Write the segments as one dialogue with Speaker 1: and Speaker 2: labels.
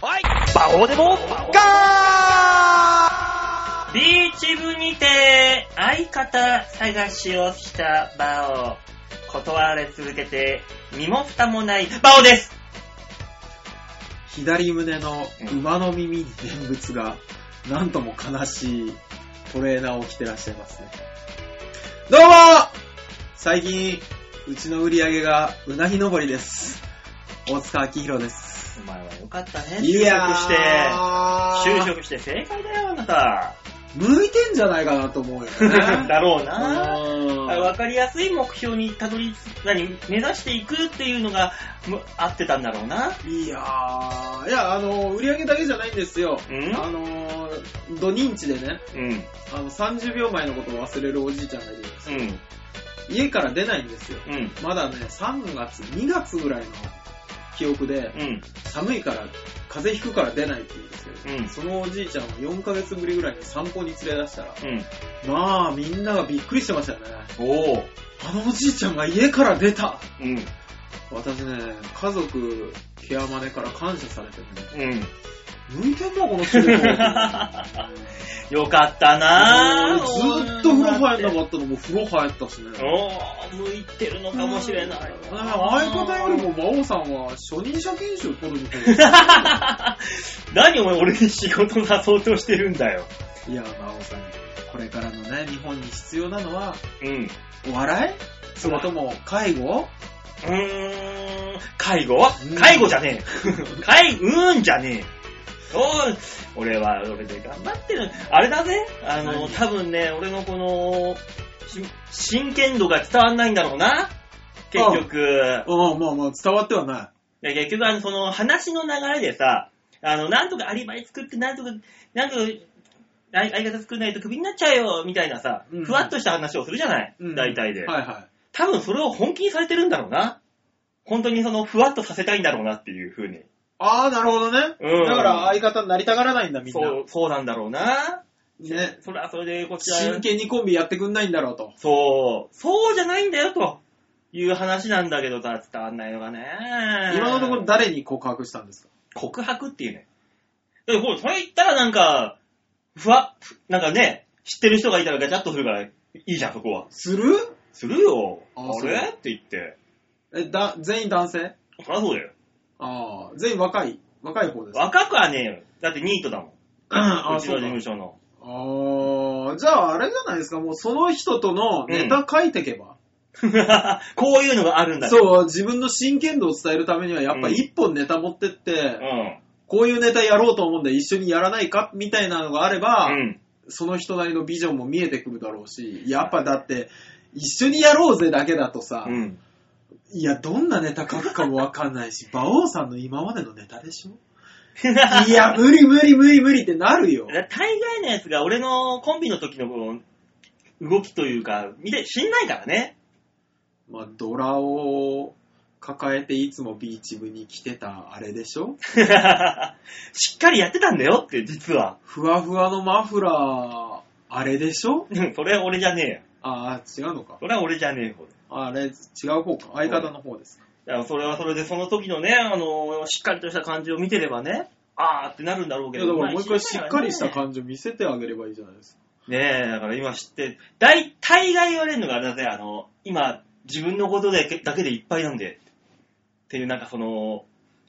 Speaker 1: こうでもガー
Speaker 2: ビーチ部にて相方探しをしたバオ。断られ続けて身も蓋もないバオです
Speaker 3: 左胸の馬の耳に念仏が、なんとも悲しいトレーナーを着てらっしゃいますね。どうも最近、うちの売り上げがうなぎ登りです。大塚明宏です。
Speaker 2: お前はよかったね。
Speaker 3: いや
Speaker 2: 就職して。就
Speaker 3: ー、
Speaker 2: 職して正解だよ、あな た。
Speaker 3: 向いてんじゃないかなと思うよね。
Speaker 2: だろうな。
Speaker 3: あ
Speaker 2: わかりやすい目標にたどり、何、目指していくっていうのがむ合ってたんだろうな。
Speaker 3: ーいやー、いや、あの、売り上げだけじゃないんですよ。
Speaker 2: うん
Speaker 3: あの、ド認知でね、
Speaker 2: うん。
Speaker 3: あの、30秒前のことを忘れるおじいちゃんがいるんです
Speaker 2: う
Speaker 3: よ。
Speaker 2: ん。
Speaker 3: 家から出ないんですよ。
Speaker 2: うん。
Speaker 3: まだね、3月、2月ぐらいの記憶で、
Speaker 2: うん。
Speaker 3: 寒いから、風邪ひくから出ないって言うんですけど、
Speaker 2: うん。
Speaker 3: そのおじいちゃんを4ヶ月ぶりぐらいに散歩に連れ出したら、
Speaker 2: うん。
Speaker 3: まあみんながびっくりしてましたよね。
Speaker 2: おー。
Speaker 3: あのおじいちゃんが家から出た
Speaker 2: うん。
Speaker 3: 私ね、家族、ケアマネから感謝されてる
Speaker 2: う
Speaker 3: ね。
Speaker 2: ん。
Speaker 3: 向いてんな、この仕事。ず
Speaker 2: よかったなぁ。
Speaker 3: ーっと風呂入んなかったのも風呂入ったしね。
Speaker 2: おー、向いてるのかもしれない。
Speaker 3: ね相方よりも馬王さんは初任者研修取るみたいな。
Speaker 2: 何お前俺に仕事誘おうとしてるんだよ。
Speaker 3: いや、馬王さん、これからのね、日本に必要なのは、
Speaker 2: うん。う
Speaker 3: お笑いそれとも介護
Speaker 2: ーん。介護
Speaker 3: うん
Speaker 2: 介護じゃね え。介、うーんじゃねえ。おー俺は、俺で頑張ってる。あれだぜ。あの、
Speaker 3: 何
Speaker 2: 多分ね、俺のこの、し真剣度が伝わんないんだろうな。結局。
Speaker 3: ああ、まあまあ、伝わってはない
Speaker 2: や結局あの、その話の流れでさ、あの、なんとかアリバイ作って、なんとか、なんとか、相相方作んないとクビになっちゃうよ、みたいなさ、
Speaker 3: うん
Speaker 2: ふわっとした話をするじゃない、
Speaker 3: い。うん
Speaker 2: 大体で。
Speaker 3: はいは
Speaker 2: 多分それを本気にされてるんだろうな。本当にその、ふわっとさせたいんだろうなっていう風に。
Speaker 3: ああ、なるほどね。
Speaker 2: うん
Speaker 3: だから相方になりたがらないんだ、みん
Speaker 2: そ
Speaker 3: な。
Speaker 2: う、そうなんだろうな。
Speaker 3: ね。
Speaker 2: それはそれで、こちら。
Speaker 3: 真剣にコンビやってくんないんだろうと。
Speaker 2: そう、そうじゃないんだよ、という話なんだけどさ、伝わんないのがね。
Speaker 3: 今のところ誰に告白したんですか
Speaker 2: 告白っていうね。で、ほら、それ言ったらなんか、ふわ、なんかね、知ってる人がいたらガチャッとするから、いいじゃん、そこは。
Speaker 3: する
Speaker 2: するよ。
Speaker 3: あ
Speaker 2: あれ
Speaker 3: そう
Speaker 2: って言って。
Speaker 3: え、だ、全員男性
Speaker 2: そりゃそうだよ。
Speaker 3: ああ、全員若い。若い方ですか。
Speaker 2: 若くはねえよ。だってニートだもん。
Speaker 3: あ
Speaker 2: う
Speaker 3: あ、
Speaker 2: ち
Speaker 3: そ
Speaker 2: の事
Speaker 3: う
Speaker 2: 務
Speaker 3: だ
Speaker 2: 所の。
Speaker 3: ああ、じゃああれじゃないですか、もうその人とのネタ書いてけば。
Speaker 2: こういうのが あるんだう。
Speaker 3: そう、自分の真剣度を伝えるためには、やっぱ一本ネタ持ってって、
Speaker 2: うん。
Speaker 3: こういうネタやろうと思うんで一緒にやらないかみたいなのがあれば、
Speaker 2: うん。
Speaker 3: その人なりのビジョンも見えてくるだろうし、やっぱだって、一緒にやろうぜだけだとさ、
Speaker 2: うん。
Speaker 3: いや、どんなネタ書くかもわかんないし、馬王さんの今までのネタでしょいや、無理無理無理無理ってなるよ。
Speaker 2: 大概のやつが俺のコンビの時のこの動きというか、見て、知んないからね。
Speaker 3: まあ、ドラを抱えていつもビーチ部に来てたあれでしょ
Speaker 2: しっかりやってたんだよって、実は。
Speaker 3: ふわふわのマフラー、あれでしょ
Speaker 2: うんそれは俺じゃねえよ。
Speaker 3: ああ、違うのか。
Speaker 2: それは俺じゃねえ方
Speaker 3: あれ、違う方か。相方の方ですか。
Speaker 2: いや、それはそれで、その時のね、あのーしっかりとした感じを見てればね、あーってなるんだろう
Speaker 3: い
Speaker 2: け
Speaker 3: や、
Speaker 2: ど。
Speaker 3: だからもう一
Speaker 2: まあ
Speaker 3: 回しっかりした感じを見せてあげればいいじゃないですか。
Speaker 2: じ。ねえ、だから今知って、大、大概言われるのがあれだぜ、あの、今、自分のことでだけでいっぱいなんで、っていう、なんかその、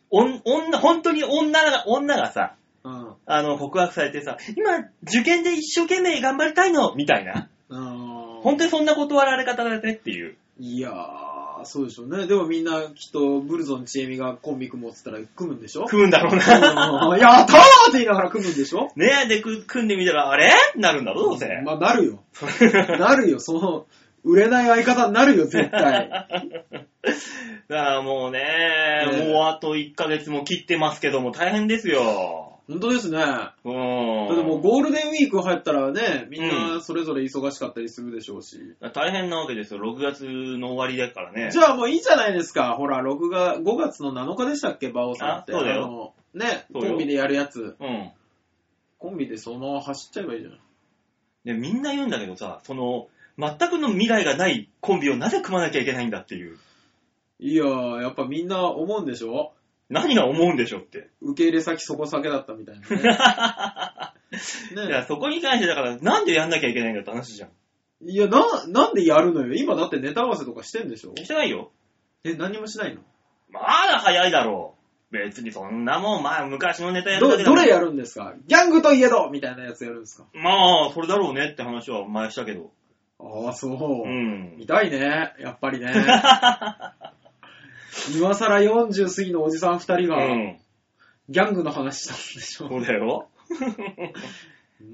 Speaker 2: おん女、本当に女が、女がさ、
Speaker 3: うん。
Speaker 2: あの、告白されてさ、今、受験で一生懸命頑張りたいの、みたいな。本
Speaker 3: 本
Speaker 2: 当にそんな断られ方だねっていう。
Speaker 3: いやー、そうでしょうね。でもみんなきっと、ブルゾンちえみがコンビ組もうっつったら組むんでしょ
Speaker 2: 食うんだろう
Speaker 3: うん
Speaker 2: な。
Speaker 3: やったーって言いながら組むんでしょ
Speaker 2: ねえ、で、く組んでみたら、あれなるんだろ、どうせ。
Speaker 3: まあ、なるよ。なるよ。その、売れない相方になるよ、絶対。
Speaker 2: だからもうね
Speaker 3: ね
Speaker 2: もうあと1ヶ月も切ってますけども、大変ですよ。
Speaker 3: 本当ですね。だ
Speaker 2: うん。
Speaker 3: ってもうゴールデンウィーク入ったらね、みんなそれぞれ忙しかったりするでしょうし。
Speaker 2: 大変なわけですよ。6月の終わりだからね。
Speaker 3: じゃあもういいじゃないですか。ほら、録画、5月の7日でしたっけ、バオさんって。
Speaker 2: あそうだよ
Speaker 3: のね、
Speaker 2: そ
Speaker 3: コ
Speaker 2: うよ
Speaker 3: ンビでやるやつ。
Speaker 2: うん。
Speaker 3: コンビでそのまま走っちゃえばいいじゃない。
Speaker 2: で、みんな言うんだけどさ、その、全くの未来がないコンビをなぜ組まなきゃいけないんだっていう。
Speaker 3: いやー、やっぱみんな思うんでしょ
Speaker 2: 何が思うんでしょうって。
Speaker 3: 受け入れ先そこ先だったみたいなね。
Speaker 2: い
Speaker 3: ね
Speaker 2: や、そこに関してだから、なんでやんなきゃいけないんだって話じゃん。
Speaker 3: いや、な、なんでやるのよ。今だってネタ合わせとかしてんでしょ
Speaker 2: してないよ。
Speaker 3: え、何もしないの
Speaker 2: まだ早いだろう。別にそんなもん、まあ昔のネタやるだ
Speaker 3: ど、
Speaker 2: け
Speaker 3: どれや
Speaker 2: る
Speaker 3: るんですかギャングといえどみたいなやつやるんですか
Speaker 2: まあ、それだろうねって話は前したけど。
Speaker 3: ああ、そ
Speaker 2: う
Speaker 3: う。
Speaker 2: ん。
Speaker 3: 痛いね、やっ ぱりね。今更40過ぎのおじさん2人
Speaker 2: う
Speaker 3: が、
Speaker 2: ん。
Speaker 3: ギャングの話したんでしょ
Speaker 2: そうだよ。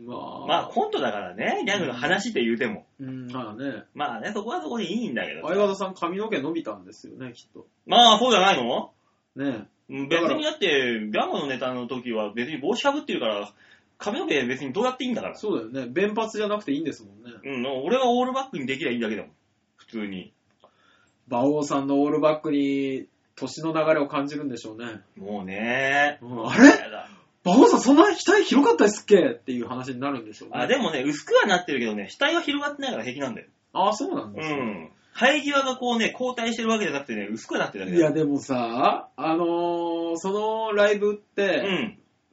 Speaker 3: まあ、
Speaker 2: まあコントだからね、ギャグの話って言うても。
Speaker 3: うん、まあね。
Speaker 2: まあね、そこはそこでいいんだけど。
Speaker 3: 相方さん髪の毛伸びたんですよね、きっと。
Speaker 2: まあ、そうじゃないの
Speaker 3: ね
Speaker 2: うん別
Speaker 3: だから
Speaker 2: にだって、ギャングのネタの時は別に帽子かぶってるから、髪の毛別にどうだっていいんだから。
Speaker 3: そうだよね。弁髪じゃなくていいんですもんね。
Speaker 2: うん、俺はオールバックにできりゃいいんだけどもん。普通に。
Speaker 3: 馬王さんのオールバックに、年の流れを感じるんでしょうね。
Speaker 2: もうね。
Speaker 3: うんあれ
Speaker 2: やだ
Speaker 3: 馬王さんそんな額広かったですっけっていう話になるんでしょうね。
Speaker 2: あ、でもね、薄くはなってるけどね、額は広がってないから平気なんだよ。
Speaker 3: あ、そうなん
Speaker 2: う
Speaker 3: ですね。
Speaker 2: ん。生え際がこうね、交代してるわけじゃなくてね、薄くはなってるだけ
Speaker 3: い
Speaker 2: だ
Speaker 3: や
Speaker 2: よ。
Speaker 3: でもさ、あのーそのライブって、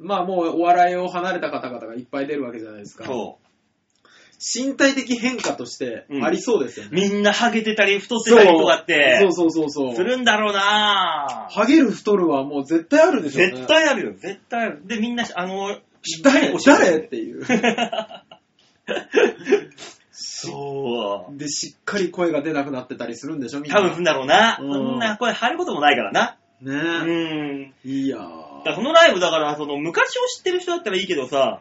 Speaker 2: うん。
Speaker 3: まあもうお笑いを離れた方々がいっぱい出るわけじゃないですか。
Speaker 2: そ
Speaker 3: 身体的変化として
Speaker 2: うん
Speaker 3: ありそうですよ
Speaker 2: う。み
Speaker 3: ね。
Speaker 2: んなハゲてたり太ってたりとかって、
Speaker 3: そうそうそうそ
Speaker 2: す
Speaker 3: う。
Speaker 2: るんだろうなぁ。
Speaker 3: ハゲる太るはもう絶対あるでしょうね。
Speaker 2: 絶対あるよ、絶対ある。で、みんな、あの、
Speaker 3: 誰
Speaker 2: お
Speaker 3: 誰っていう。
Speaker 2: そう。
Speaker 3: で、しっかり声が出なくなってたりするんでしょみんな。
Speaker 2: 多分すんだろうな。
Speaker 3: うん
Speaker 2: そんな声張ることもないからな。う
Speaker 3: ね
Speaker 2: ん。
Speaker 3: え。いや
Speaker 2: だから
Speaker 3: ー。
Speaker 2: そのライブだから、その昔を知ってる人だったらいいけどさ、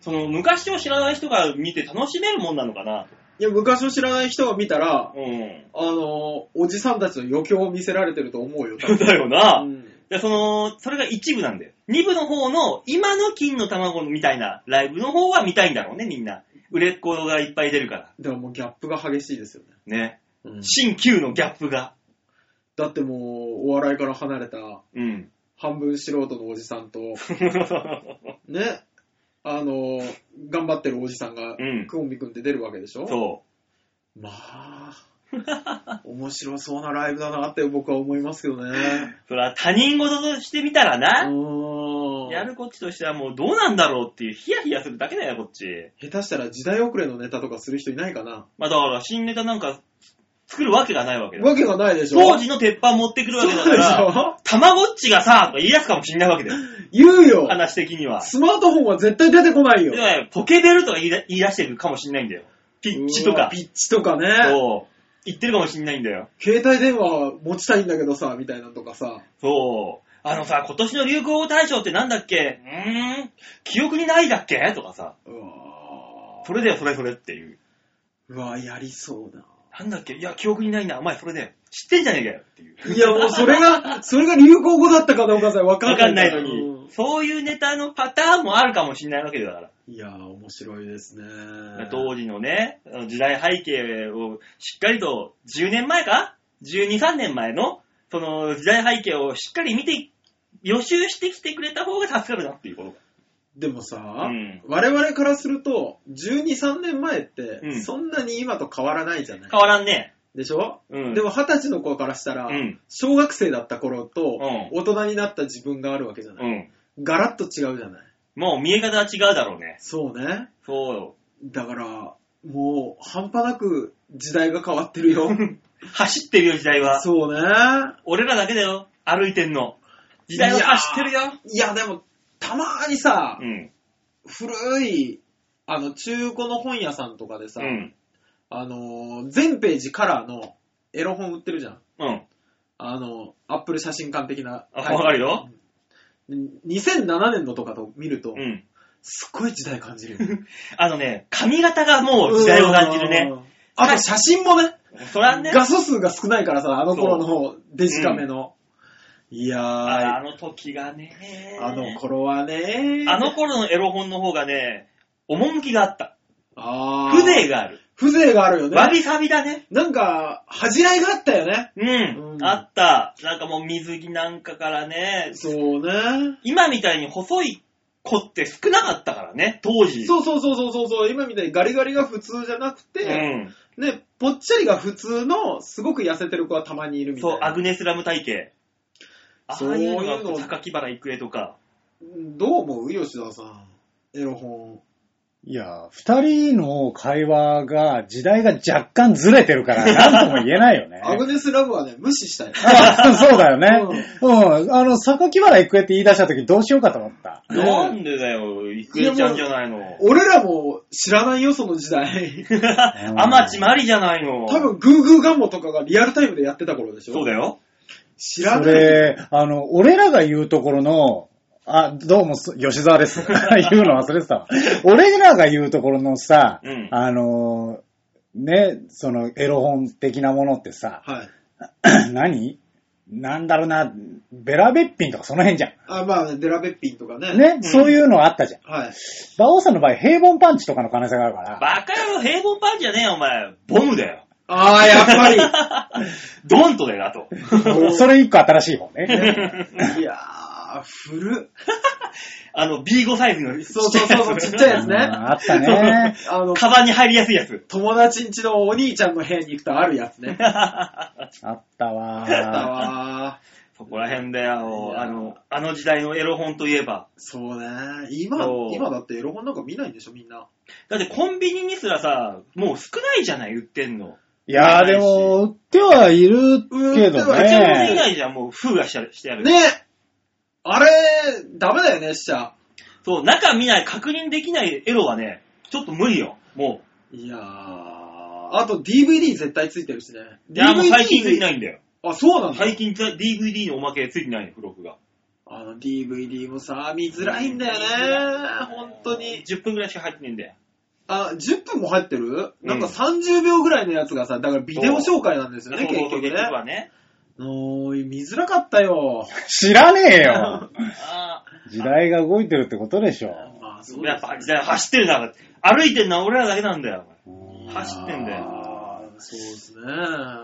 Speaker 2: その昔を知らない人が見て楽しめるもんなのかな。
Speaker 3: いや、昔を知らない人が見たら、
Speaker 2: うん。
Speaker 3: あのー、おじさんたちの余興を見せられてると思うよ。多分
Speaker 2: だよな。
Speaker 3: うん
Speaker 2: で、その、それが一部なんだよ。二部の方の、今の金の卵みたいなライブの方は見たいんだろうね、みんな。売れっ子がいっぱい出るから。
Speaker 3: でももうギャップが激しいですよね。
Speaker 2: ね。新旧のギャップが。
Speaker 3: だってもう、お笑いから離れた
Speaker 2: うん。
Speaker 3: 半分素人のおじさんと、ね、あの、頑張ってるおじさんが、
Speaker 2: うん
Speaker 3: クオンビ君って出るわけでしょ
Speaker 2: そ
Speaker 3: まあ、面白そうなライブだなって僕は思いますけど ね
Speaker 2: う。。それは他人事としてみたら
Speaker 3: う
Speaker 2: な。
Speaker 3: ーん。
Speaker 2: やるこっちとしてはもうどうなんだろうっていうヒヤヒヤするだけだよ、こっち。
Speaker 3: 下手したら時代遅れのネタとかする人いないかな
Speaker 2: まあだから新ネタなんか作るわけがないわけだよ。
Speaker 3: わけがないでしょ
Speaker 2: 当時の鉄板持ってくるわけだ
Speaker 3: そう
Speaker 2: か
Speaker 3: でし
Speaker 2: ら、
Speaker 3: ょ
Speaker 2: たまごっちがさ、とか言い出すかもしんないわけだよ。
Speaker 3: 言うよ
Speaker 2: 話的には。
Speaker 3: スマートフォンは絶対出てこない
Speaker 2: で
Speaker 3: よ
Speaker 2: ねポケベルとか言いだ言い出してるかもしんないんだよ。ピッチと
Speaker 3: うわ
Speaker 2: か。
Speaker 3: ピッチとかね。
Speaker 2: そう。言ってるかもしんないんだよ。
Speaker 3: 携帯電話持ちたいんだけどさ、みたいなのとかさ。
Speaker 2: そう。あのさ、今年の流行語大賞ってなんだっけうーん、記憶にないだっけとかさ。
Speaker 3: うわ
Speaker 2: それだよ、それそれっていう。
Speaker 3: うわやりそうだ。
Speaker 2: なんだっけいや、記憶にないな。お前それだよ。知ってんじゃねえかよ。っていう。
Speaker 3: いや、もうそれが、それが流行語だったかどうかさえわか
Speaker 2: わ
Speaker 3: んな
Speaker 2: か
Speaker 3: い
Speaker 2: んないのに、そういうネタのパターンもあるかもしれないわけだから。
Speaker 3: うんいやー、面白いですね。
Speaker 2: 当時のね、あの時代背景をしっかりと、10年前か ?12、3年前の、その時代背景をしっかり見て、予習してきてくれた方が助かるなっていうこと
Speaker 3: でもさ、
Speaker 2: うん
Speaker 3: 我々からすると、12、3年前って
Speaker 2: う、ん
Speaker 3: そんなに今と変わらないじゃない。
Speaker 2: 変わらんね。
Speaker 3: でしょ、
Speaker 2: うん。
Speaker 3: でも20歳の子からしたら、
Speaker 2: うん
Speaker 3: 小学生だった頃と、
Speaker 2: う
Speaker 3: 大人になった自分があるわけじゃな
Speaker 2: う
Speaker 3: い。
Speaker 2: ん。
Speaker 3: ガラッと違うじゃない。
Speaker 2: もう見え方は違うだろうね。
Speaker 3: そうね。
Speaker 2: そうよ。
Speaker 3: だから、もう、半端なく時代が変わってるよ。
Speaker 2: 走ってるよ、時代は。
Speaker 3: そうね。
Speaker 2: 俺らだけだよ。歩いてんの。時代は走ってるよ。
Speaker 3: いや、でも、たまーにさ、
Speaker 2: うん。
Speaker 3: 古い、あの、中古の本屋さんとかでさ、
Speaker 2: うん。
Speaker 3: あのー、全ページカラーのエロ本売ってるじゃん。
Speaker 2: うん。
Speaker 3: あの、アップル写真館的な。
Speaker 2: あわかるよ
Speaker 3: うん。2007年のとかと見ると、
Speaker 2: うん。
Speaker 3: すっごい時代感じるよ。
Speaker 2: あのね、髪型がも う時代を感じるね。
Speaker 3: うん。あと写真もね、
Speaker 2: そらね、
Speaker 3: 画素数が少ないからさ、あの頃のデジカメの。いやー、
Speaker 2: ああ
Speaker 3: あ
Speaker 2: の時がね、
Speaker 3: の頃はね
Speaker 2: あの頃のエロ本の方がね、趣があった。
Speaker 3: あー
Speaker 2: 風情がある。
Speaker 3: 風情があるよね。
Speaker 2: わびさびだね。
Speaker 3: なんか、恥じらいがあったよね。
Speaker 2: うん、
Speaker 3: うん
Speaker 2: あった。なんかもう水着なんかからね、
Speaker 3: そうね。
Speaker 2: 今みたいに細い子って少なかったからね、当時。
Speaker 3: そうそうそうそうそうそう、今みたいにガリガリが普通じゃなく
Speaker 2: う
Speaker 3: て、
Speaker 2: ん。
Speaker 3: ね、ぽっちゃりが普通の、すごく痩せてる子はたまにいるみたい
Speaker 2: そう、
Speaker 3: な。
Speaker 2: アグネスラム体型。あ
Speaker 3: そう
Speaker 2: あい
Speaker 3: いううの
Speaker 2: のがこう榊原郁恵とか、
Speaker 3: どう思う吉田さん。エロ本。
Speaker 1: いや、二人の会話が、時代が若干ずれてる から、なんとも言えないよね。
Speaker 3: アグネス・ラブはね、無視したよ。
Speaker 1: あ そうだよね。うん。あの、榊原郁恵って言い出した時どうしようかと思った。
Speaker 3: ね
Speaker 2: なんでだよ、郁恵ちゃんじゃないの。
Speaker 3: 俺らも知らないよ、その時代。
Speaker 2: アマチマリじゃないの。
Speaker 3: 多分、グーグーガンモとかがリアルタイムでやってた頃でしょ
Speaker 2: そうだよ。
Speaker 3: 知ら
Speaker 1: そ
Speaker 3: ない。
Speaker 1: れ、あの、俺らが言うところの、あ、どうもす、吉沢 です。言うの忘れてたわ。俺らが言うところのさ、
Speaker 2: うん
Speaker 1: あの、ね、その、エロ本的なものってさ、
Speaker 3: はい。
Speaker 1: 何なんだろうな、ベラベッピンとかその辺じゃ
Speaker 3: あ、まあね、デラベッピンとかね。
Speaker 1: ん。ね、そういうのあったじゃん。
Speaker 3: はい。
Speaker 1: 馬王さんの場合、平凡パンチとかの可能性があるから。
Speaker 2: バカ野郎平凡パンじゃねえよ、お前。ボムだよ。
Speaker 3: ああ、やっぱり。
Speaker 2: ドンとだよ、あと。
Speaker 1: それ一個新しい方ね。
Speaker 3: いやー、古っ。
Speaker 2: あの、B5 サイズの。
Speaker 3: そうそうそうそう、ちっちゃいやつね。
Speaker 1: うんあったね。
Speaker 3: あ の、
Speaker 2: カバンに入りやすいやつ。
Speaker 3: 友達ん家のお兄ちゃんの部屋に行くとあるやつね。
Speaker 1: あったわ
Speaker 3: あったわー。
Speaker 2: そこら辺だ
Speaker 3: い
Speaker 2: よ。
Speaker 3: や
Speaker 2: あの、あの時代のエロ本といえば。
Speaker 3: そうね。今
Speaker 2: そ、う
Speaker 3: 今だってエロ本なんか見ないんでしょ、みんな。
Speaker 2: だってコンビニにすらさ、もう少ないじゃない、売ってんの。
Speaker 1: いやーでも、売ってはいるけ
Speaker 3: 売って
Speaker 1: ど
Speaker 3: は
Speaker 2: う
Speaker 3: い
Speaker 2: ちのもの以
Speaker 1: ね。
Speaker 2: 外じゃもう封がしてあるしてある。
Speaker 3: ねあれ、ダメだよね、死者。
Speaker 2: そう、中見ない、確認できないエロはね、ちょっと無理よ。も
Speaker 3: いやー。あと DVD 絶対ついてるしね。
Speaker 2: う。いや、もう
Speaker 3: DVD
Speaker 2: 最近ついてないんだよ。
Speaker 3: あ、そうなんだ。
Speaker 2: 最近ざ DVD のおまけついてないの、付録が。
Speaker 3: あの DVD もさ、見づらいんだよね。本当に。
Speaker 2: 10分ぐらいしか入ってねえんだよ。
Speaker 3: あ、10分も入ってる、
Speaker 2: うん
Speaker 3: なんか30秒ぐらいのやつがさ、だからビデオ紹介なんですよね、
Speaker 2: そう
Speaker 3: 結
Speaker 2: そうそう
Speaker 3: 局ね
Speaker 2: 結。局はね。
Speaker 3: おーい、見づらかったよ。
Speaker 1: 知らねえよ。
Speaker 2: あ
Speaker 1: 時代が動いてるってことでしょ。
Speaker 3: まあ、
Speaker 2: あ、やっぱ時代走ってるな。歩いてるのは俺らだけなんだよ。
Speaker 1: うん
Speaker 2: 走ってんだよ。
Speaker 3: あーそうですね。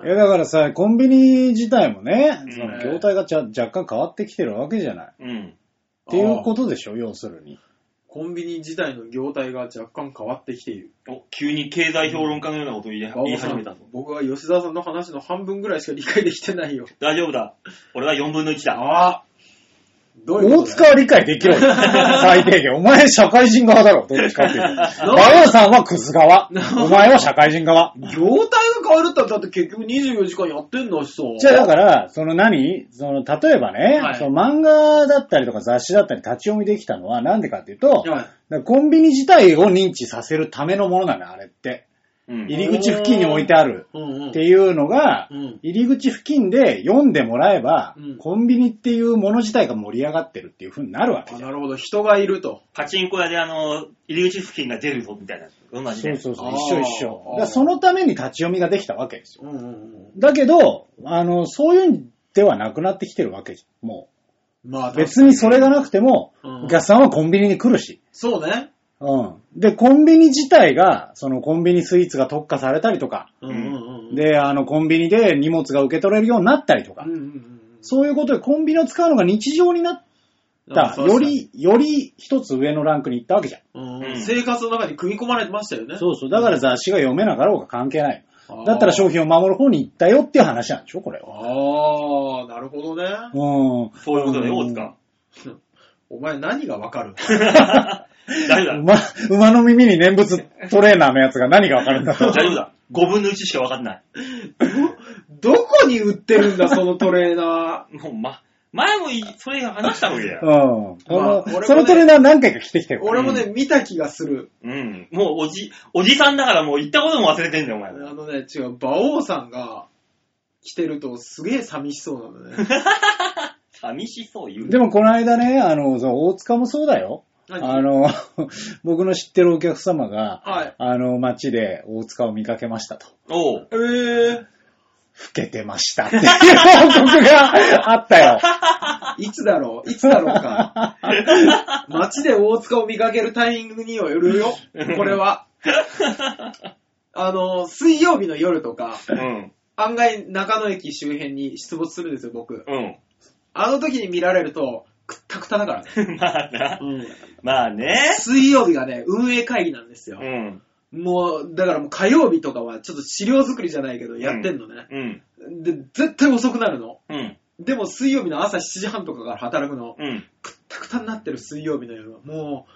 Speaker 1: いやだからさ、コンビニ自体もね
Speaker 2: うん、
Speaker 1: その業態がちゃ若干変わってきてるわけじゃない。っ
Speaker 2: うん。
Speaker 1: ていうことでしょ、要するに。
Speaker 3: コンビニ自体の業態が若干変わってきている。
Speaker 2: お、急に経済評論家のようなことを言い言い始めたぞ。
Speaker 3: 僕は吉沢さんの話の半分ぐらいしか理解できてないよ。
Speaker 2: 大丈夫だ。俺は4分の1だ。
Speaker 3: ああどういう
Speaker 1: 大
Speaker 3: こと
Speaker 1: 塚は理解でき ろよ。最低限。お前社会人側だろ、どっちかっ ていう
Speaker 3: な
Speaker 1: と。馬王さんはクズ側。お前は社会人側。
Speaker 3: 業態が変わるったら、だって結局24時間やってんだしさ。
Speaker 1: じゃあだから、その何その、例えばね、
Speaker 3: はい
Speaker 1: その漫画だったりとか雑誌だったり立ち読みできたのはなんでかっていうと、だか
Speaker 3: はい
Speaker 1: らコンビニ自体を認知させるためのものなの、あれって。
Speaker 2: うん。
Speaker 1: 入り口付近に置いてある
Speaker 3: うんうん。
Speaker 1: っていうのが、
Speaker 3: うん
Speaker 1: 入り口付近で読んでもらえば、
Speaker 3: うん
Speaker 1: コンビニっていうもの自体が盛り上がってるっていう風になるわけ
Speaker 3: あ
Speaker 1: じゃん。
Speaker 3: なるほど、人がいると。
Speaker 2: パチンコ屋であの、入り口付近が出るぞみたいな。同じ
Speaker 1: そ
Speaker 2: で。
Speaker 1: うそうそう、
Speaker 3: あー
Speaker 1: 一緒一緒。
Speaker 3: あー
Speaker 1: だからそのために立ち読みができたわけですよ。
Speaker 3: うんうんうん。
Speaker 1: だけど、あの、そういうんではなくなってきてるわけじゃんもう。
Speaker 3: まあ、
Speaker 1: 別にそれがなくても、
Speaker 3: うん
Speaker 1: お客さんはコンビニに来るし。
Speaker 3: そうね。
Speaker 1: うん。で、コンビニ自体が、そのコンビニスイーツが特化されたりとか、
Speaker 3: うんうんうん。、
Speaker 1: で、あの、コンビニで荷物が受け取れるようになったりとか
Speaker 3: うん、うんうん
Speaker 1: そういうことでコンビニを使うのが日常になっ
Speaker 3: うん。あ
Speaker 1: た、
Speaker 3: そうです
Speaker 1: よ
Speaker 3: ね、
Speaker 1: り、より一つ上のランクに行ったわけじゃん。
Speaker 3: うん
Speaker 2: うん
Speaker 3: 生活の中に組み込まれてましたよね。
Speaker 1: そうそう。だから雑誌が読めなかろうが関係ない。
Speaker 3: あー
Speaker 1: だったら商品を守る方に行ったよっていう話なんでしょ、これは。
Speaker 3: ああ、なるほどね。
Speaker 1: うん。
Speaker 2: そういうことだよ、
Speaker 1: うん
Speaker 2: 大 塚。
Speaker 3: お前何がわかる
Speaker 2: 大丈夫だ。
Speaker 1: 馬、馬の耳に念仏トレーナーのやつが何がわかるんだと
Speaker 2: 大。丈夫だ。5分の1しか分かんない。
Speaker 3: どこに売ってるんだ、そのトレーナ
Speaker 2: もう、ま、前もいそれ話したわけだ
Speaker 1: う
Speaker 2: よ。
Speaker 1: ん。この
Speaker 3: 俺もね
Speaker 1: そのトレーナー何回か来てきて
Speaker 3: ー。
Speaker 1: る。
Speaker 3: 俺もね、見た気がする。
Speaker 2: うん。もうおじ、おじさんだからもう行ったことも忘れてんだよ、お
Speaker 3: あ
Speaker 2: 前。
Speaker 3: のね、違う、馬王さんが来てるとすげえ寂しそうなの ね。
Speaker 2: 寂しそう言う。
Speaker 1: でもこの間ね、あの、そう大塚もそうだよ。あ
Speaker 3: 何
Speaker 1: の、 僕の知ってるお客様が、
Speaker 3: はい。
Speaker 1: あの、街で大塚を見かけましたと。
Speaker 2: おう。
Speaker 3: えー、
Speaker 1: 老けてましたっていう報告があったよ。
Speaker 3: いつだろういつだろう か。街で大塚を見かけるタイミングによるよ。これは。あの、水曜日の夜とか、
Speaker 2: うん。
Speaker 3: 案外中野駅周辺に出没するんですよ、僕。
Speaker 2: う
Speaker 3: あの時に見られると、くったくただからね。
Speaker 2: ん。 まあな。まあね。
Speaker 3: 水曜日がね、運営会議なんですよ
Speaker 2: う。ん。
Speaker 3: もう、だからもう火曜日とかはちょっと資料作りじゃないけど、やってんのね。
Speaker 2: うん。
Speaker 3: で、絶対遅くなるの。
Speaker 2: うん。
Speaker 3: でも水曜日の朝7時半とかから働くの、
Speaker 2: うん。い
Speaker 3: たくたになってる水曜日の夜は、も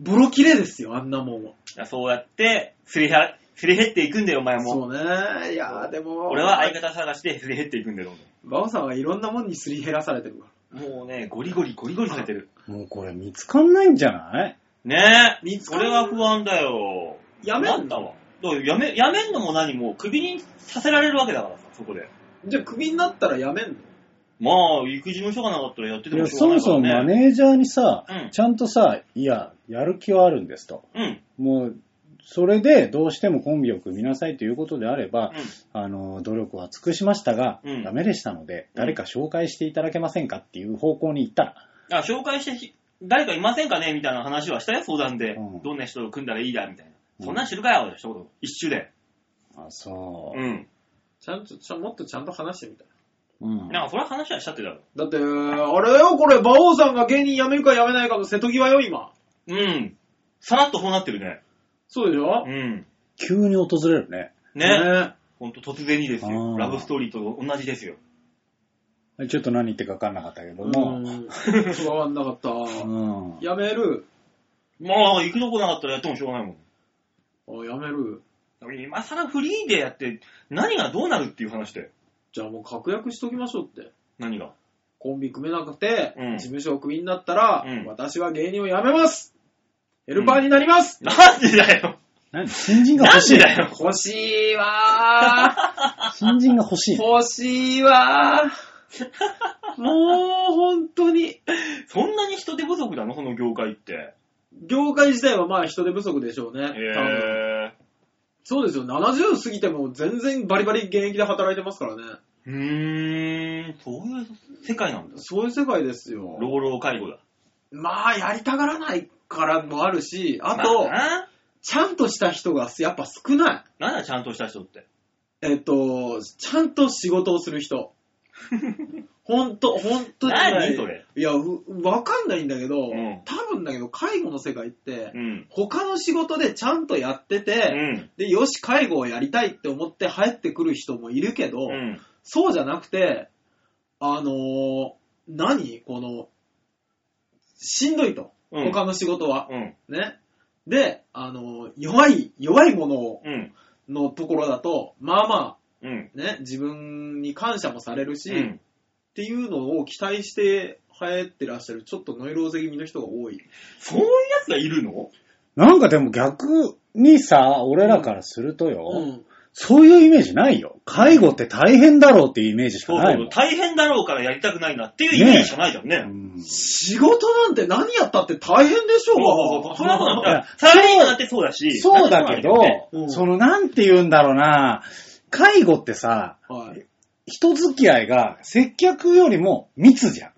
Speaker 3: う、ボロ切れですよ、あんなもんは。
Speaker 2: やそうやって、すり減すり減っていくんだよ、お前も。
Speaker 3: そうね。いやーでも、
Speaker 2: 俺は相方探しですり減っていくんだよ、
Speaker 3: バオさんはいろんなもんにすり減らされてるから。
Speaker 2: どんどんもうね、ゴリゴリ、ゴリゴリされてる。
Speaker 1: もうこれ見つかんないんじゃない
Speaker 2: ねえ
Speaker 3: 見つ。かる
Speaker 2: 俺は不安だよ。
Speaker 3: やめんの
Speaker 2: 困ったわ。だからやめ、やめんのも何も、クビにさせられるわけだからさ、そこで。
Speaker 3: じゃあ、クビになったらやめんの
Speaker 2: まあ、育児の人がなかったらやってて
Speaker 1: い
Speaker 2: も
Speaker 1: や
Speaker 2: し
Speaker 1: そ
Speaker 2: ょうが
Speaker 1: も
Speaker 2: ないから
Speaker 1: そもマ
Speaker 2: ね。
Speaker 1: ネージャーにさ、
Speaker 2: うん
Speaker 1: ちゃんとさ、いや、やる気はあるんですと。
Speaker 2: うん。
Speaker 1: もう、それでどうしてもコンビを組みなさいということであれば、
Speaker 2: う
Speaker 1: あの、努力は尽くしましたが、
Speaker 2: うん
Speaker 1: ダメでしたので、
Speaker 2: うん
Speaker 1: 誰か紹介していただけませんかっていう方向に行った
Speaker 2: ん。
Speaker 1: ら、
Speaker 2: あ、紹介してひ、誰かいませんかねみたいな話はしたよ、相談で。
Speaker 1: うん
Speaker 2: どんな人を組んだらいいだ、みたいな。
Speaker 1: うん
Speaker 2: そんなん知るかよ、一言。一周で。
Speaker 1: あ、そう
Speaker 2: う。ん。
Speaker 3: ちゃんと、ちゃんもっとちゃんと話してみたい。
Speaker 1: うん
Speaker 2: なんか、それは話はしたってだろ。
Speaker 3: だって、あれよ、これ、馬王さんが芸人辞めるか辞めないかの瀬戸際よ、今。
Speaker 2: うん。さらっとそうなってるね。
Speaker 3: そうでしょ
Speaker 2: うん。
Speaker 1: 急に訪れるね。
Speaker 2: ね。ほんと突然にです
Speaker 1: う
Speaker 2: よ。
Speaker 1: ん
Speaker 2: ラブストーリーと同じですよ。
Speaker 1: ちょっと何言ってか分かんなかったけど
Speaker 3: う
Speaker 1: も、
Speaker 3: ん。わかんなかった。
Speaker 1: うん
Speaker 3: 辞める。
Speaker 2: まあ、行くとこなかったらやってもしょうがないもん。
Speaker 3: あ、辞める。
Speaker 2: 今更フリーでやって、何がどうなるっていう話で。
Speaker 3: じゃあもう確約しときましょうって。
Speaker 2: 何が。
Speaker 3: コンビ組めなくて、
Speaker 2: うん
Speaker 3: 事務所をクビになったら、
Speaker 2: うん
Speaker 3: 私は芸人を辞めますヘルパーになります、
Speaker 2: なんでだよ。
Speaker 1: 何新人が
Speaker 2: な
Speaker 1: 欲
Speaker 2: ん
Speaker 1: し
Speaker 2: で
Speaker 1: い。
Speaker 2: だよ。
Speaker 3: 欲しいわ
Speaker 1: 新人が欲し
Speaker 3: ー
Speaker 1: い。
Speaker 3: 欲しいわーもう本当に。
Speaker 2: そんなに人手不足なのその業界って。
Speaker 3: 業界自体はまあ人手不足でしょうね。多分
Speaker 2: へ
Speaker 3: そうですよ。70過ぎても全然バリバリ現役で働いてますからね。
Speaker 2: ぇー。うーん、そういう世界なんだ。
Speaker 3: そういう世界ですよ。
Speaker 2: 老老介護だ。
Speaker 3: まあ、やりたがらないからもあるし、あと、
Speaker 2: まあ
Speaker 3: ちゃんとした人がやっぱ少ない。
Speaker 2: な、なんだちゃんとした人って。
Speaker 3: えっと、ちゃんと仕事をする 人。ほんと、ほんとに。
Speaker 2: 何それ。
Speaker 3: いや、うわかんないんだけど、
Speaker 2: うん
Speaker 3: 多分だけど、介護の世界って
Speaker 2: う、ん。
Speaker 3: 他の仕事でちゃんとやって
Speaker 2: う
Speaker 3: て、
Speaker 2: ん。
Speaker 3: で、よし、介護をやりたいって思って入ってくる人もいるけど、
Speaker 2: うん。
Speaker 3: そうじゃなくて、あのー何この、しんどいと。
Speaker 2: うん
Speaker 3: 他の仕事は。
Speaker 2: うん。
Speaker 3: ね。で、あのー弱い、弱いものを
Speaker 2: うん。
Speaker 3: のところだと、まあま
Speaker 2: うん。
Speaker 3: あ、ね、自分に感謝もされるし、
Speaker 2: う
Speaker 3: っ
Speaker 2: ん。
Speaker 3: ていうのを期待して流行ってらっしゃる、ちょっとノイローゼ気味の人が多い。
Speaker 2: そういうやつがいるの
Speaker 1: なんかでも逆にさ、俺らからするとよ、
Speaker 3: うん。
Speaker 1: そういうイメージないよ。介護って大変だろうっていうイメージしか
Speaker 2: そう
Speaker 1: な
Speaker 2: そ
Speaker 1: いうも
Speaker 2: そ
Speaker 1: ん
Speaker 2: う。大変だろうからやりたくないなっていうイメージしかないじゃんね。
Speaker 1: うん
Speaker 3: 仕事なんて何やったって大変でしょ
Speaker 2: そうそうそう。そんなこと
Speaker 1: い
Speaker 2: だっ
Speaker 1: や
Speaker 2: て、サラリーマンだってそうだし。
Speaker 1: そうだけど、
Speaker 3: うん
Speaker 1: そのなんて言うんだろうな、介護ってさ、
Speaker 3: はい。
Speaker 1: 人付き合いが接客よりも密じゃん。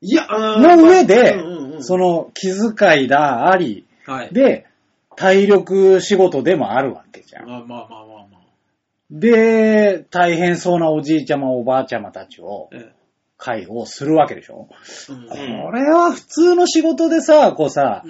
Speaker 3: いや、う
Speaker 1: の上で、
Speaker 3: うんうんうん
Speaker 1: その気遣いだあり、
Speaker 3: はい。
Speaker 1: で、体力仕事でもあるわけじゃん。
Speaker 3: まあまあまあまあまあ。
Speaker 1: で、大変そうなおじいちゃま、おばあちゃまたちを
Speaker 3: え
Speaker 1: 介護するわけでしょ、
Speaker 3: え。うん
Speaker 2: ん
Speaker 1: これは普通の仕事でさ、こうさ、
Speaker 3: う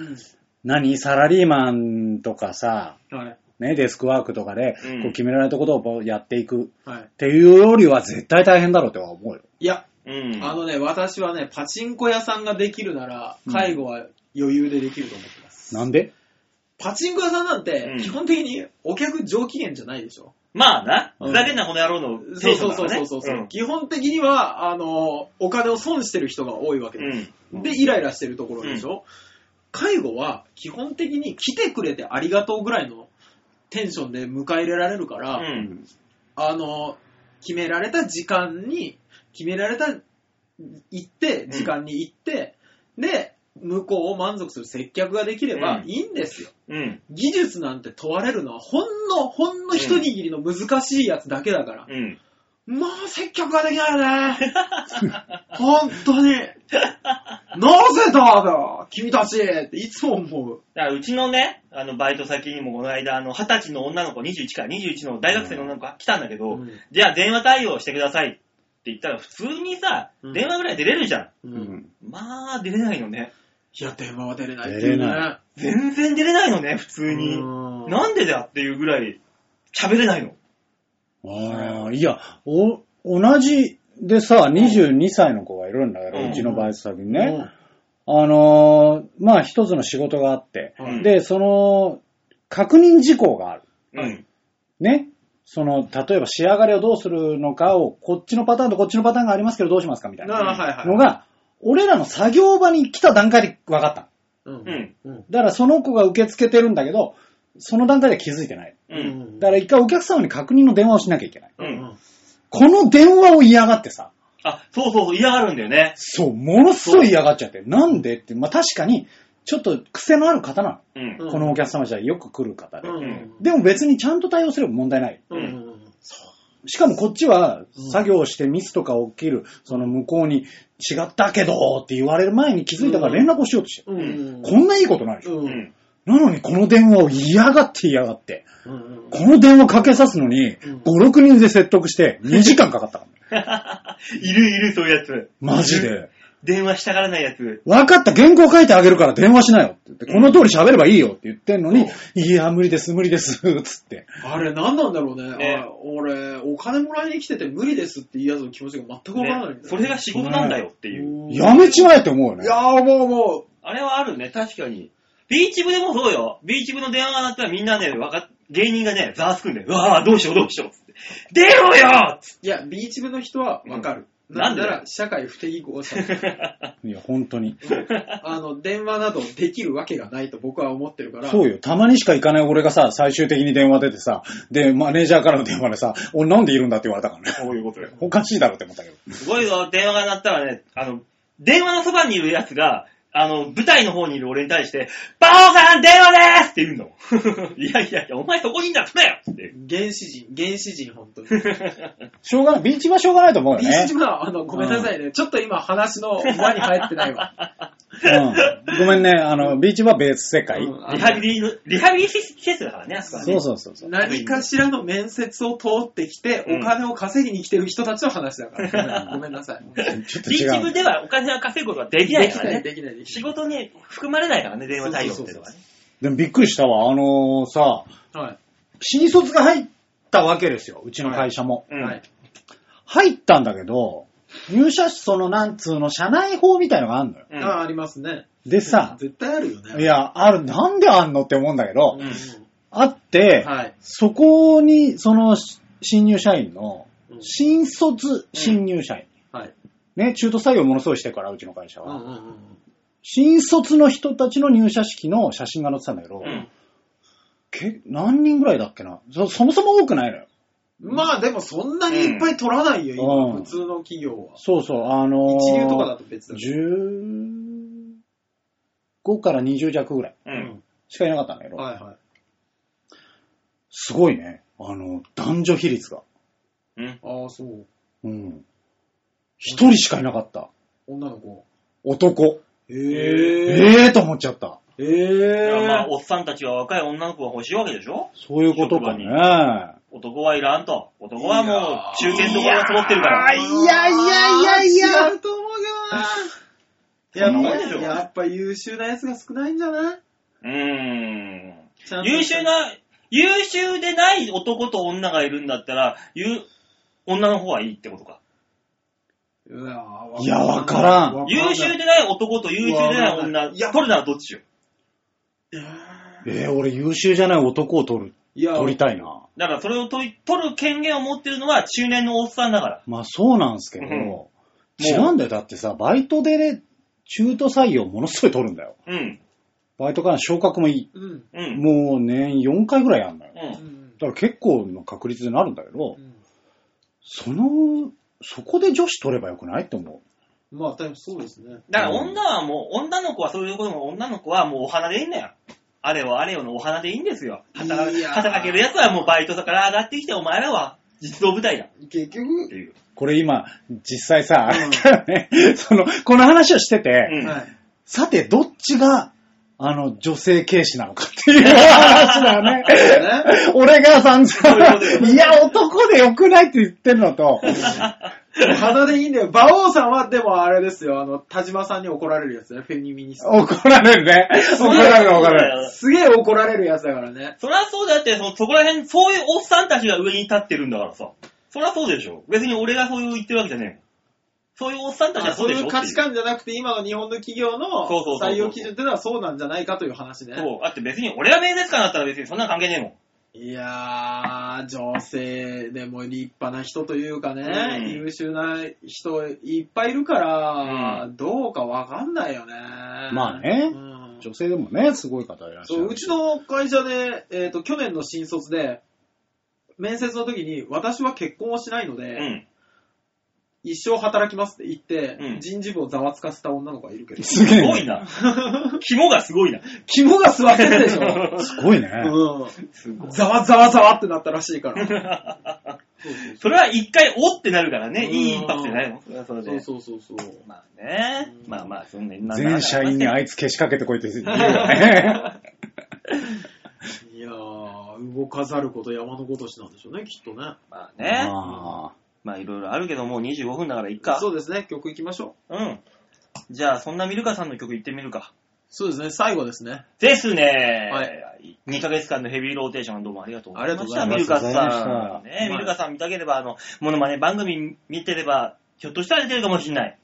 Speaker 1: 何サラリーマンとかさ、
Speaker 3: ん。はい。
Speaker 1: ね、デスクワークとかで、
Speaker 2: うん
Speaker 1: こう決められたことをこうやっていく
Speaker 3: はい
Speaker 1: っ。ていうよりは絶対大変だろうとは思うよ。
Speaker 3: いや、
Speaker 2: うん。
Speaker 3: あのね、私はね、パチンコ屋さんができるなら、介護は余裕でできると思ってます。
Speaker 1: なんで
Speaker 3: パチンコ屋さんなんて
Speaker 2: う、ん
Speaker 3: 基本的にお客上機嫌じゃないでしょ。
Speaker 2: まあな、
Speaker 1: うん
Speaker 2: ふざけんなこの野郎の
Speaker 3: そ
Speaker 2: テ
Speaker 3: う
Speaker 2: ンショ
Speaker 3: そ
Speaker 2: ンだか
Speaker 3: うそう
Speaker 2: らね。
Speaker 3: そうそう、基本的には、あの、お金を損してる人が多いわけ
Speaker 2: うん。う
Speaker 3: で
Speaker 2: ん。
Speaker 3: す。で、イライラしてるところでしょ。介護は、基本的に来てくれてありがとうぐらいのテンションで迎え入れられるから、
Speaker 2: うん。
Speaker 3: あの、決められた時間に、決められた、行って、時間に行って、で、向こうを満足する接客ができれば
Speaker 2: うん
Speaker 3: いいんですよ。
Speaker 2: うん。
Speaker 3: 技術なんて問われるのは、ほんの、ほんの一握りの難しいやつだけだから。
Speaker 2: うん。
Speaker 3: まあ、接客ができない よね。本当に。なぜだよ、君たちっていつも思う。
Speaker 2: だからうちのね、あの、バイト先にもこの間、あの、二十歳の女の子、21から21の大学生の女の子が来たんだけど、
Speaker 3: うん
Speaker 2: じゃあ電話対応してくださいって言ったら、普通にさ、
Speaker 3: うん
Speaker 2: 電話ぐらい出れるじゃん。
Speaker 3: う、
Speaker 1: うんん。
Speaker 2: まあ、出れないのね。
Speaker 3: いや、電話は出れないって
Speaker 1: 出
Speaker 3: いう
Speaker 1: れ
Speaker 3: ね
Speaker 1: な。
Speaker 2: 全然出れないのね、普通に。
Speaker 3: うん
Speaker 2: なんでだよっていうぐらい、喋れないの。
Speaker 1: ああ、いや、お、同じでさ、22歳の子がいるんだけど、
Speaker 2: う
Speaker 1: うんちのバイト先にね。あのー、まあ一つの仕事があって、
Speaker 2: うん
Speaker 1: で、その、確認事項がある。
Speaker 2: うん。
Speaker 1: ね。その、例えば仕上がりをどうするのかを、こっちのパターンとこっちのパターンがありますけどどうしますかみたい
Speaker 3: な
Speaker 1: な
Speaker 3: あ、はいはい。
Speaker 1: のが、俺らの作業場に来た段階で分かった。
Speaker 3: う。
Speaker 2: うんん。
Speaker 3: うん。
Speaker 1: だからその子が受け付けてるんだけど、その段階では気づいてない。
Speaker 2: うん。
Speaker 1: だから一回お客様に確認の電話をしなきゃいけない。
Speaker 3: うんうん。
Speaker 1: この電話を嫌がってさ、
Speaker 2: あ、そうそうそう、嫌がるんだよね。
Speaker 1: そう、ものすごい嫌がっちゃって、なんでって、まあ確かに、ちょっと癖のある方な
Speaker 2: うん。
Speaker 3: うん
Speaker 1: の。このお客様じゃよく来る方で
Speaker 3: う。ん。
Speaker 1: でも別にちゃんと対応すれば問題ない。
Speaker 3: うんうん。
Speaker 1: しかもこっちは
Speaker 3: うん
Speaker 1: 作業してミスとか起きる、その向こうに違ったけどって言われる前に気づいたから連絡をしようとしてる。
Speaker 3: うんうん。
Speaker 1: こんないいことないでしょ。
Speaker 3: う。
Speaker 2: うんん。
Speaker 1: なのにこの電話を嫌がって嫌がって。
Speaker 3: うん。
Speaker 1: この電話かけさすのに、
Speaker 3: うん
Speaker 1: 5、6人で説得して2時間かかっ たからね。
Speaker 2: いるいる、そういうやつ。
Speaker 1: マジで。
Speaker 2: 電話したがらないやつ。
Speaker 1: 分かった、原稿書いてあげるから電話しなよって言って、この通り喋ればいいよって言ってんのに、いや、無理です、無理です、つって。
Speaker 3: あれ、何なんだろうね。
Speaker 2: ね
Speaker 3: あ俺、お金もらいに来てて無理ですって言いやつの気持ちが全くわからない、
Speaker 2: ねそれが仕事なんだよっていう。
Speaker 3: う
Speaker 1: やめちまえって思うよ
Speaker 3: い
Speaker 1: ね。
Speaker 3: やー、もうも
Speaker 2: あれはあるね、確かに。ビーチ部でもそうよ。ビーチ部の電話が鳴ったらみんなね、わか芸人がね、ざわつくんだよ。うわぁ、どうしようどうしようっつって。出ろよっつっ
Speaker 3: う、いや、ビーチ部の人はわかる。
Speaker 2: うん
Speaker 3: なんな
Speaker 2: なんでだ
Speaker 3: ら、社会不適合者。
Speaker 1: いや、本当に。
Speaker 3: あの、電話などできるわけがないと僕は思ってるから。
Speaker 1: そう
Speaker 3: よ。
Speaker 1: よ。たまにしか行かない俺がさ、最終的に電話出てさ、で、マネージャーからの電話でさ、俺なんでいるんだって言われたからね。
Speaker 2: て。そういうことよ。
Speaker 1: おかしいだろって思ったけど。
Speaker 2: すごいよ、電話が鳴ったらね、あの、電話のそばにいるやつが、あの、舞台の方にいる俺に対して、バオさん電話でーすって言うの。 いやいやいや、お前そこにいんだ、来なよって。
Speaker 3: 原始人、原始人、本当に。
Speaker 1: しょうがない。ビーチはしょうがないと思うよ
Speaker 3: ビー
Speaker 1: ね
Speaker 3: チ。部は、あの、ごめんなさいね。ちょっと今話の輪に入ってないわ。
Speaker 1: うん。ごめんね。あの、ビーチは別世界。
Speaker 3: うんあの
Speaker 2: リハビリの、リハビリ施設だからね、あそこはね。
Speaker 1: そうそうそうそう。
Speaker 3: 何かしらの面接を通ってきて、
Speaker 2: うん
Speaker 3: お金を稼ぎに来てる人たちの話 だから。ごめんなさい。
Speaker 1: ちょっと
Speaker 2: ビ
Speaker 1: 違
Speaker 2: ーチ
Speaker 1: う
Speaker 2: 部
Speaker 1: ん
Speaker 2: で
Speaker 1: だ。
Speaker 2: はお金は稼ぐことはできない
Speaker 3: でき
Speaker 2: から
Speaker 3: ない、
Speaker 2: ね。
Speaker 3: できない、でき
Speaker 2: 仕事に含まれないからね、電話対応ってのはね。
Speaker 1: でもびっくりしたわ。あのさ、
Speaker 3: ない。は
Speaker 1: 新卒が入ったわけですよ。うちの会社も。
Speaker 3: い。
Speaker 2: うん
Speaker 3: はい。
Speaker 1: 入ったんだけど、入社その、なんつうの、社内法みたいのがあるのよ。
Speaker 2: うん
Speaker 3: あ、ありますね。
Speaker 1: でさ、
Speaker 3: 絶対あるよね。
Speaker 1: いや、ある、なんであんのって思うんだけど、
Speaker 3: うん、
Speaker 1: あって、
Speaker 3: はい。
Speaker 1: そこに、その、し新入社員の
Speaker 3: う、ん
Speaker 1: 新卒新入社員、
Speaker 3: はい。
Speaker 1: ね、中途採用ものすごいしてるから、うちの会社
Speaker 3: うんう
Speaker 1: は、
Speaker 3: んうん
Speaker 1: 新卒の人たちの入社式の写真が載ってたんだけど、
Speaker 2: うん
Speaker 1: け何人ぐらいだっけなそそもそも多くないのよ。
Speaker 3: うん。まあでもそんなにいっぱい取らないよ、
Speaker 1: う
Speaker 3: 今、普
Speaker 1: ん
Speaker 3: 通の企業は。
Speaker 1: そうそう、あのー、
Speaker 3: 一流とかだと別だけど。
Speaker 1: 15から20弱ぐらい
Speaker 2: うん。
Speaker 1: しかいなかったんだけど、
Speaker 3: はいはい。
Speaker 1: すごいね、あの、男女比率が。
Speaker 2: うん。
Speaker 3: ああ、そう。
Speaker 1: うん。一人しかいなかった。
Speaker 3: 女の子。
Speaker 1: 男。
Speaker 3: へえ。
Speaker 1: ええー、と思っちゃった。
Speaker 3: え
Speaker 2: だからまあ、
Speaker 3: え。
Speaker 2: おっさんたちは若い女の子が欲しいわけでしょ
Speaker 1: そういうことか
Speaker 2: 職
Speaker 1: ね。
Speaker 2: 男はいらんと。男はもう、中堅どころが揃ってるから。
Speaker 1: いやいやいやいや
Speaker 3: 違うと思うけ
Speaker 2: そ
Speaker 3: ど
Speaker 2: んな
Speaker 3: な
Speaker 2: もんでしょ
Speaker 3: やっぱ優秀なやつが少ないんじゃないう
Speaker 2: ーん。
Speaker 3: ちゃんと
Speaker 2: 優秀な、優秀でない男と女がいるんだったら、ゆ女の方がいいってことか。
Speaker 1: いやわからん
Speaker 2: 優秀でない男と優秀でない
Speaker 3: わかんな
Speaker 2: 女、
Speaker 3: いいや
Speaker 2: 取るならどっちよ。
Speaker 1: えー、俺優秀じゃない男を取る、
Speaker 3: いや、
Speaker 1: 取りたいな。
Speaker 2: だからそれを取り取る権限を持ってるのは中年のおっさんだから。
Speaker 1: まあそうなんですけ
Speaker 2: う
Speaker 1: ど、
Speaker 2: ん
Speaker 1: 違うんだよ。だってさ、バイトでね、中途採用ものすごい取るんだよ。
Speaker 2: うん。
Speaker 1: バイトから昇格もい
Speaker 3: うん。
Speaker 2: う
Speaker 1: い。
Speaker 2: ん。
Speaker 1: もう年4回ぐらいやんのよ。
Speaker 2: う。
Speaker 1: だ
Speaker 3: うんん。
Speaker 1: から結構の確率でなるんだけど
Speaker 3: う、ん
Speaker 1: その、そこで女子取ればよくないって思う。
Speaker 3: まあ、多分そうですね。
Speaker 2: だから女はもう、女の子はそういうことも女の子はもうお花でいいんだよ。あれよあれよのお花でいいんですよ。働
Speaker 3: いやー
Speaker 2: 働けるやつはもうバイトだから上がってきてお前らは実動部隊だっ
Speaker 3: 結
Speaker 2: て
Speaker 3: 局、
Speaker 2: いう。
Speaker 1: これ今、実際さ、あ
Speaker 3: うん
Speaker 1: れからね、 その、この話をしてて、
Speaker 2: うん。
Speaker 3: はい。
Speaker 1: さて、どっちが、あの、女性軽視なのかっていう話だね。 俺が散
Speaker 2: そういうこと
Speaker 1: 々、
Speaker 2: よ
Speaker 1: いや、男でよくないって言ってるのと、
Speaker 3: 肌でいいんだよ。馬王さんは、でもあれですよ、あの、田島さんに怒られるやつね、フェミミニスト。
Speaker 1: 怒られるね。怒られる怒られる。
Speaker 2: る。
Speaker 3: すげえ怒られるやつだからね。
Speaker 2: そりゃそうだよだって、そのそこら辺、そういうおっさんたちが上に立ってるんだからさ。そりゃそうでしょ。別に俺がそういう言ってるわけじゃねそういうおっさんたちは
Speaker 3: あ
Speaker 2: そ
Speaker 3: そうう
Speaker 2: で
Speaker 3: い
Speaker 2: しょ
Speaker 3: う価値観じゃなくて、今の日本の企業の
Speaker 2: そうそうそうそう
Speaker 3: 採用基準っていうのはそうなんじゃないかという話
Speaker 2: っ
Speaker 3: ね
Speaker 2: ていう。そう。だって別に俺が面接官だったら別にそんなの関係ねえもん。
Speaker 3: いやー、女性でも立派な人というかね、
Speaker 2: うん
Speaker 3: 優秀な人いっぱいいるから、どうかわかんないよね。
Speaker 1: まあね
Speaker 3: うん
Speaker 1: 女性でもね、すごい方いらっしゃ
Speaker 3: そう
Speaker 1: る。。
Speaker 3: うちの会社で、えっと去年の新卒で、面接の時に私は結婚をしないので、
Speaker 2: う ん。
Speaker 3: 一生働きますって言って、
Speaker 2: うん
Speaker 3: 人事部をざわつかせた女の子がいるけど
Speaker 1: すげ
Speaker 2: す
Speaker 1: え
Speaker 2: ご
Speaker 1: ね、
Speaker 2: い な。肝がすごいな。
Speaker 3: 肝が座ってるで しょ。
Speaker 1: すごいね。
Speaker 3: う
Speaker 2: すごい
Speaker 3: ん。ざわざわざわってなったらしいから。そう
Speaker 2: それは一回おってなるからね、
Speaker 3: うん
Speaker 2: いいインパクトじゃないもん。それ はそれで
Speaker 3: そうそうそうそうそう。
Speaker 2: まあね。
Speaker 3: うん
Speaker 2: まあまあ、そんなに。
Speaker 1: 全社員にあ
Speaker 2: い
Speaker 1: いつけしかけてこいって言うよね。
Speaker 3: いやー、動かざること山のことしなんでしょうね、きっとね。
Speaker 2: まあね。
Speaker 1: あ
Speaker 2: まあいろいろあるけど、もう25分だからいっか。
Speaker 3: そうですね、曲いきましょう。
Speaker 2: うん。じゃあ、そんなミルカさんの曲いってみるか。
Speaker 3: そうですね、最後ですね。
Speaker 2: ですね。。
Speaker 3: はい
Speaker 2: 2ヶ月間のヘビーローテーションどうもありがとうございました。
Speaker 3: あ
Speaker 2: ミ
Speaker 3: り
Speaker 2: ル
Speaker 1: が
Speaker 2: カ
Speaker 1: とうございました
Speaker 2: さん。
Speaker 3: は
Speaker 2: ね、
Speaker 3: い
Speaker 2: ミルカさん見たければ、あの、モノマネ番組見てれば、ひょっとしたら出てるかもしれない。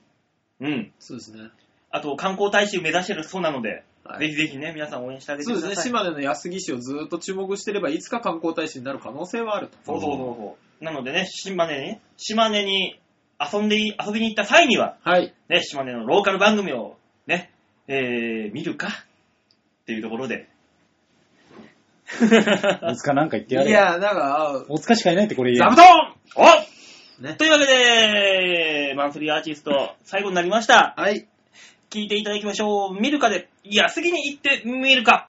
Speaker 2: うん。
Speaker 3: そうですね。
Speaker 2: あと、観光大使目指してるそうなので、
Speaker 3: は
Speaker 2: ぜ
Speaker 3: い
Speaker 2: ひぜひね、皆さん応援してあげて
Speaker 3: そ
Speaker 2: く
Speaker 3: う
Speaker 2: だ
Speaker 3: で
Speaker 2: さ
Speaker 3: す
Speaker 2: い。
Speaker 3: ね、島根の安来市をずーっと注目してれば、いつか観光大使になる可能性はあると。
Speaker 2: そうそうそうそう。なのでね、島根に、島根に遊んでい、遊びに行った際には、
Speaker 3: はい。
Speaker 2: ね、島根のローカル番組をね、えー、見るかっていうところ で。
Speaker 1: あ。大塚なんか言っ
Speaker 3: い
Speaker 1: てやれよ。
Speaker 3: やー、なんか、
Speaker 1: 大塚しかいないってこれ言え
Speaker 3: 座
Speaker 1: よ
Speaker 3: 布団
Speaker 2: お
Speaker 3: ね。
Speaker 2: というわけで、マンスリーアーティスト、最後になりました。
Speaker 3: はい。
Speaker 2: 聞いていただきましょう。見るかで、安ぎに行ってみるか。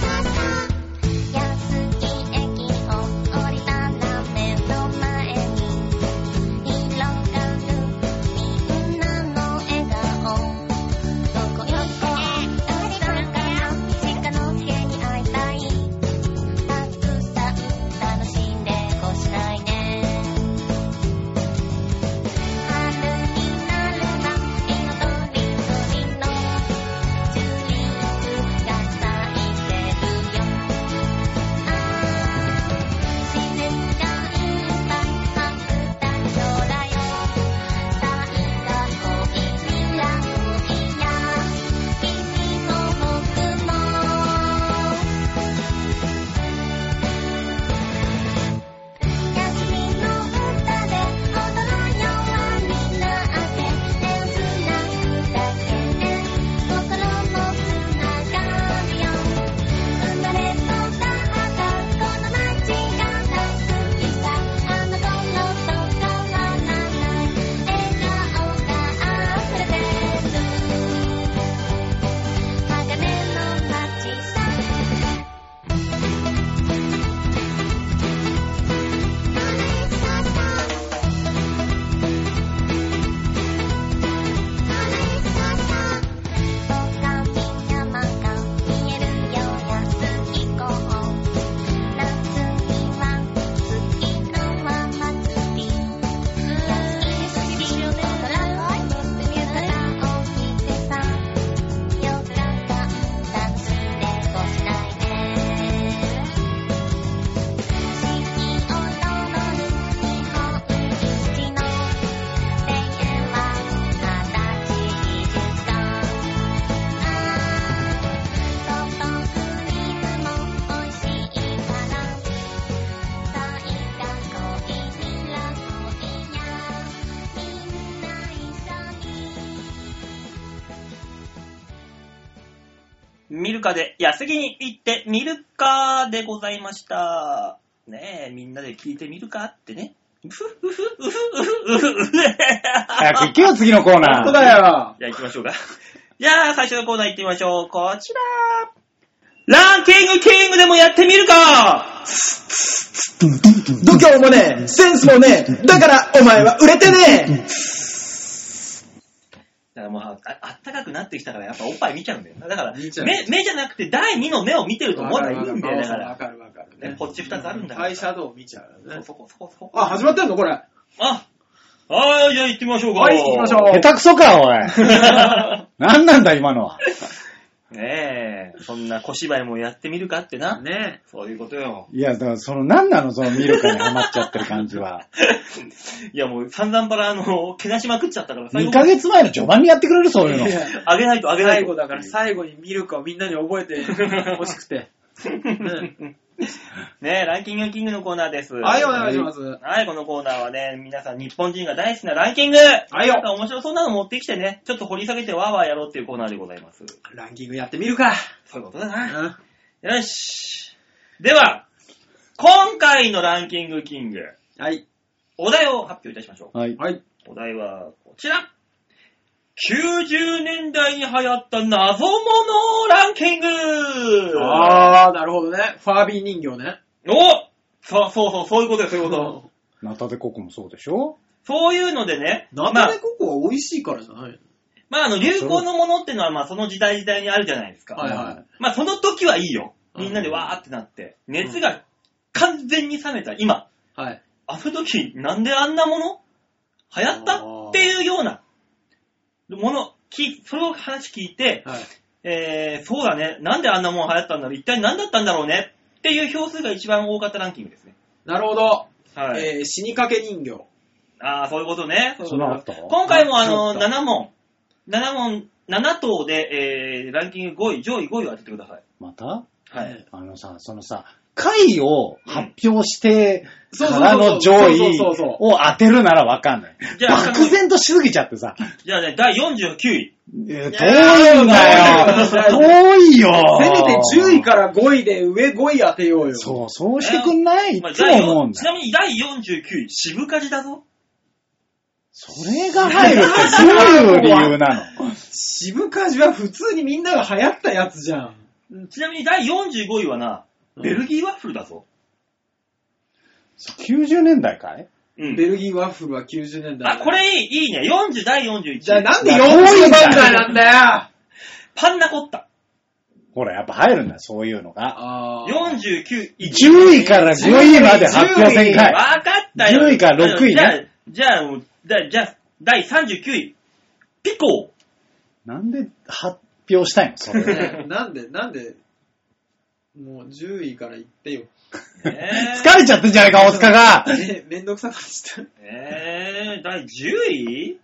Speaker 4: 安木駅を降りたら目の前に広がるみんなの笑顔どこよこだから鹿の助に会いたいたくさん楽しんでこしたいね春になれば色とりどりのチューリップが咲いてるよ自然がいっぱいあふたのラブラブだよ大が恋や恋や君も僕も休みの歌で踊ろうよみんなで手をつなぐだけで心もつながるよ生まれそうだったこの街が大好きさあの時の頃と変わらない笑顔が溢れてる鋼の街さ「おかみ山が見えるよ安いこう」「夏には月のままつり」「やきしりをとらえてみたらおきてさ」「よかったたちでこしないで」「四季を踊る日本一の庭園は二十歳美術館」「ソフトクリームも美味しいから」「大が恋や恋やみんな一緒に」
Speaker 2: 見るかで、安ぎに行ってみるかでございました。ねえ、みんなで聞いてみるかってね。 うふ、うふ、うふ、うふ、うふ、うふ。
Speaker 1: 早く行けよ、次のコーナ
Speaker 3: 本当
Speaker 1: ー。
Speaker 3: だよ。
Speaker 2: じゃあ行きましょうか。じゃあ、最初のコーナー行ってみましょう。こちら。ランキングキングでもやってみるか
Speaker 3: 度胸もねえ、センスもねえ、だからお前は売れてね
Speaker 2: だからもうあ、あったかくなってきたから、やっぱおっぱい見ちゃうんだよな。だから
Speaker 3: 見ちゃ、う
Speaker 2: 目、目じゃなくて第2の目を見てる
Speaker 3: え
Speaker 2: と思わないいんだよ、だか
Speaker 3: わ
Speaker 2: ら。
Speaker 3: かるわかる。
Speaker 2: ねこっち二つあるんだから
Speaker 3: アイシャドウ見ちゃうよね。
Speaker 2: そこそこそこ。
Speaker 3: あ、始まってんのこれ。
Speaker 2: あ、はい、じゃあ行 ってみましょうか。
Speaker 3: はい行きましょう
Speaker 1: 下手くそか、おい。何なんだ、今のは。
Speaker 2: ねえ、そんな小芝居もやってみるかってな。
Speaker 3: ね
Speaker 2: そういうことよ。
Speaker 1: いや、だからその、なんなのその見るかにハマっちゃってる感じは。
Speaker 2: いやもう散々からあの、けなしまくっちゃったから
Speaker 1: 2ヶ月前の序盤にやってくれるそういうの。
Speaker 2: あげないとあげない
Speaker 3: 最
Speaker 2: と。
Speaker 3: 後だから最後にミルクをみんなに覚え て欲しくて。
Speaker 2: ねえ、ランキングキングのコーナーです。
Speaker 3: はい、お願いします。
Speaker 2: はい、このコーナーはね、皆さん日本人が大好きなランキング
Speaker 3: いよ
Speaker 2: なんか面白そうなの持ってきてね、ちょっと掘り下げてワーワーやろうっていうコーナーでございます。
Speaker 3: ランキングやってみるか。
Speaker 2: そういうことだ
Speaker 3: う
Speaker 2: な。
Speaker 3: ん
Speaker 2: よし。では、今回のランキングキング、
Speaker 3: はい。
Speaker 2: お題を発表いたしましょ
Speaker 1: はい。
Speaker 3: はい。
Speaker 2: う。お題はこちら。90年代に流行った謎物ランキング
Speaker 3: あー、なるほどね。ファービー人形ね。
Speaker 2: おそうそうそう、そういうことです、そういうこと。
Speaker 1: ナタデココもそうでしょ
Speaker 2: そういうのでね、
Speaker 3: ナ
Speaker 2: ま
Speaker 3: タ
Speaker 2: あ
Speaker 3: デココは美味しいからじゃない
Speaker 2: まあ、あの、流行のものってのは、まあ、その時代時代にあるじゃないですか。
Speaker 3: はいは
Speaker 2: まあ、その時はいいよ。
Speaker 3: うん
Speaker 2: みんなでわーってなって。熱が完全に冷めた、今。
Speaker 3: い。はい。
Speaker 2: あの時、なんであんなもの流行った
Speaker 3: あー
Speaker 2: っていうような、もの、き、その話聞いて、
Speaker 3: はい。
Speaker 2: えー、そうだね。なんであんなもん流行ったんだろう一体何だったんだろうねっていう票数が一番多かったランキングですね。
Speaker 3: なるほど。
Speaker 2: はい。
Speaker 3: えー、死にかけ人形。
Speaker 2: ああ、そういうことね。
Speaker 1: そんなのあった
Speaker 2: 今回もあ
Speaker 3: あ
Speaker 2: の、
Speaker 3: ちょっと
Speaker 2: 7問、7問、7等で、えー、ランキング5位、上位5位を当ててください。
Speaker 1: また
Speaker 2: はい。
Speaker 1: あのさ、そのさ、回を発表して
Speaker 3: そうそう
Speaker 1: からの上位
Speaker 3: そうそうそうそ
Speaker 1: を当てるならわかんない。
Speaker 2: じゃあ
Speaker 1: 漠然としすぎちゃってさ、
Speaker 2: じゃあね、第49位。
Speaker 1: えー遠いんだよ。遠いよ。
Speaker 3: せめて10位から5位で上5位当てようよ。
Speaker 1: そう、そうしてくんないい
Speaker 2: まあ
Speaker 1: つ
Speaker 2: 第
Speaker 1: も思
Speaker 2: 四
Speaker 1: うん
Speaker 2: ち
Speaker 1: だよ。
Speaker 2: なみに第49位、渋かじだぞ。
Speaker 1: それが入るってどういう理由なの
Speaker 3: 渋かじは普通にみんなが流行ったやつじゃん。
Speaker 2: ちなみに第45位はな、ベルギーワッフルだぞ。
Speaker 1: ?90 年代かい
Speaker 2: うん。
Speaker 3: ベルギーワッフルは90年代だ
Speaker 2: あ、これいい、いいね。40、第41位。
Speaker 3: じゃあなんで
Speaker 1: い
Speaker 3: 40
Speaker 1: や
Speaker 3: 番台なんだよ
Speaker 2: パンナコッタ。
Speaker 1: ほら、やっぱ入るんだよ、そういうのが。
Speaker 3: あー
Speaker 2: 49位。
Speaker 1: 10位から5位まで発表せんか
Speaker 2: わ
Speaker 1: い。
Speaker 2: かったよ。
Speaker 1: 10位から6位ね
Speaker 2: じゃあ、じゃあもう、じゃあ、じゃあ第39位。ピコー。
Speaker 1: なんで発表したいのそれ。
Speaker 3: ねなんで、なんで、もう10位から行ってよ。
Speaker 2: ね
Speaker 1: 疲れちゃってんじゃないか、大塚 が。
Speaker 3: え、めんどくさかった。
Speaker 2: えー、第10位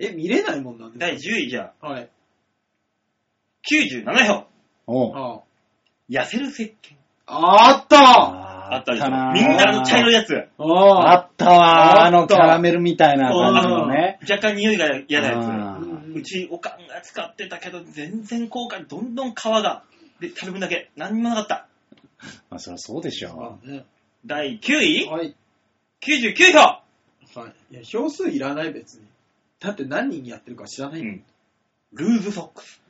Speaker 3: え、見れないもんなんです
Speaker 2: 第10位じゃ
Speaker 3: かはい。
Speaker 2: 97票
Speaker 1: おう
Speaker 3: あー
Speaker 2: 痩せる石鹸
Speaker 3: あった
Speaker 1: あ
Speaker 2: あったでしょ
Speaker 1: ーなー
Speaker 2: みんなあの茶色いやつ
Speaker 1: あ
Speaker 3: あ
Speaker 1: ったわー、あ
Speaker 3: あった
Speaker 1: のキャラメルみたいな感じのね。
Speaker 2: 若干匂いが嫌なや
Speaker 1: あ
Speaker 3: ー
Speaker 1: ー
Speaker 2: つうちおかんが使ってたけど全然効果どんどん皮がで食べ分だけ何にもなかった
Speaker 1: まあ、そりゃそうでしょ。
Speaker 3: ね
Speaker 2: 第9位
Speaker 3: はい。
Speaker 2: 99票
Speaker 3: はい。いや、票数いらない別に。だって何人やってるか知らな
Speaker 2: う
Speaker 3: い。
Speaker 2: んルーズソックス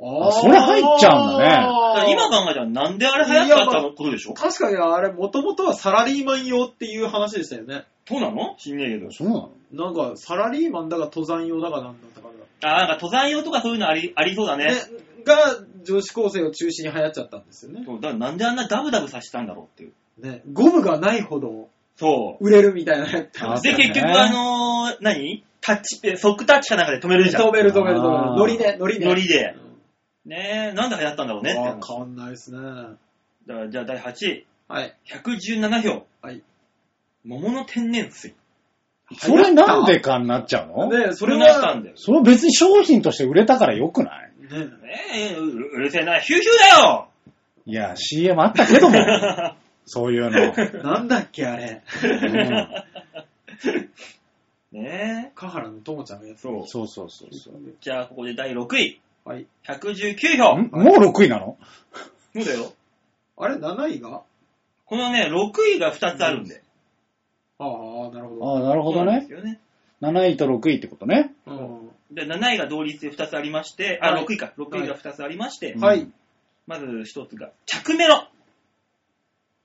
Speaker 3: あ
Speaker 1: あそれ入っちゃうんだね
Speaker 2: だから今
Speaker 3: が
Speaker 2: 考えたらなんであれ流行ったったのことでしょ
Speaker 3: 確かにあれ、もともとはサラリーマン用っていう話でしたよね。
Speaker 2: そうなの知んねえけど
Speaker 1: そうなの
Speaker 3: なんか、サラリーマンだか登山用だかなんだったから。
Speaker 2: あなんか登山用とかそういうのありありそうだね
Speaker 3: ね、が、女子高生を中心に流行っちゃったんですよね。
Speaker 2: そうだからなんであんなダブダブさせたんだろうっていう
Speaker 3: ね、ゴムがないほど
Speaker 2: そう
Speaker 3: 売れるみたいなやつ。
Speaker 1: あった
Speaker 2: で、
Speaker 1: ね
Speaker 2: 結局、あのー、何タッチ、えソックタッチかなんかで止めるじゃん
Speaker 3: 止。める止める止める。
Speaker 1: あー
Speaker 3: ノリで、ノリで。
Speaker 2: ノリで
Speaker 3: う。ん
Speaker 2: ねえ、なんで流行ったんだろうねって
Speaker 3: あ
Speaker 2: 話
Speaker 3: ー変わんないですね。
Speaker 2: だからじゃあ第8位、
Speaker 3: はい。
Speaker 2: 117票。
Speaker 3: はい。
Speaker 2: 桃の天然水。
Speaker 1: それなんでかになっちゃうの
Speaker 3: ね、そ
Speaker 2: そ
Speaker 3: れ
Speaker 2: れがした
Speaker 3: は、
Speaker 2: んだよ。
Speaker 1: それ別に商品として売れたからよくない
Speaker 3: ね、
Speaker 2: ねえ、うるうるせえな、ヒューヒューだよ
Speaker 1: いや、CM あったけ ども。そういうの。
Speaker 3: なんだっけあれ。
Speaker 2: ね
Speaker 3: カハラのともちゃんのや
Speaker 2: え。
Speaker 3: つ。
Speaker 2: そう。
Speaker 1: そうそうそうそう。
Speaker 2: じゃあ、ここで第6位、
Speaker 3: はい。
Speaker 2: 119票。
Speaker 1: んもう6位なの
Speaker 2: そうだよ。
Speaker 3: あれ、7位が
Speaker 2: このね、6位が2つあるんで。
Speaker 3: ああ、なるほ
Speaker 1: ああ、なるほど
Speaker 2: そうなんで
Speaker 1: ね
Speaker 2: す。よね。
Speaker 1: 7位と6位ってことね。
Speaker 3: ど。う
Speaker 2: で、7位が同率で2つありまして、あ、
Speaker 3: はい
Speaker 2: 6位か。6位が2つありまして、
Speaker 1: うん
Speaker 3: ん。はい。
Speaker 2: まず1つが、着メロ。
Speaker 1: あ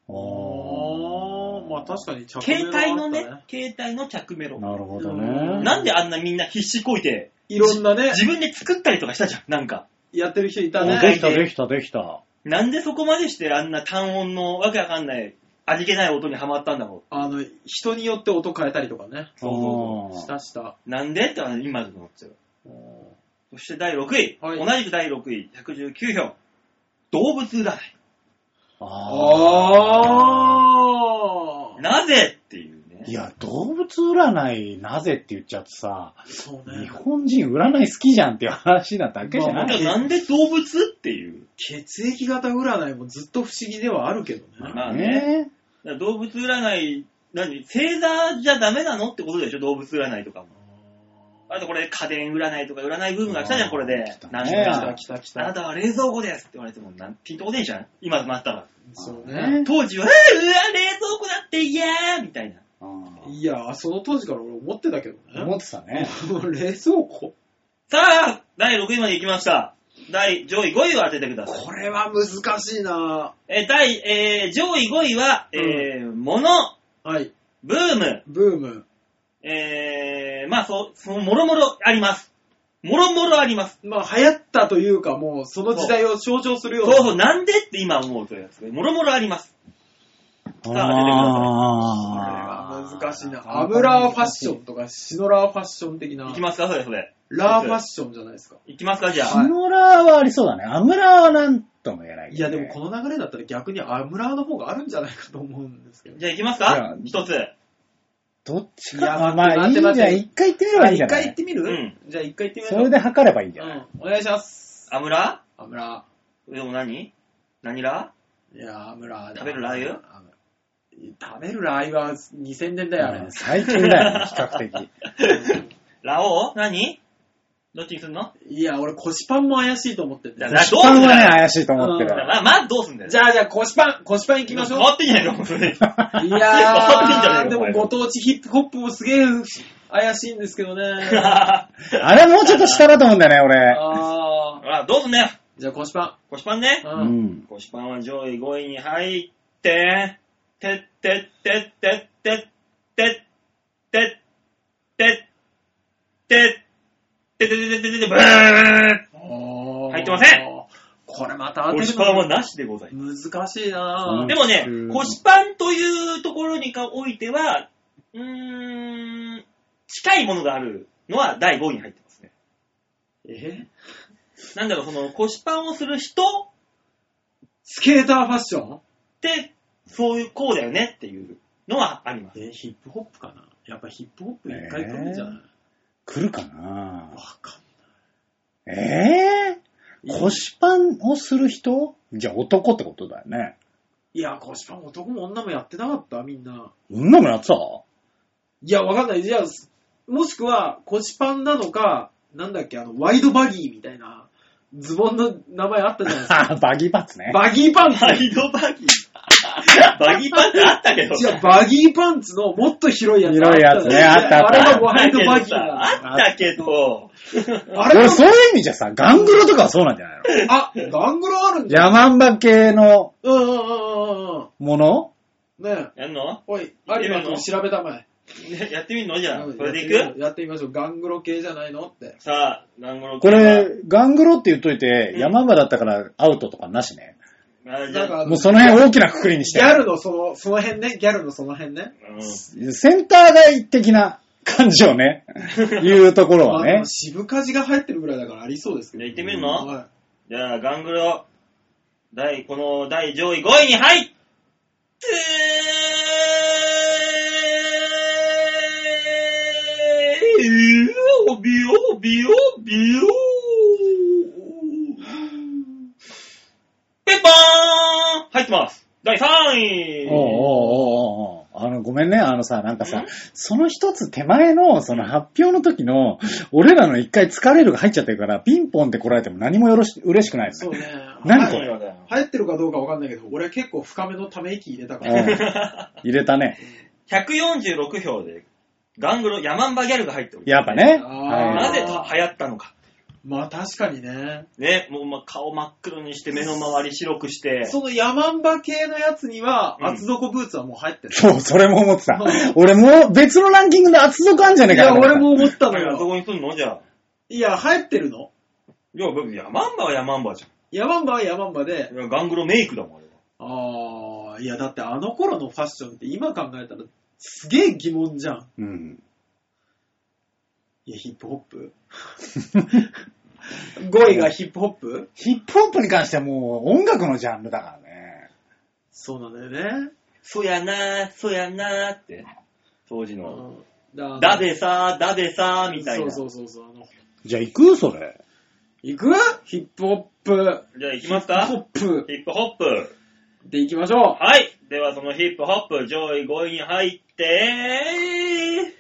Speaker 3: あー、まあ確かに着
Speaker 2: 携
Speaker 3: メロはあった
Speaker 2: 帯のね、携帯の着メロ
Speaker 1: あ。。なるほど
Speaker 3: うん
Speaker 1: ね。
Speaker 2: なんであんなみんな必死こいて、
Speaker 3: いろんなね、
Speaker 2: 自分で作ったりとかしたじゃん、なんか。
Speaker 3: やってる人いた
Speaker 1: あ
Speaker 3: ね。
Speaker 1: できた、できた、できた。
Speaker 2: なんでそこまでしてあんな単音のわけわかんない、味気ない音にはまったんだろ
Speaker 3: あの、人によって音変えたりとかね。
Speaker 2: そうそう
Speaker 1: あー
Speaker 3: したした。
Speaker 2: う。なんでって今で思っちゃう。そして第6位、
Speaker 3: はい
Speaker 2: 同じく第6位、119票、動物占い。
Speaker 1: あ
Speaker 3: あー。
Speaker 2: なぜっていうね。
Speaker 1: いや、動物占いなぜって言っちゃうとさ、
Speaker 3: そう
Speaker 1: 日
Speaker 3: ね。
Speaker 1: 本人占い好きじゃんっていう話なだけじゃ
Speaker 3: まあ
Speaker 1: な
Speaker 2: じゃあ
Speaker 1: い、
Speaker 2: なんで動物っていう。
Speaker 3: 血液型占いもずっと不思議ではあるけどね。
Speaker 2: まあねだから動物占い、何星座じゃダメなのってことでしょ動物占いとかも。あとこれ家電占いとか占いブームが来たじゃん、これで
Speaker 1: 来た。ね
Speaker 2: 何
Speaker 3: 来
Speaker 2: 年
Speaker 3: た
Speaker 2: か。
Speaker 3: 来た来
Speaker 2: あな
Speaker 3: た。
Speaker 2: たは冷蔵庫ですって言われても、なんピンとこねえじゃん今となったら。
Speaker 3: そう
Speaker 1: まあ
Speaker 3: ね。
Speaker 1: ね
Speaker 2: 当時は、えーうわ、冷蔵庫だって嫌ーみたいな。
Speaker 1: うん
Speaker 3: いや、その当時から俺思ってたけどね。
Speaker 1: 思ってたね。
Speaker 3: 冷蔵庫
Speaker 2: さあ、第6位まで行きました。第、上位5位を当ててください。
Speaker 3: これは難しいな
Speaker 2: えー、第、えー、上位5位は、えー、物、
Speaker 3: はい。
Speaker 2: ブーム、
Speaker 3: ブーム。
Speaker 2: えー、まあ、そう、その、もろもろあります。もろもろあります。
Speaker 3: まあ、流行ったというか、もう、その時代を象徴するよう
Speaker 2: そう
Speaker 3: な。
Speaker 2: そう、なんでって今思うというやつ。もろもろあります。
Speaker 3: これは
Speaker 1: あ
Speaker 3: 難しいな。アムラーファッションとか、シノラーファッション的
Speaker 2: い
Speaker 3: な
Speaker 2: き。ますか、それそれ。
Speaker 3: ラーファッションじゃないですか。
Speaker 2: いきますか、じゃあ。
Speaker 1: シノラーはありそうだね。アムラーはなんとも言えないけ
Speaker 3: い
Speaker 1: ど
Speaker 3: や、
Speaker 1: ね、
Speaker 3: でもこの流れだったら逆にアムラーの方があるんじゃないかと思うんですけど。
Speaker 2: じゃあ行きます
Speaker 1: じゃ
Speaker 2: か
Speaker 1: あ
Speaker 2: 一つ。
Speaker 1: どっち
Speaker 3: いや
Speaker 1: か。まあまあ、い
Speaker 3: 待
Speaker 1: い
Speaker 3: って
Speaker 1: じゃ
Speaker 3: 待って
Speaker 1: ん。一回行ってみればいいんじ
Speaker 3: 一
Speaker 1: ゃな
Speaker 3: 回行っ
Speaker 1: い
Speaker 3: てみる、
Speaker 2: うん
Speaker 3: じゃあ一回行ってみまし
Speaker 1: そ
Speaker 3: ょう。
Speaker 1: れで測ればいいんじゃない、
Speaker 3: うん、お願いします。
Speaker 2: アムラ
Speaker 3: アムラ
Speaker 2: でも何何ラ
Speaker 3: ー。いやー、アムラー。
Speaker 2: 食べるラー油
Speaker 3: アム食べるラー油は2000年だよ、あれ
Speaker 1: うん。最近だよね、比較的。
Speaker 2: ラオウ何どっちにすんの
Speaker 3: いや、俺、腰パンも怪しいと思ってんだよ
Speaker 2: じゃあ
Speaker 1: 一番はね、
Speaker 2: どうする
Speaker 1: 怪しいと思って
Speaker 3: うん
Speaker 1: る。
Speaker 2: まあ、まあ、どうすんだよ。
Speaker 3: じゃあ、じゃあ、腰パン、腰パン行きましょう
Speaker 2: 変。わってんじゃないのそれ。
Speaker 3: い
Speaker 2: わってんじゃ
Speaker 3: や
Speaker 2: ねえよ
Speaker 3: ー、で
Speaker 2: お前
Speaker 3: もご当地ヒップホップもすげえ怪しいんですけ どね。
Speaker 2: あ
Speaker 1: あれもうちょっと下だと思うんだよね、
Speaker 3: あー。
Speaker 2: どうすんだよ。
Speaker 3: じゃあ、腰パ
Speaker 2: 腰パンね
Speaker 3: ン。。
Speaker 1: 俺。
Speaker 3: う。
Speaker 1: うんん。
Speaker 2: 腰パンは上位5位に入って、てってってってってってってってってってってってってってブー入
Speaker 3: 入
Speaker 2: ってません
Speaker 3: これまた当て
Speaker 2: 腰
Speaker 3: る
Speaker 2: パンは
Speaker 3: の
Speaker 2: なしでございます。
Speaker 3: 難しいな
Speaker 1: うん
Speaker 2: でもね
Speaker 1: う、ん
Speaker 2: 腰パンというところにかおいては、うーん、近いものがあるのは第5位に入ってますね。
Speaker 3: え
Speaker 2: なんだろう、その腰パンをする人っ
Speaker 3: スケーターファッション
Speaker 2: て、そういう、こうだよねっていうのはあります。
Speaker 3: えヒップホップかなやっぱヒップホップ一回来るんじゃないわ、
Speaker 1: 来るかな
Speaker 3: か
Speaker 1: え
Speaker 3: ん
Speaker 1: え
Speaker 3: ない。
Speaker 1: 腰パンをする人じゃあ男ってことだよね。
Speaker 3: いや、腰パン男も女もやってなかったみんな。
Speaker 1: 女もやってた
Speaker 3: いや、わかんない。じゃあ、もしくは腰パンなのか、なんだっけ、あの、ワイドバギーみたいな、ズボンの名前あったじゃないです か。
Speaker 1: あ バギーパンツね。
Speaker 3: バギーパンツ。
Speaker 2: バイドバギー。 バギーパンってあったけど。
Speaker 3: じゃあ、バギーパンツのもっと広いやつ。
Speaker 1: 広いやつねあったあった
Speaker 3: あれがワイドバギーだ。
Speaker 2: あったけど、
Speaker 3: あれ
Speaker 1: 俺、
Speaker 3: が
Speaker 1: そういう意味じゃさ、ガングロとかはそうなんじゃないの
Speaker 3: あ、ガングロあるんじゃん。
Speaker 1: ヤマンバ系の
Speaker 3: うんうんうんうんうん。
Speaker 1: もの
Speaker 3: ねえ。
Speaker 2: やんの
Speaker 3: おい、有馬君調べたまえ。
Speaker 2: ねやってみんのじゃあ、
Speaker 3: うん
Speaker 2: それでいく
Speaker 3: やってみましょう。ガングロ系じゃないのって。
Speaker 2: さあ、何頃
Speaker 1: これ、ガングロって言っといて
Speaker 2: う、ん
Speaker 1: ヤマンバだったからアウトとかなしね。
Speaker 2: あじ
Speaker 3: なん
Speaker 2: ゃ
Speaker 3: か
Speaker 2: あ、
Speaker 3: あの
Speaker 1: もうその辺大きなくくりにし
Speaker 3: ギャ
Speaker 1: て。
Speaker 3: ルのその、その辺ね。ギャルのその辺ね。
Speaker 2: うん
Speaker 1: センター街的な感じ をね、言うところ
Speaker 3: ま
Speaker 1: は
Speaker 3: あで
Speaker 1: ね
Speaker 3: も。渋かじが入ってるぐらいだからありそうですけ
Speaker 2: じ
Speaker 3: ど。
Speaker 2: ゃあ行ってみるの、
Speaker 3: は
Speaker 2: じゃあ、ガングロ、第、この第上位5位に入って、ビヨビヨビヨビヨピンポーン入ってます第3位
Speaker 1: おうおうおうおうおうあの、ごめんね、あのさ、なんかさ、その一つ手前の、その発表の時の、俺らの一回疲れるが入っちゃってるから、ピンポンって来られても何もよろし、嬉しくない
Speaker 3: い。
Speaker 1: です
Speaker 3: そう
Speaker 1: ね。
Speaker 3: ね。
Speaker 1: 何
Speaker 3: は
Speaker 1: こ
Speaker 3: い
Speaker 1: れ
Speaker 3: 入ってるかどうかわかんないけど、俺結構深めのため息入れたか
Speaker 1: うん
Speaker 3: ら。
Speaker 1: 入れたね。
Speaker 2: 146票で、ガングロ、ヤマンバギャルが入っております
Speaker 1: やっぱね。
Speaker 3: あー
Speaker 1: は
Speaker 2: ないぜと流行ったのか。
Speaker 3: まあ確かにね。
Speaker 2: ね、もうま顔真っ黒にして、目の周り白くして。
Speaker 3: そのヤマンバ系のやつには、
Speaker 2: うん
Speaker 3: 厚底ブーツはもう 入ってる。
Speaker 1: そう、それも思ってた
Speaker 3: うん。
Speaker 1: 俺もう別のランキングで厚底あんじゃねえ
Speaker 3: い
Speaker 1: か
Speaker 3: や、
Speaker 1: と思った
Speaker 3: 俺も思ったの
Speaker 2: あそ
Speaker 3: よ。
Speaker 2: こにすんのじゃあ。
Speaker 3: いや、入ってるの
Speaker 2: いや、僕、ヤマンバはヤマンバじ
Speaker 3: ヤマンバはヤマンバで
Speaker 2: ゃん。、いやガングロメイクだもん、あれは。
Speaker 3: ああ、いや、だってあの頃のファッションって今考えたらすげえ疑問じゃん。
Speaker 1: うん。
Speaker 3: いや、ヒップホップ5位がヒップホップ
Speaker 1: ヒップホップに関してはもう音楽のジャンルだからね。
Speaker 3: そうなんだよね。
Speaker 2: そやなー、そやなーって、当時の。
Speaker 3: だ
Speaker 2: だでさー、だでさー、みたいな。
Speaker 3: そうそうそうそう。あの
Speaker 1: じゃあ行くそれ。
Speaker 3: 行くヒップホップ。
Speaker 2: じゃあ行きますか
Speaker 3: ヒップホッ
Speaker 2: ヒップホップ。
Speaker 3: プで行きましょう。
Speaker 2: はい。ではそのヒップホップ上位5位に入って、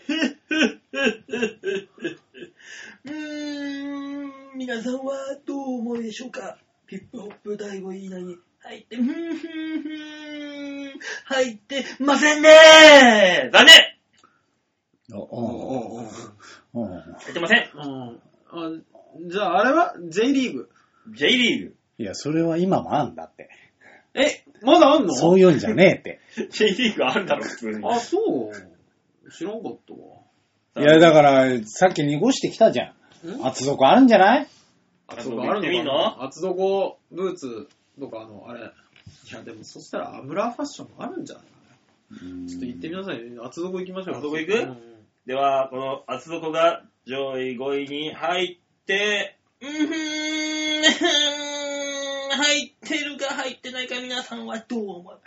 Speaker 2: うーん、皆さんはどう思うでしょうかヒップホップ第5位以内に入って、ふんふんふん、入ってませんねー残念
Speaker 1: おお
Speaker 3: おうおう
Speaker 1: おお
Speaker 2: 入ってません
Speaker 3: うんあじゃああれは ?J リーグ。
Speaker 2: !J リーグ。
Speaker 1: いや、それは今もあんだって。
Speaker 3: え、まだあんの
Speaker 1: そういうんじゃねえ って。
Speaker 2: J リーグあるだろ、普通に。
Speaker 3: あ、そう。知らんかったわ。
Speaker 1: いや、だから、さっき濁してきたじゃん。
Speaker 3: ん
Speaker 1: 厚底あるんじゃない
Speaker 2: あ
Speaker 3: そう
Speaker 2: 行ってみんの
Speaker 3: 厚底ブーツとかあの、あれ。いや、でもそしたらアムラーファッションもあるんじゃないかな。ちょっと行ってみなさいよ。厚底行きましょう。
Speaker 2: 厚底行く
Speaker 3: うん
Speaker 2: では、この厚底が上位5位に入って、うーん、 入ってるか入ってないか皆さんはどう思うか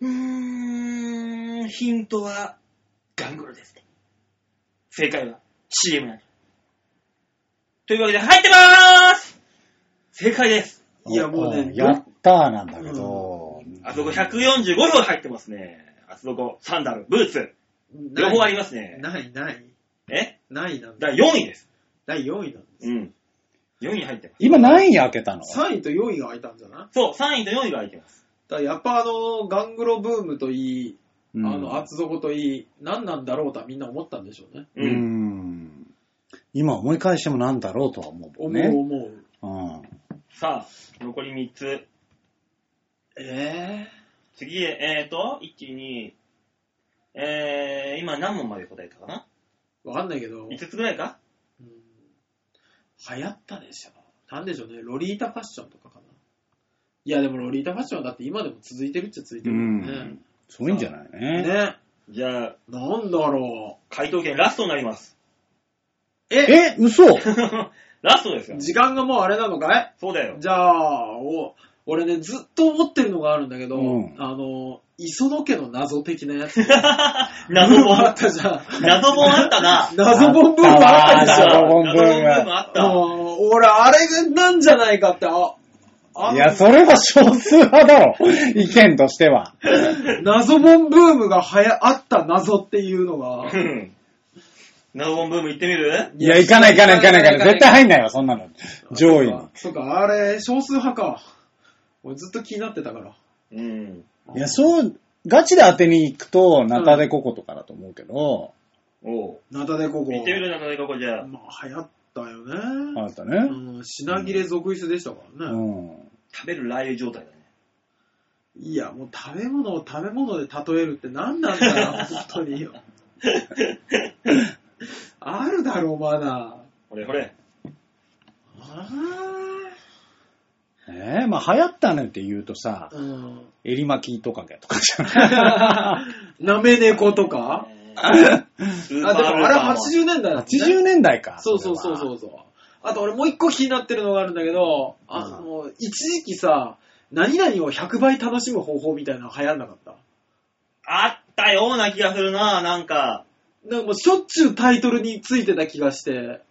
Speaker 2: うーん、ヒントはガングロですね。正解は CM なんですというわけで入ってまーす正解です。
Speaker 3: いやもうね
Speaker 1: んやったーなんだけど。
Speaker 2: 厚底145票入ってますね。厚底、サンダル、ブーツ、
Speaker 3: ない
Speaker 2: 両方ありますね。
Speaker 3: ない、ない。
Speaker 2: え
Speaker 3: ないなんだ。
Speaker 2: 第4位です。
Speaker 3: 第4位なんだ。
Speaker 2: うん。4位に入ってます。
Speaker 1: 今何位開けたの
Speaker 3: 3位と4位が空いたんじゃないだか
Speaker 2: そう、3位と4位が空いてます。
Speaker 3: らやっぱあの、ガングロブームといい、
Speaker 1: あ
Speaker 3: あの、厚底といい、何なんだろうとはみんな思ったんでしょうね。
Speaker 1: う。ん。今思い返してもなんだろうとは思うも
Speaker 3: 思
Speaker 1: ん
Speaker 3: う
Speaker 1: ね。
Speaker 3: 思う。
Speaker 1: うん。
Speaker 2: さあ、残り3つ。
Speaker 3: え
Speaker 2: 次へ、えーと、1、2、えー、今何問まで答えたかな
Speaker 3: ー、わかんないけど、
Speaker 2: ?5 つぐらいか
Speaker 3: うん流行ったでしょ。なんでしょうね、ロリータファッションとかかな。いや、でもロリータファッションはだって今でも続いてるっちゃ続いて
Speaker 1: う
Speaker 3: るもんね。
Speaker 1: ん。そういうんじゃない
Speaker 3: ね
Speaker 1: ね。
Speaker 2: じゃあ、
Speaker 3: なんだろ
Speaker 2: 回答権ラストになります。
Speaker 3: う。え
Speaker 1: え、嘘
Speaker 2: ラストですよ。
Speaker 3: 時間がもうあれなのかい
Speaker 2: そうだよ。
Speaker 3: じゃあ、お俺ね、ずっと思ってるのがあるんだけど、
Speaker 1: うん
Speaker 3: あの、磯野家の謎的なやつ。
Speaker 2: 謎
Speaker 3: もあ
Speaker 2: 本
Speaker 3: っ。たじゃん。
Speaker 2: 謎本あったな。
Speaker 3: 謎本ブームあったでし
Speaker 1: あったわ
Speaker 3: ょ。
Speaker 1: 謎本ブーム
Speaker 2: あっ
Speaker 3: う
Speaker 2: た。
Speaker 3: ん俺、あれがなんじゃないかって、あ、あの
Speaker 1: いや、それは少数派だろ。意見としては。
Speaker 3: 謎本ブームがはや、あった謎っていうのが
Speaker 2: う。ん謎本ブーム行ってみる
Speaker 1: いや、行かない行かない行かない行かない。絶対入んないわ、そんなの。上位に。
Speaker 3: そうか、あれ、少数派か。俺ずっと気になってたから。
Speaker 2: うん。
Speaker 1: いや、そう、ガチで当てに行くと、ナタデココとかだと思うけど、
Speaker 2: おう。
Speaker 3: なだでここ。
Speaker 2: 行ってみるな、ここじゃあ。
Speaker 3: まあ、流行ったよね。
Speaker 1: あなたね。
Speaker 3: うん、品切れ続出でしたから
Speaker 1: う
Speaker 3: ね。
Speaker 1: ん。
Speaker 2: 食べるラー油状態だね。
Speaker 3: いや、もう食べ物を食べ物で例えるって何なんだ よ、本当によ。あるだろう、まだ。
Speaker 2: ほれほれ。
Speaker 3: あ
Speaker 1: えー、まあ流行ったねって言うとさ
Speaker 3: ー、うん。
Speaker 1: 襟巻きトカゲとかじゃ ん。
Speaker 3: なめ猫とか
Speaker 2: あ、でも
Speaker 3: あ、でもあれ80年代だもんね
Speaker 1: 80年代か。
Speaker 3: そうそうそうそうそう。あと俺もう一個気になってるのがあるんだけど、あ
Speaker 1: うん
Speaker 3: の、一時期さ、何々を100倍楽しむ方法みたいなの流行んなかった
Speaker 2: あったような気がするな、なんか。
Speaker 3: なんかもうしょっちゅうタイトルについてた気がして。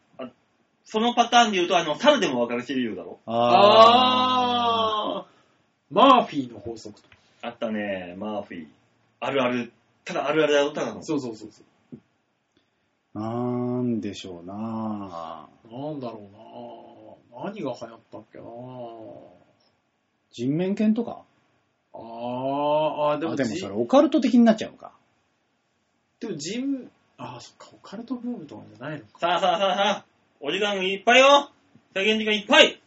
Speaker 2: そのパターンで言うと、あの、猿でもわかるシリーズだろ
Speaker 1: それは。あー。
Speaker 3: あー。マーフィーの法則とか。
Speaker 2: あったね、マーフィー。あるある。ただあるあるだよ、ただの。
Speaker 3: そうそうそうそう。
Speaker 1: なんでしょうな
Speaker 3: なんだろうな何が流行ったっけな
Speaker 1: 人面犬とか
Speaker 3: あー、あー
Speaker 1: で
Speaker 3: で
Speaker 1: も
Speaker 3: も
Speaker 1: で
Speaker 3: じ
Speaker 1: もそれオカルト的になっちゃうのか。
Speaker 3: でも人、あー、そっか、オカルトブームとかじゃないのか。
Speaker 2: さあさあさあさあ、お時間いっぱいよ制限時間いっぱい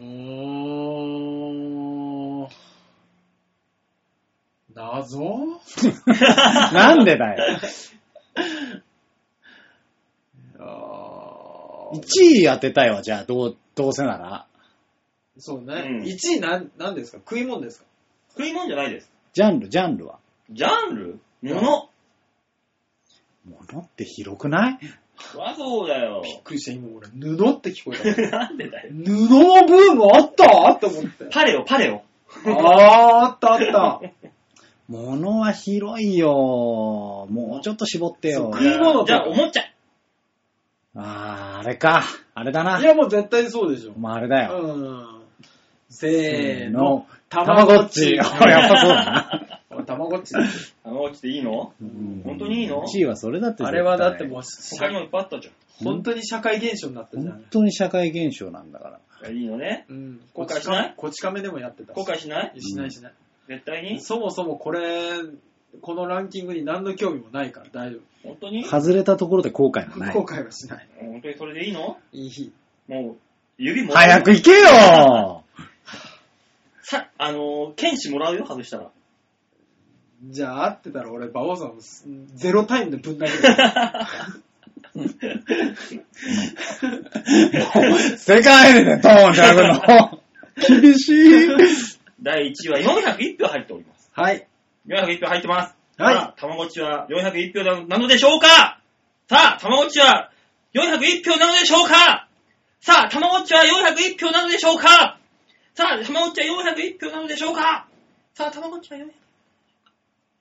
Speaker 2: う
Speaker 3: ーん。謎
Speaker 1: なんで だよ。
Speaker 3: あ
Speaker 1: 1
Speaker 3: ー
Speaker 1: 位当てたいわ、じゃあ、どう、どうせなら。
Speaker 3: そう
Speaker 2: う
Speaker 3: ね。
Speaker 2: ん
Speaker 3: 一1位なん、なんですか食い物ですか
Speaker 2: 食い物じゃないです。
Speaker 1: ジャンル、ジャンルは。
Speaker 2: ジャンルもの
Speaker 1: 物って広くない
Speaker 2: そりゃそうだよ。
Speaker 3: びっくりした、今俺、布って聞こえ た。
Speaker 2: なんでだよ。
Speaker 3: 布のブームあったって思って。
Speaker 2: パレオ、パレオ。
Speaker 3: あー、あったあった。
Speaker 1: 物は広いよ。もうちょっと絞ってよ
Speaker 3: そ。う食い物と
Speaker 2: じゃあ、おもちゃ。
Speaker 1: あー、あれか。あれだ な。
Speaker 3: いや、もう絶対そうでしょ。
Speaker 1: まあ、あれだよ。
Speaker 3: うん。せーの。
Speaker 1: たまごっち。やっ
Speaker 3: 俺
Speaker 1: ぱそうだな。
Speaker 3: たまごっちです
Speaker 2: あの、ちょっといいの
Speaker 1: うん
Speaker 2: 本当にいいの
Speaker 1: ?1 位はそれだって絶対。
Speaker 3: あれはだってもう、
Speaker 2: 他にもいっぱいあったじ
Speaker 3: 本当に社会現象になったじゃ
Speaker 1: 本
Speaker 3: ん。
Speaker 1: 当に社会現象なんだから。
Speaker 2: ゃん。いいのね。
Speaker 3: うん。
Speaker 2: 後悔しない
Speaker 3: こち亀でもやってたし
Speaker 2: 後悔しない
Speaker 3: しないしない。
Speaker 2: 絶対に
Speaker 3: そもそもこれ、このランキングに何の興味もないから大丈
Speaker 2: 本当に
Speaker 1: 外れたところで後悔はな
Speaker 3: 夫。
Speaker 1: い
Speaker 3: 後。悔はしない。
Speaker 2: 本当にそれでいいの
Speaker 3: いい。
Speaker 2: もう、指もらう
Speaker 1: 早く行けよ
Speaker 2: さ、あのー、剣士もらうよ、外したら。
Speaker 3: じゃあ、合ってたら俺、馬王さんをすゼロタイムでぶん投 げる。
Speaker 1: 世界でトーンってあるの。厳しい。
Speaker 2: 第1位は401票入っております。
Speaker 3: はい。
Speaker 2: 401票入ってます。
Speaker 3: はい
Speaker 2: さあ、たまごっちは401票なのでしょうかさあ、たまごっちは401票なのでしょうかさあ、たまごっちは401票なのでしょうかさあ、たまごっちは401票なのでしょうかさあ、たまごっちは401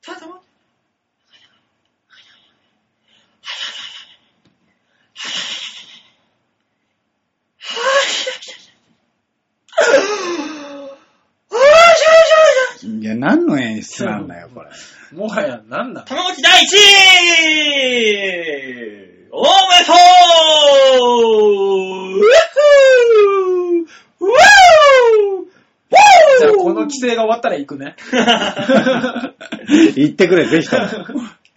Speaker 2: さあ、たまごっち
Speaker 1: いや、何の演出なんだよ、これ。
Speaker 3: もはや何なんだ
Speaker 2: たまごっち第1位おめでとううっふーうわー
Speaker 3: じゃあ、この規制が終わったら行く ね。
Speaker 1: 言ってくれ、ぜひとも。
Speaker 2: さ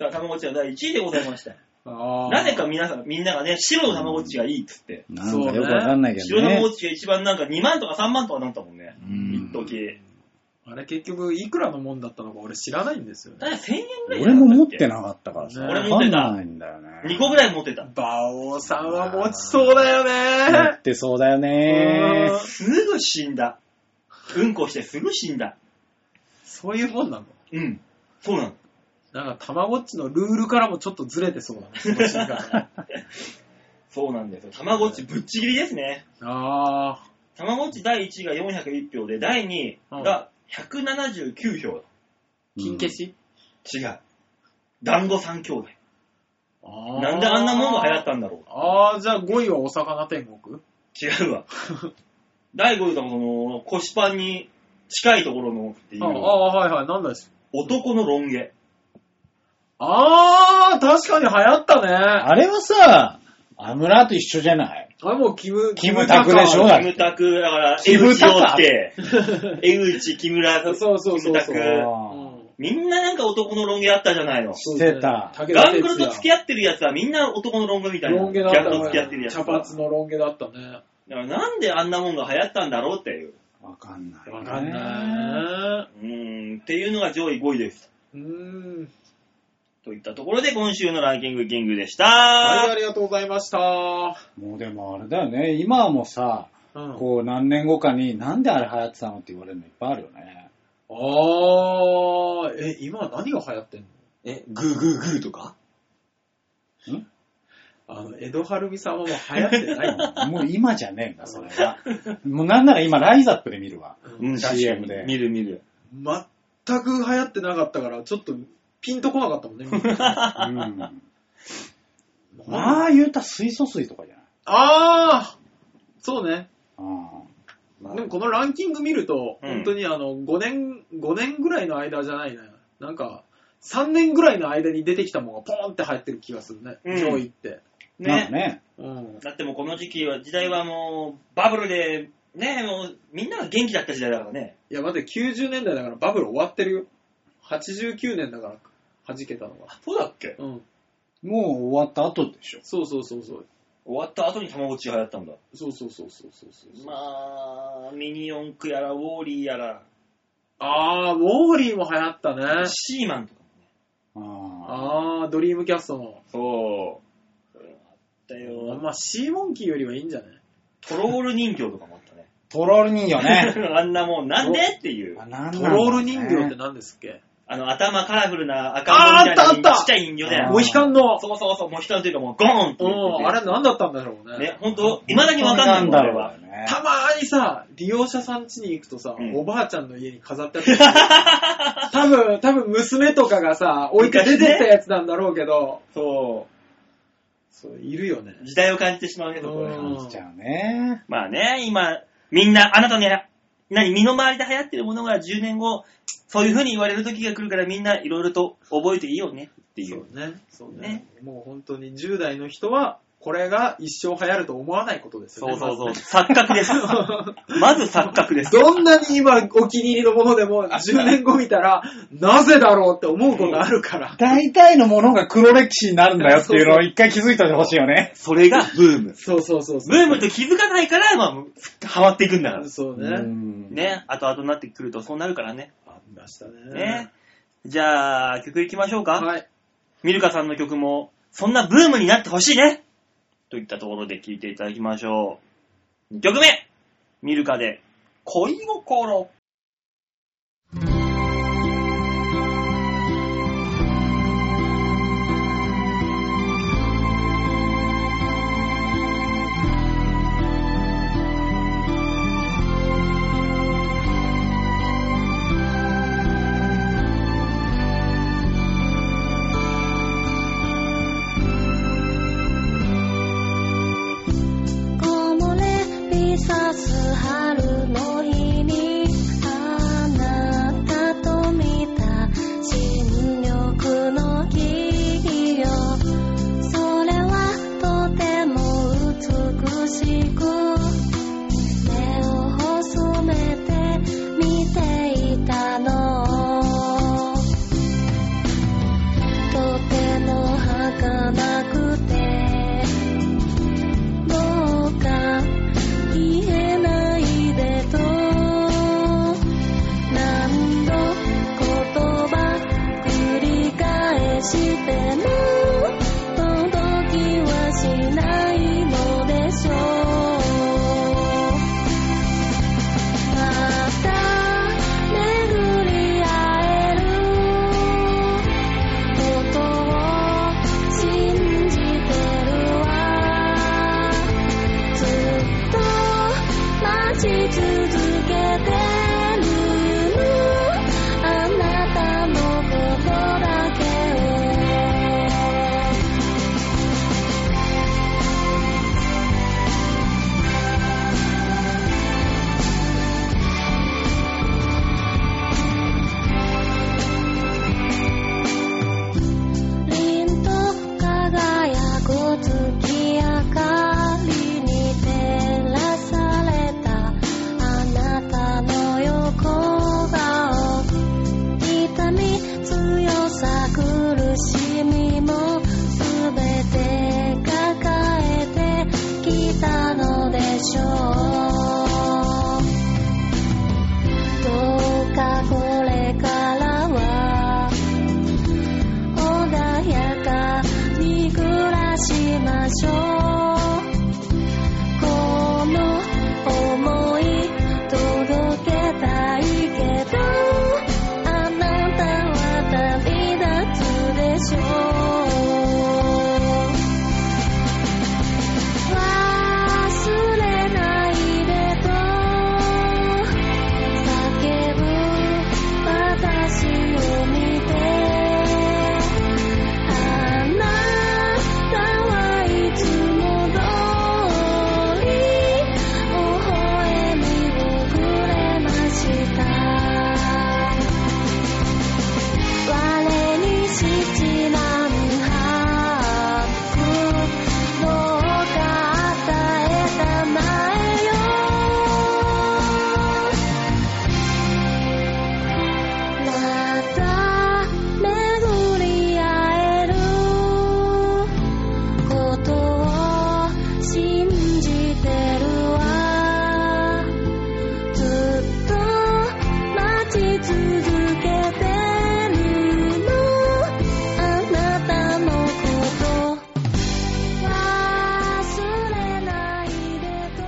Speaker 2: あたまごっちは第1位でございました。
Speaker 3: あー
Speaker 2: なぜか皆さん、みんながね、白のたまごっちがいいっつって。
Speaker 1: なんかよくわかんないけ
Speaker 2: 白
Speaker 1: ど
Speaker 2: のたま
Speaker 1: ね
Speaker 2: ご。っちが一番なんか2万とか3万とかなったもんね。
Speaker 1: うん
Speaker 2: 一時。
Speaker 3: あれ結局、いくらのもんだったのか俺知らないんですよね。
Speaker 2: だいたい1000円ぐらい
Speaker 1: 俺も持って
Speaker 2: な
Speaker 1: なかったからさ。
Speaker 3: 俺
Speaker 2: 持ってた
Speaker 1: わかんないんだよね。
Speaker 2: 2個ぐらい持ってた。
Speaker 3: 馬王さんは持ちそうだよ
Speaker 1: 持
Speaker 3: ね
Speaker 1: っ。てそうだよね
Speaker 3: う。ん
Speaker 2: すぐ死んだ。うんこしてすぐ死んだ。
Speaker 3: そういうもんなの
Speaker 2: うん。そうなの。
Speaker 3: なんか、たまごっちのルールからもちょっとずれてそうだね、そのシーンが
Speaker 2: そうなんですよ。たまごっちぶっちぎりですね。
Speaker 3: あー。
Speaker 2: たまごっち第1位が401票で、第2位が179票。
Speaker 3: 金消し、
Speaker 2: 違う。団子3兄弟。
Speaker 3: あー
Speaker 2: なんであんなもんが流行ったんだろう。
Speaker 3: あー、じゃあ5位はお魚天国
Speaker 2: 違う わ。第5位がその、腰パンに近いところのってい
Speaker 3: ああー、
Speaker 2: う、
Speaker 3: はいはい、なんだっけ
Speaker 2: 男のロン毛。
Speaker 3: あー、確かに流行ったね。あ
Speaker 1: あれはさ、アムラーと一緒じゃない
Speaker 3: れもうキム、
Speaker 1: キムタクでしょ
Speaker 3: キ
Speaker 1: だっ
Speaker 2: キ
Speaker 1: て
Speaker 2: ムタク、だから、
Speaker 1: キ
Speaker 2: 江
Speaker 1: ム
Speaker 2: 口
Speaker 1: タ
Speaker 2: を
Speaker 1: カ
Speaker 2: って、江口、木村、
Speaker 3: そうそうそうそう
Speaker 2: キムタク。
Speaker 3: タカ
Speaker 1: あ
Speaker 2: みんななんか男のロン毛あったじゃないの。
Speaker 1: ーしてた。
Speaker 2: ガングロと付き
Speaker 3: 合
Speaker 2: 合ってるやつはみんな男のロン毛みたいな。
Speaker 3: ロン毛だっ
Speaker 2: ギャ
Speaker 3: た
Speaker 2: ンと付き合ってる
Speaker 3: ね。
Speaker 2: やつ。
Speaker 3: 茶
Speaker 2: だ
Speaker 3: 髪
Speaker 2: か
Speaker 3: のロン毛だったね。
Speaker 2: らなんであんなもんが流行ったんだろうっていう。
Speaker 1: わかんない。
Speaker 3: わかんな
Speaker 2: うーん、っていうのが上位5位です。
Speaker 3: い。うーん。
Speaker 2: といったところで今週のランキングキングでした。
Speaker 3: はい、ありがとうございました。
Speaker 1: もうでもあれだよね、今はもうさ、
Speaker 3: うん
Speaker 1: こう何年後かに、なんであれ流行ってたのって言われるのいっぱいあるよね。
Speaker 3: あー、え、今何が流行ってんの
Speaker 2: え、グーグーグーとか
Speaker 3: あの、江戸晴美さんはもう流行ってないの
Speaker 1: もう今じゃねえんだ、それは。もうなんなら今、ライザップで見 るわ。
Speaker 2: うん
Speaker 1: CM で
Speaker 2: 見る見る。
Speaker 3: 全く流行ってなかったから、ちょっとピンとこなかったも んね、みんな
Speaker 1: うん。まあ言うたら水素水とかじゃない
Speaker 3: あーそうね。
Speaker 1: う
Speaker 3: でもこのランキング見ると、
Speaker 2: うん
Speaker 3: 本当にあの、5年、5年ぐらいの間じゃないね。なんか、3年ぐらいの間に出てきたものがポーンって入ってる気がするね。
Speaker 2: うん
Speaker 3: 上位って。
Speaker 1: ん。なん
Speaker 2: ね。
Speaker 1: かね。
Speaker 3: うん。
Speaker 2: だってもうこの時期は、時代はもう、バブルで、ね、もう、みんなが元気だった時代だからね。
Speaker 3: いや、待って、90年代だからバブル終わってるよ。89年だから、弾けたのが。
Speaker 2: そうだっけ
Speaker 3: うん。
Speaker 1: もう終わった後でしょ。
Speaker 3: そうそうそうそう。
Speaker 2: 終わった後に卵ちが流行ったんだ。
Speaker 3: そうそうそうそうそうそう。
Speaker 2: まあ、ミニ四駆やら、ウォーリーやら、
Speaker 3: あー、ウォーリーも流行ったね。
Speaker 2: シーマンとかもね。
Speaker 1: ああ。
Speaker 3: あー、ドリームキャストの。
Speaker 2: そう。あったよ。
Speaker 3: まあ、シーモンキーよりはいいんじゃない
Speaker 2: トロール人形とかもあったね。
Speaker 1: トロール人形ね。
Speaker 2: あんなもん、なんでっていう。
Speaker 1: あなんなんだろうね
Speaker 3: トロール人形って何ですっけ
Speaker 2: ああの、頭カラフルな赤いみたいな
Speaker 3: あーあったあった
Speaker 2: ちっちゃい人形だ
Speaker 1: あ
Speaker 2: よ。
Speaker 1: ー
Speaker 3: モヒカンの、
Speaker 2: そうそうそう、もう一人というかもうゴーンって言っ
Speaker 3: う
Speaker 2: て
Speaker 3: ん、
Speaker 2: て
Speaker 3: あれ何だったんだろうね。
Speaker 2: ね、本当未だにわかんないもん、
Speaker 1: だ
Speaker 2: 俺
Speaker 1: ろ
Speaker 2: は
Speaker 1: う。ね。
Speaker 3: たまーにさ、利用者さん家に行くとさ、
Speaker 2: うん
Speaker 3: おばあちゃんの家に飾ってあった。多分、多分娘とかがさ、置いて出てったやつなんだろうけど、
Speaker 2: そ
Speaker 3: そう、いるよね。
Speaker 2: う。時代を感じてしまうね、そこ
Speaker 3: う
Speaker 2: で
Speaker 3: ん。
Speaker 1: 感じちゃうね。
Speaker 2: まあね、今、みんな、あなたのや、何、身の回りで流行ってるものが10年後、そういう風に言われる時が来るからみんないろいろと覚えていいよねってい。
Speaker 3: そううね。そうね。
Speaker 2: ね
Speaker 3: もう本当に10代の人は、これが一生流行ると思わないことですよ
Speaker 2: そう
Speaker 3: ね。
Speaker 2: そうそう。
Speaker 3: まず
Speaker 2: 錯
Speaker 3: ね
Speaker 2: 覚です。まず錯覚です。
Speaker 3: どんなに今お気に入りのものでも10年後見たら、なぜだろうって思うことあるから。
Speaker 1: 大体のものが黒歴史になるんだよっていうのを一回気づいてほしいよね。
Speaker 2: それがブーム。
Speaker 3: そうそうそう
Speaker 2: ブ
Speaker 3: そ
Speaker 2: ームと気づかないから、まあ、ハマっていくんだから
Speaker 3: う。。そう
Speaker 1: う
Speaker 3: ね。
Speaker 1: ん
Speaker 2: ね、後々になってくるとそうなるからね。
Speaker 3: ありましたね。
Speaker 2: ね。じゃあ、曲いきましょうか。
Speaker 3: はい。
Speaker 2: ミルカさんの曲も、そんなブームになってほしいねといったところで聴いていただきましょう。2曲目ミルカで、恋心。
Speaker 4: 木漏れ日差す春の日にあなたと見た新緑の木よそれはとても美しく目を細めて見ていたのとても儚くてどうか言えないでと何度言葉繰り返しても届きはしないのでしょうまた巡り合えることを信じてるわずっと待ち続けてるあなたのことだけを凛と輝く月明かりに照らされたあなたの横顔痛み強さ苦しみも全て抱えてきたのでしょうどうかこれからは穏やかに暮らしましょうこの想い届けたいけどあなたは旅立つでしょう忘れないでと叫ぶ私を見てあなたはいつも通り微笑みをくれました我に七難八苦どうか与えたまえよまた巡り合えることを信じてるわずっと待ち続けてるのあなたのこと忘れないでと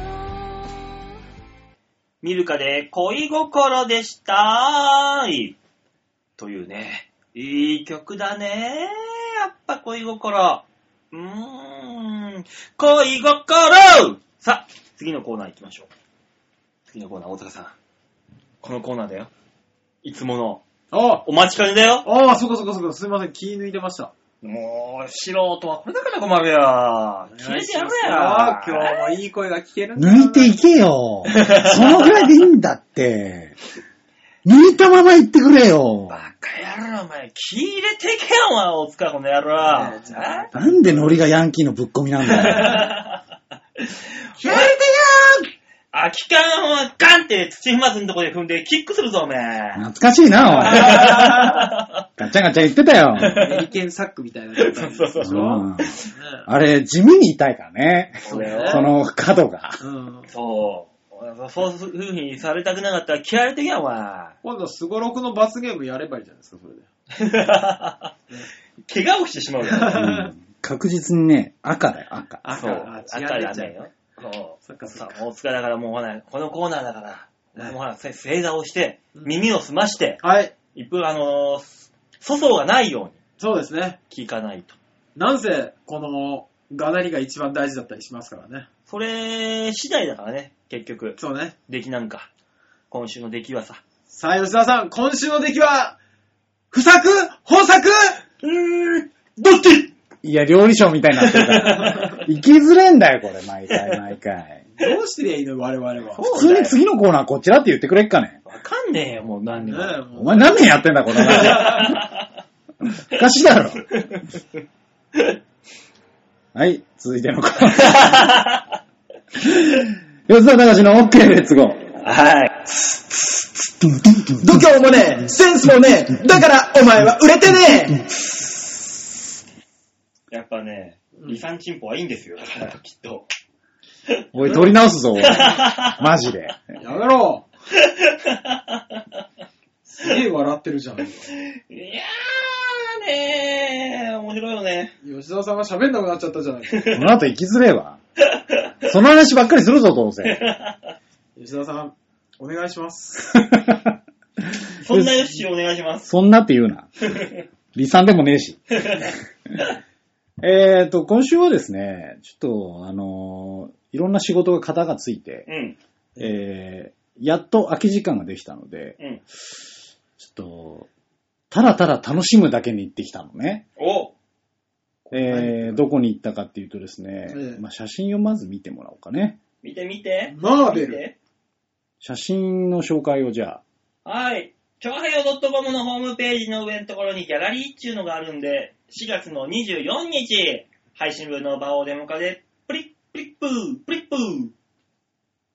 Speaker 2: ミルカで恋心でしたーい。というね、いい曲だね。やっぱ恋心。うーん、恋心さあ、次のコーナー行きましょう。次のコーナー、大塚さん。このコーナーだよ。いつもの。
Speaker 3: あ
Speaker 2: お待ちかねだよ。
Speaker 3: ああ、そこそこそこ、すいません、気抜いてました。
Speaker 2: もう、素人はこれだから困るよ。
Speaker 3: お
Speaker 2: 消
Speaker 3: 願
Speaker 2: え
Speaker 3: い
Speaker 2: て
Speaker 3: し
Speaker 2: や
Speaker 3: ま
Speaker 2: る
Speaker 3: すよ
Speaker 2: や
Speaker 3: 今日もいい声が聞けるんだな
Speaker 1: 抜いていけ よ。そのぐらいでいいんだって。抜いたまま言ってくれよ。
Speaker 2: バカ野郎、お前。気入れてけよ、お前、大塚、この野郎。
Speaker 3: ねえ
Speaker 2: え
Speaker 1: なんでノリがヤンキーのぶっ込みなん だよ。
Speaker 2: 気合入れてよ空き缶をガンって土踏まずのとこで踏んでキックするぞ、おめえ。
Speaker 1: 懐かし いな、おい。ガチャガチャ言ってたよ。
Speaker 3: アメリケンサックみたいな状 態でしょ。
Speaker 2: そう
Speaker 3: ね
Speaker 1: うんあれ、地味に痛いからね。
Speaker 2: そうだ
Speaker 1: そ
Speaker 2: よ。
Speaker 1: の角が。
Speaker 3: うん。
Speaker 2: そう。そういう風にされたくなかったら気合入れてけよ、お前。
Speaker 3: 今度、スゴロクの罰ゲームやればいいじゃないですか、それで。
Speaker 2: 怪我をしてしまうよ。
Speaker 1: うん確実にね、赤だよ、赤。
Speaker 3: あ
Speaker 2: そう。あったり
Speaker 3: 出
Speaker 2: あん
Speaker 3: ちゃ
Speaker 2: ねんよ。そう。
Speaker 3: そっかそっか
Speaker 2: さ大塚だからもうほら、このコーナーだから、
Speaker 3: はい
Speaker 2: もうほら、せ正座をして、
Speaker 3: うん
Speaker 2: 耳を澄まして、
Speaker 3: はい、
Speaker 2: 一分あのー、粗相がないように
Speaker 3: そうですね。
Speaker 2: 聞かないと。
Speaker 3: なんせ、この、がなりが一番大事だったりしますからね。
Speaker 2: それ次第だからね、結局。
Speaker 3: そうね。
Speaker 2: 出来なんか。今週の出来はさ。
Speaker 3: さあ、吉沢さん、今週の出来は、不作本作
Speaker 2: うーん、どっち
Speaker 1: いや、料理賞みたいになってるから。 行きづれんだよ、これ、毎回、毎回。
Speaker 3: どうしてりゃいいの我々は。
Speaker 2: そう
Speaker 1: 普通に次のコーナーこっちだって言ってくれっかね。
Speaker 2: わかんねえよ、もう何
Speaker 3: ね
Speaker 2: にも。
Speaker 3: え、
Speaker 1: お
Speaker 3: もう。
Speaker 1: 前何年やってんだ、この話。 おかしいだろ。はい、続いてのコーナー。吉田隆の OK レッツゴ ー。
Speaker 2: はい。
Speaker 3: 度胸もねえ、センスもねえ、だからお前は売れてね
Speaker 2: やっぱね、離散チンポはいいんですよ、だからきっ と。
Speaker 1: おい、取り直すぞ、おいマジで。
Speaker 3: えやめろすげえ笑ってるじゃん。今
Speaker 2: いやーねー、面白いよね。
Speaker 3: 吉沢さんが喋んなくなっちゃったじゃないですか。
Speaker 1: この後行きづれえわ。その話ばっかりするぞ、 どうせ。
Speaker 3: 吉沢さん、お願いします。
Speaker 2: そんなヨッシーお願いします。
Speaker 1: そんなって言うな。離散でもねえし。えっと、今週はですね、ちょっと、あのーいろんな仕事が型がついて
Speaker 2: う、ん、
Speaker 1: えーやっと空き時間ができたので、
Speaker 2: うん。
Speaker 1: ちょっと、ただただ楽しむだけに行ってきたのね。
Speaker 2: お
Speaker 1: えー、どこに行ったかっていうとですね、
Speaker 3: ええ
Speaker 1: まあ、写真をまず見てもらおうかね。
Speaker 2: 見て見て。
Speaker 3: マーベ
Speaker 2: 見
Speaker 3: ル。
Speaker 2: て。
Speaker 1: 写真の紹介をじゃあ、
Speaker 2: はい。超平洋 .com のホームページの上のところにギャラリーっていうのがあるんで、4月の24日、配信分の場をデモ化で、プリップリップー、プリップー。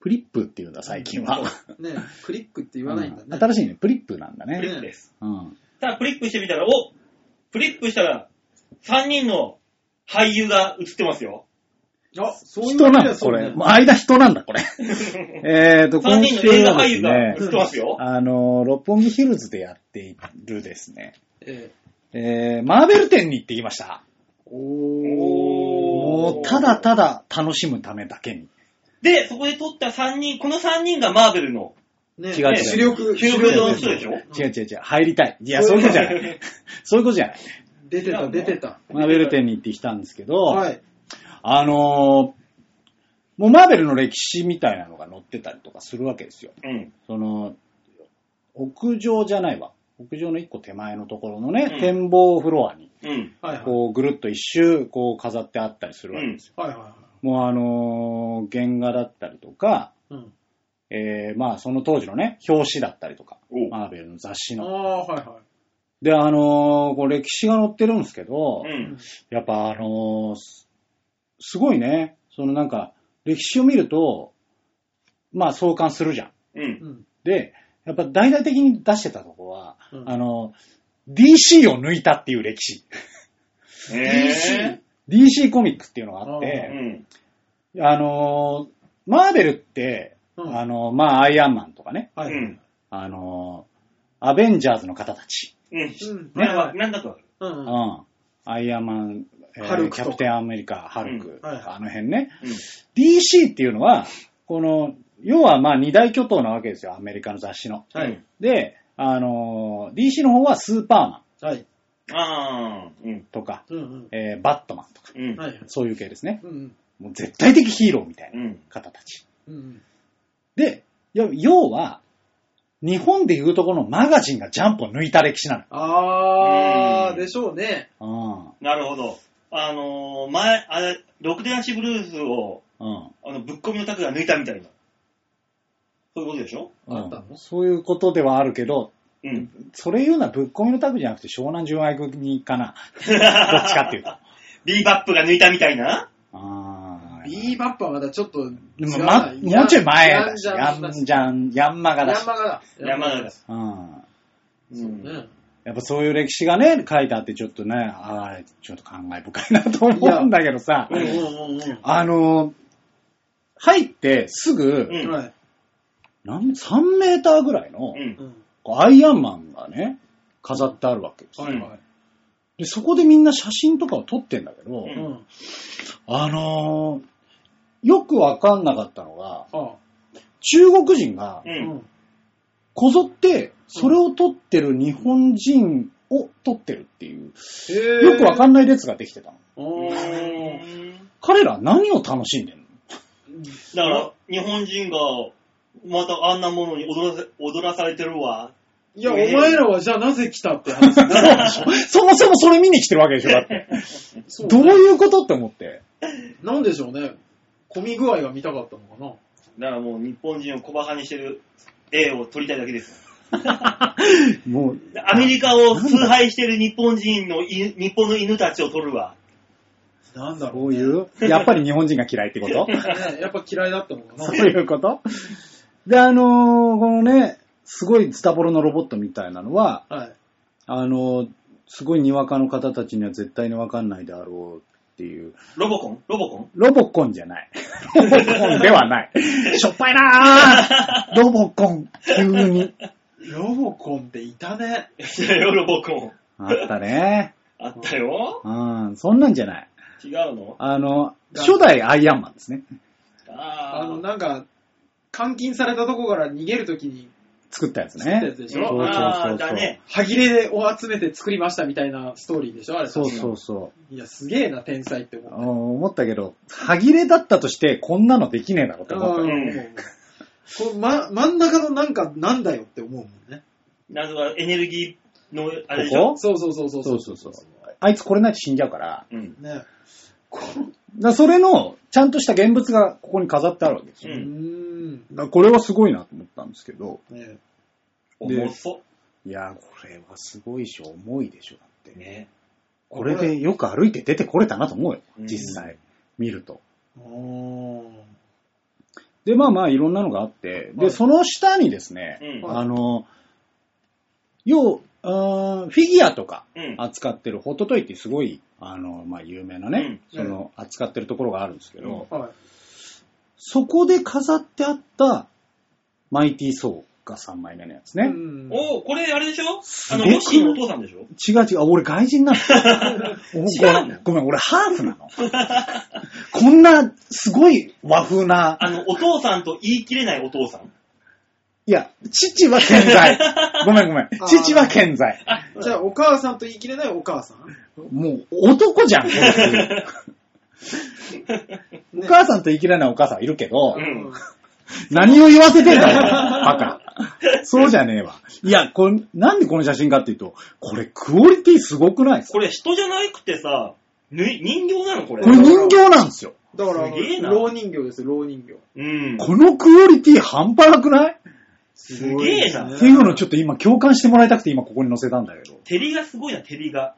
Speaker 1: プリップっていうんだ、最近は。
Speaker 3: ねえクリックって言わないんだ
Speaker 1: うん
Speaker 3: ね。
Speaker 1: 新しいね、プリップなんだ
Speaker 2: プリ
Speaker 1: ね。
Speaker 2: ップです。
Speaker 1: うん。
Speaker 2: ただ、プリップしてみたら、おプリップしたら、3人の俳優が映ってますよ。
Speaker 3: あ、そういう
Speaker 1: 人
Speaker 3: わ
Speaker 1: な
Speaker 3: け
Speaker 1: の
Speaker 3: だ
Speaker 1: こ
Speaker 3: そう
Speaker 1: れ。
Speaker 3: ね
Speaker 1: もう間人なんだ、これ。 えーと、
Speaker 2: 3
Speaker 1: 今
Speaker 2: 人の
Speaker 1: 週
Speaker 2: 映画
Speaker 1: は
Speaker 2: 俳
Speaker 1: で
Speaker 2: 優
Speaker 1: す
Speaker 2: が
Speaker 1: ね
Speaker 2: 映、ってますよ。
Speaker 1: あの、六本木ヒルズでやっているですね、
Speaker 3: ええ
Speaker 1: えー、マーベル展に行ってきました。
Speaker 3: おー。
Speaker 1: もう、ただただ楽しむためだけに。
Speaker 2: で、そこで撮った3人、この3人がマーベルの
Speaker 3: ね
Speaker 1: 違う違う
Speaker 3: 主力、
Speaker 2: ヒューブドの人でしょ
Speaker 1: 違う違う違う、入りたい。いや、そういうことじゃ ない。そういうことじゃない。
Speaker 3: 出てた、出てた。
Speaker 1: マーベル展に行ってきたんですけど、
Speaker 3: はい。
Speaker 1: あのーもうマーベルの歴史みたいなのが載ってたりとかするわけですよ。
Speaker 2: うん。
Speaker 1: その、屋上じゃないわ。屋上の一個手前のところのね、
Speaker 2: うん
Speaker 1: 展望フロアに、
Speaker 2: うん。
Speaker 3: はいはい。
Speaker 1: こうぐるっと一周、こう飾ってあったりするわけですよ。
Speaker 3: はいはいはい。
Speaker 1: もうあのー原画だったりとか、
Speaker 3: うん。
Speaker 1: えー、まあその当時のね、表紙だったりとか、
Speaker 2: お
Speaker 1: マーベルの雑誌
Speaker 3: あ
Speaker 1: の。
Speaker 3: あ、はいはい。
Speaker 1: で、あのーこう歴史が載ってるんですけど、
Speaker 2: うん。
Speaker 1: やっぱあのーすすごいね、そのなんか、歴史を見ると、まあ相関するじゃん。
Speaker 2: うん。
Speaker 3: うん。
Speaker 1: で、やっぱ大々的に出してたとこは、
Speaker 3: うん
Speaker 1: あの、DC を抜いたっていう歴史。
Speaker 2: へ
Speaker 1: DC コミックスっていうのがあっ
Speaker 2: ぇー。う
Speaker 1: て、
Speaker 2: ん。
Speaker 1: あの、マーベルって、
Speaker 3: うん
Speaker 1: あの、まあ、アイアンマンとかね、
Speaker 3: はい。
Speaker 2: うん。
Speaker 1: あの、アベンジャーズの方たち、
Speaker 2: うん。
Speaker 3: うん。
Speaker 2: な
Speaker 3: はい
Speaker 2: ん
Speaker 3: は
Speaker 2: か、
Speaker 3: い。
Speaker 2: なんだと。
Speaker 3: うん
Speaker 1: う
Speaker 3: うん。
Speaker 1: ん、アイアンマン、えー
Speaker 3: ハルク
Speaker 1: キ
Speaker 3: と
Speaker 1: ャ
Speaker 3: か
Speaker 1: プテンアメリカ、ハルク、
Speaker 3: うんはいはい
Speaker 1: あの辺ね。
Speaker 2: うん。
Speaker 1: DC っていうのは、この、要はまあ二大巨頭なわけですよ、アメリカの雑誌の。
Speaker 3: はい。
Speaker 1: で、ああのー、DC の方はスーパーマン
Speaker 3: はい。
Speaker 2: あー、うん。
Speaker 1: とか、
Speaker 3: うんうん。
Speaker 1: えーバットマンとか、
Speaker 2: うん。。
Speaker 3: はいはい。
Speaker 1: そういう系ですね。
Speaker 3: うんうん。
Speaker 1: もう絶対的ヒーローみたいうなん方たち。
Speaker 3: うんうん。
Speaker 1: で、要要は、日本でいうとこのマガジンがジャンプを抜いた歴史な
Speaker 3: あ
Speaker 2: う
Speaker 3: ー、
Speaker 2: ん
Speaker 3: でしょうね。
Speaker 1: の。
Speaker 2: なるほど。あのー、前、あれ、六電足ブルースを、
Speaker 1: うん。うん。
Speaker 2: あの、ぶっ込みのタクが抜いたみたいな。そういうことでしょ
Speaker 3: あったの
Speaker 1: うんそういうことではあるけど、
Speaker 2: うん。
Speaker 1: それ言うのはぶっ込みのタグじゃなくて湘南純愛組か な。どっちかっていうと。
Speaker 2: ビーバップが抜いたみたいな
Speaker 1: あー
Speaker 3: ビーバップはまだちょっと違う
Speaker 1: でも、
Speaker 3: な
Speaker 1: ま、もうちょい前だし、
Speaker 3: ヤン
Speaker 1: ヤ
Speaker 3: マガだ
Speaker 1: ンジャン、ヤンマガだし。
Speaker 2: ヤンマガだ
Speaker 3: だ。
Speaker 1: うん。
Speaker 2: うん
Speaker 3: ね
Speaker 1: やっぱそういう歴史がね、書いてあって、ちょっとね、ああ、ちょっと感慨深いなと思うんだけどさ
Speaker 3: う、んうんうんう
Speaker 1: あの、入ってすぐ、
Speaker 2: うん
Speaker 3: ん。はい。
Speaker 1: なん3メーターぐらいの
Speaker 2: う、ん
Speaker 3: う。ん。
Speaker 1: こうアイアンマンがね、飾ってあるわけですよ。
Speaker 3: はいはい。
Speaker 1: で、そこでみんな写真とかを撮ってんだけど、
Speaker 2: う
Speaker 3: うん。
Speaker 1: あのーよくわかんなかったのが、
Speaker 3: あ
Speaker 1: 中国人が
Speaker 2: う。
Speaker 3: うんん。
Speaker 1: こぞって、それを撮ってる日本人を撮ってるっていう、よくわか
Speaker 3: ん
Speaker 1: んない列ができてたの。
Speaker 3: おー
Speaker 2: うん
Speaker 1: 彼ら何を楽しんでんの
Speaker 2: だから、日本人が、またあんなものに踊らせ踊らされてるわ。
Speaker 3: いや、お前らはじゃあなぜ来たって話 だ
Speaker 1: そもそもそれ見に来てるわけでしょ、だって。
Speaker 3: そう
Speaker 1: どう
Speaker 3: ね
Speaker 1: いうことって思って。
Speaker 3: なんでしょうね。混み具合が見たかったのかな。
Speaker 2: だからもう日本人を小馬鹿にしてる絵を撮りたいだけ です。
Speaker 1: もう、
Speaker 2: アメリカを崇拝してる日本人のい、日本の犬たちを撮るわ。
Speaker 3: なんだ
Speaker 1: こういう、やっぱり日本人が嫌いってこと
Speaker 3: ねやっぱ嫌いだったのかな。
Speaker 1: そういうことで、あのーこのね、すごいズタボロのロボットみたいなのは、
Speaker 3: はい。
Speaker 1: あのーすごいにわかの方たちには絶対にわかんないであろうっていう、
Speaker 2: ロボコンロボコン
Speaker 1: ロボコンじ ゃない。ロボコンではない。しょっぱいな ぁロボコン、急に。
Speaker 3: ロボコンっていたね。
Speaker 2: いや よ、ロボコン。
Speaker 1: あったね。
Speaker 2: あったよ。
Speaker 1: うん、そんなんじゃない。
Speaker 2: 違うの
Speaker 1: あの、初代アイアンマンですね。
Speaker 3: あ
Speaker 2: あ
Speaker 3: の、
Speaker 2: ー
Speaker 3: なんか、監禁されたとこから逃げるときに、
Speaker 1: 作ったやつね。
Speaker 3: 作ったやつでしょ
Speaker 1: そうそう
Speaker 2: あ
Speaker 1: そ
Speaker 2: ー
Speaker 1: うそ
Speaker 2: だ
Speaker 1: う。
Speaker 2: ね。
Speaker 3: 歯切れを集めて作りましたみたいなストーリーでしょあれ
Speaker 1: そうそううそ
Speaker 3: いや、すげえな、天才って思
Speaker 1: う。
Speaker 3: う。
Speaker 1: うん思ったけど、歯切れだったとして、こんなのできねえだろって思った
Speaker 3: う
Speaker 1: よ。
Speaker 3: んこうま、真ん中のなんか、なんだよって思うもんね。
Speaker 2: なんかエネルギーの、あれでしょ
Speaker 1: ここ
Speaker 3: そうそうそうそう。
Speaker 1: そうそうそう。あいつこれないと死んじゃうから、だか
Speaker 2: うん。
Speaker 3: ね。こ
Speaker 1: らそれの、ちゃんとした現物がここに飾ってあるわけです
Speaker 3: う
Speaker 1: よ。
Speaker 2: う
Speaker 3: うー
Speaker 2: ん。
Speaker 3: ん。
Speaker 1: だからこれはすごいなと思ったんですけど、
Speaker 3: ね
Speaker 2: 重そ
Speaker 1: いやー、これはすごいでしょ、重いでしょ、だっ
Speaker 2: う。
Speaker 1: て。
Speaker 2: ね。
Speaker 1: これでよく歩いて出てこれたなと思うよ、
Speaker 2: うん
Speaker 1: 実際、見ると。
Speaker 3: おー
Speaker 1: で、まあまあ、いろんなのがあって、
Speaker 3: は
Speaker 1: で、
Speaker 3: い
Speaker 1: その下にですね、
Speaker 2: うん。
Speaker 3: はい
Speaker 1: あの、要、うーんフィギュアとか
Speaker 2: うん。
Speaker 1: 扱ってる、ホットトイってすごい、あの、まあ、有名なね、
Speaker 3: うん
Speaker 1: その、扱ってるところがあるんですけど、
Speaker 2: うん
Speaker 3: はい。
Speaker 1: そこで飾ってあった、マイティー・ソーが3枚目のやつね。
Speaker 3: うん
Speaker 2: おーこれあれでしょあの、
Speaker 1: すごくない
Speaker 2: ヨッシーのお父さんでしょ
Speaker 1: 違う違う、あ俺外人なの。
Speaker 2: 違うの
Speaker 1: ごめん、俺ハーフなの。こんな、すごい和風な、
Speaker 2: あの、お父さんと言い切れないお父さん。
Speaker 1: いや、父は健 在。ごめんごめん。父は健在。
Speaker 3: じゃあ、お母さんと言い切れないお母さん
Speaker 1: もう、男じゃん、こい つお母さんと言い切らないお母さんはいるけど、
Speaker 2: うん
Speaker 1: 何を言わせてんだよ、バカ。そうじゃねえわ。いや、これ、なんでこの写真かっていうと、これクオリティすごくないですか
Speaker 2: これ人じゃなくてさ、ぬい人形なのこれ
Speaker 1: こ。れ人形なんですよ。
Speaker 3: だから、
Speaker 2: すげえな
Speaker 3: 老人形ですよ、老人形。
Speaker 2: うん。
Speaker 1: このクオリティ半端なくない
Speaker 2: すげえな。
Speaker 1: っていうのをちょっと今共感してもらいたくて今ここに載せたんだけど。
Speaker 2: 照りがすごいな、照りが。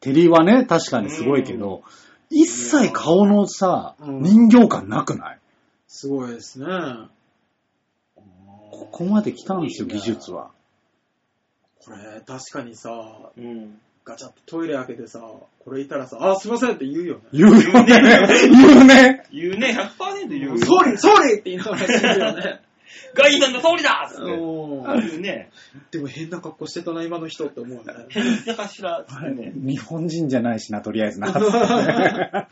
Speaker 1: 照りはね、確かにすごいけど、一切顔のさ、
Speaker 3: うん
Speaker 1: 人形感なくない
Speaker 3: すごいですね。
Speaker 1: ここまで来たんですよ、
Speaker 3: いいね
Speaker 1: 技術は。
Speaker 3: これ、確かにさ、
Speaker 2: うん。
Speaker 3: ガチャッとトイレ開けてさ、これいたらさ、あ、すいませんって言うよね。
Speaker 1: 言うよね。言うね。
Speaker 2: 言うね、100%言う。
Speaker 3: 総理、総理って言いながら言うよ ね。
Speaker 2: ガイさんの通りだっつって
Speaker 3: うん
Speaker 2: 言うね。
Speaker 3: でも変な格好してたな、今の人って思うね。
Speaker 2: 変なかしらっつってね。
Speaker 1: 日本人じゃないしな、とりあえずな。
Speaker 3: ハ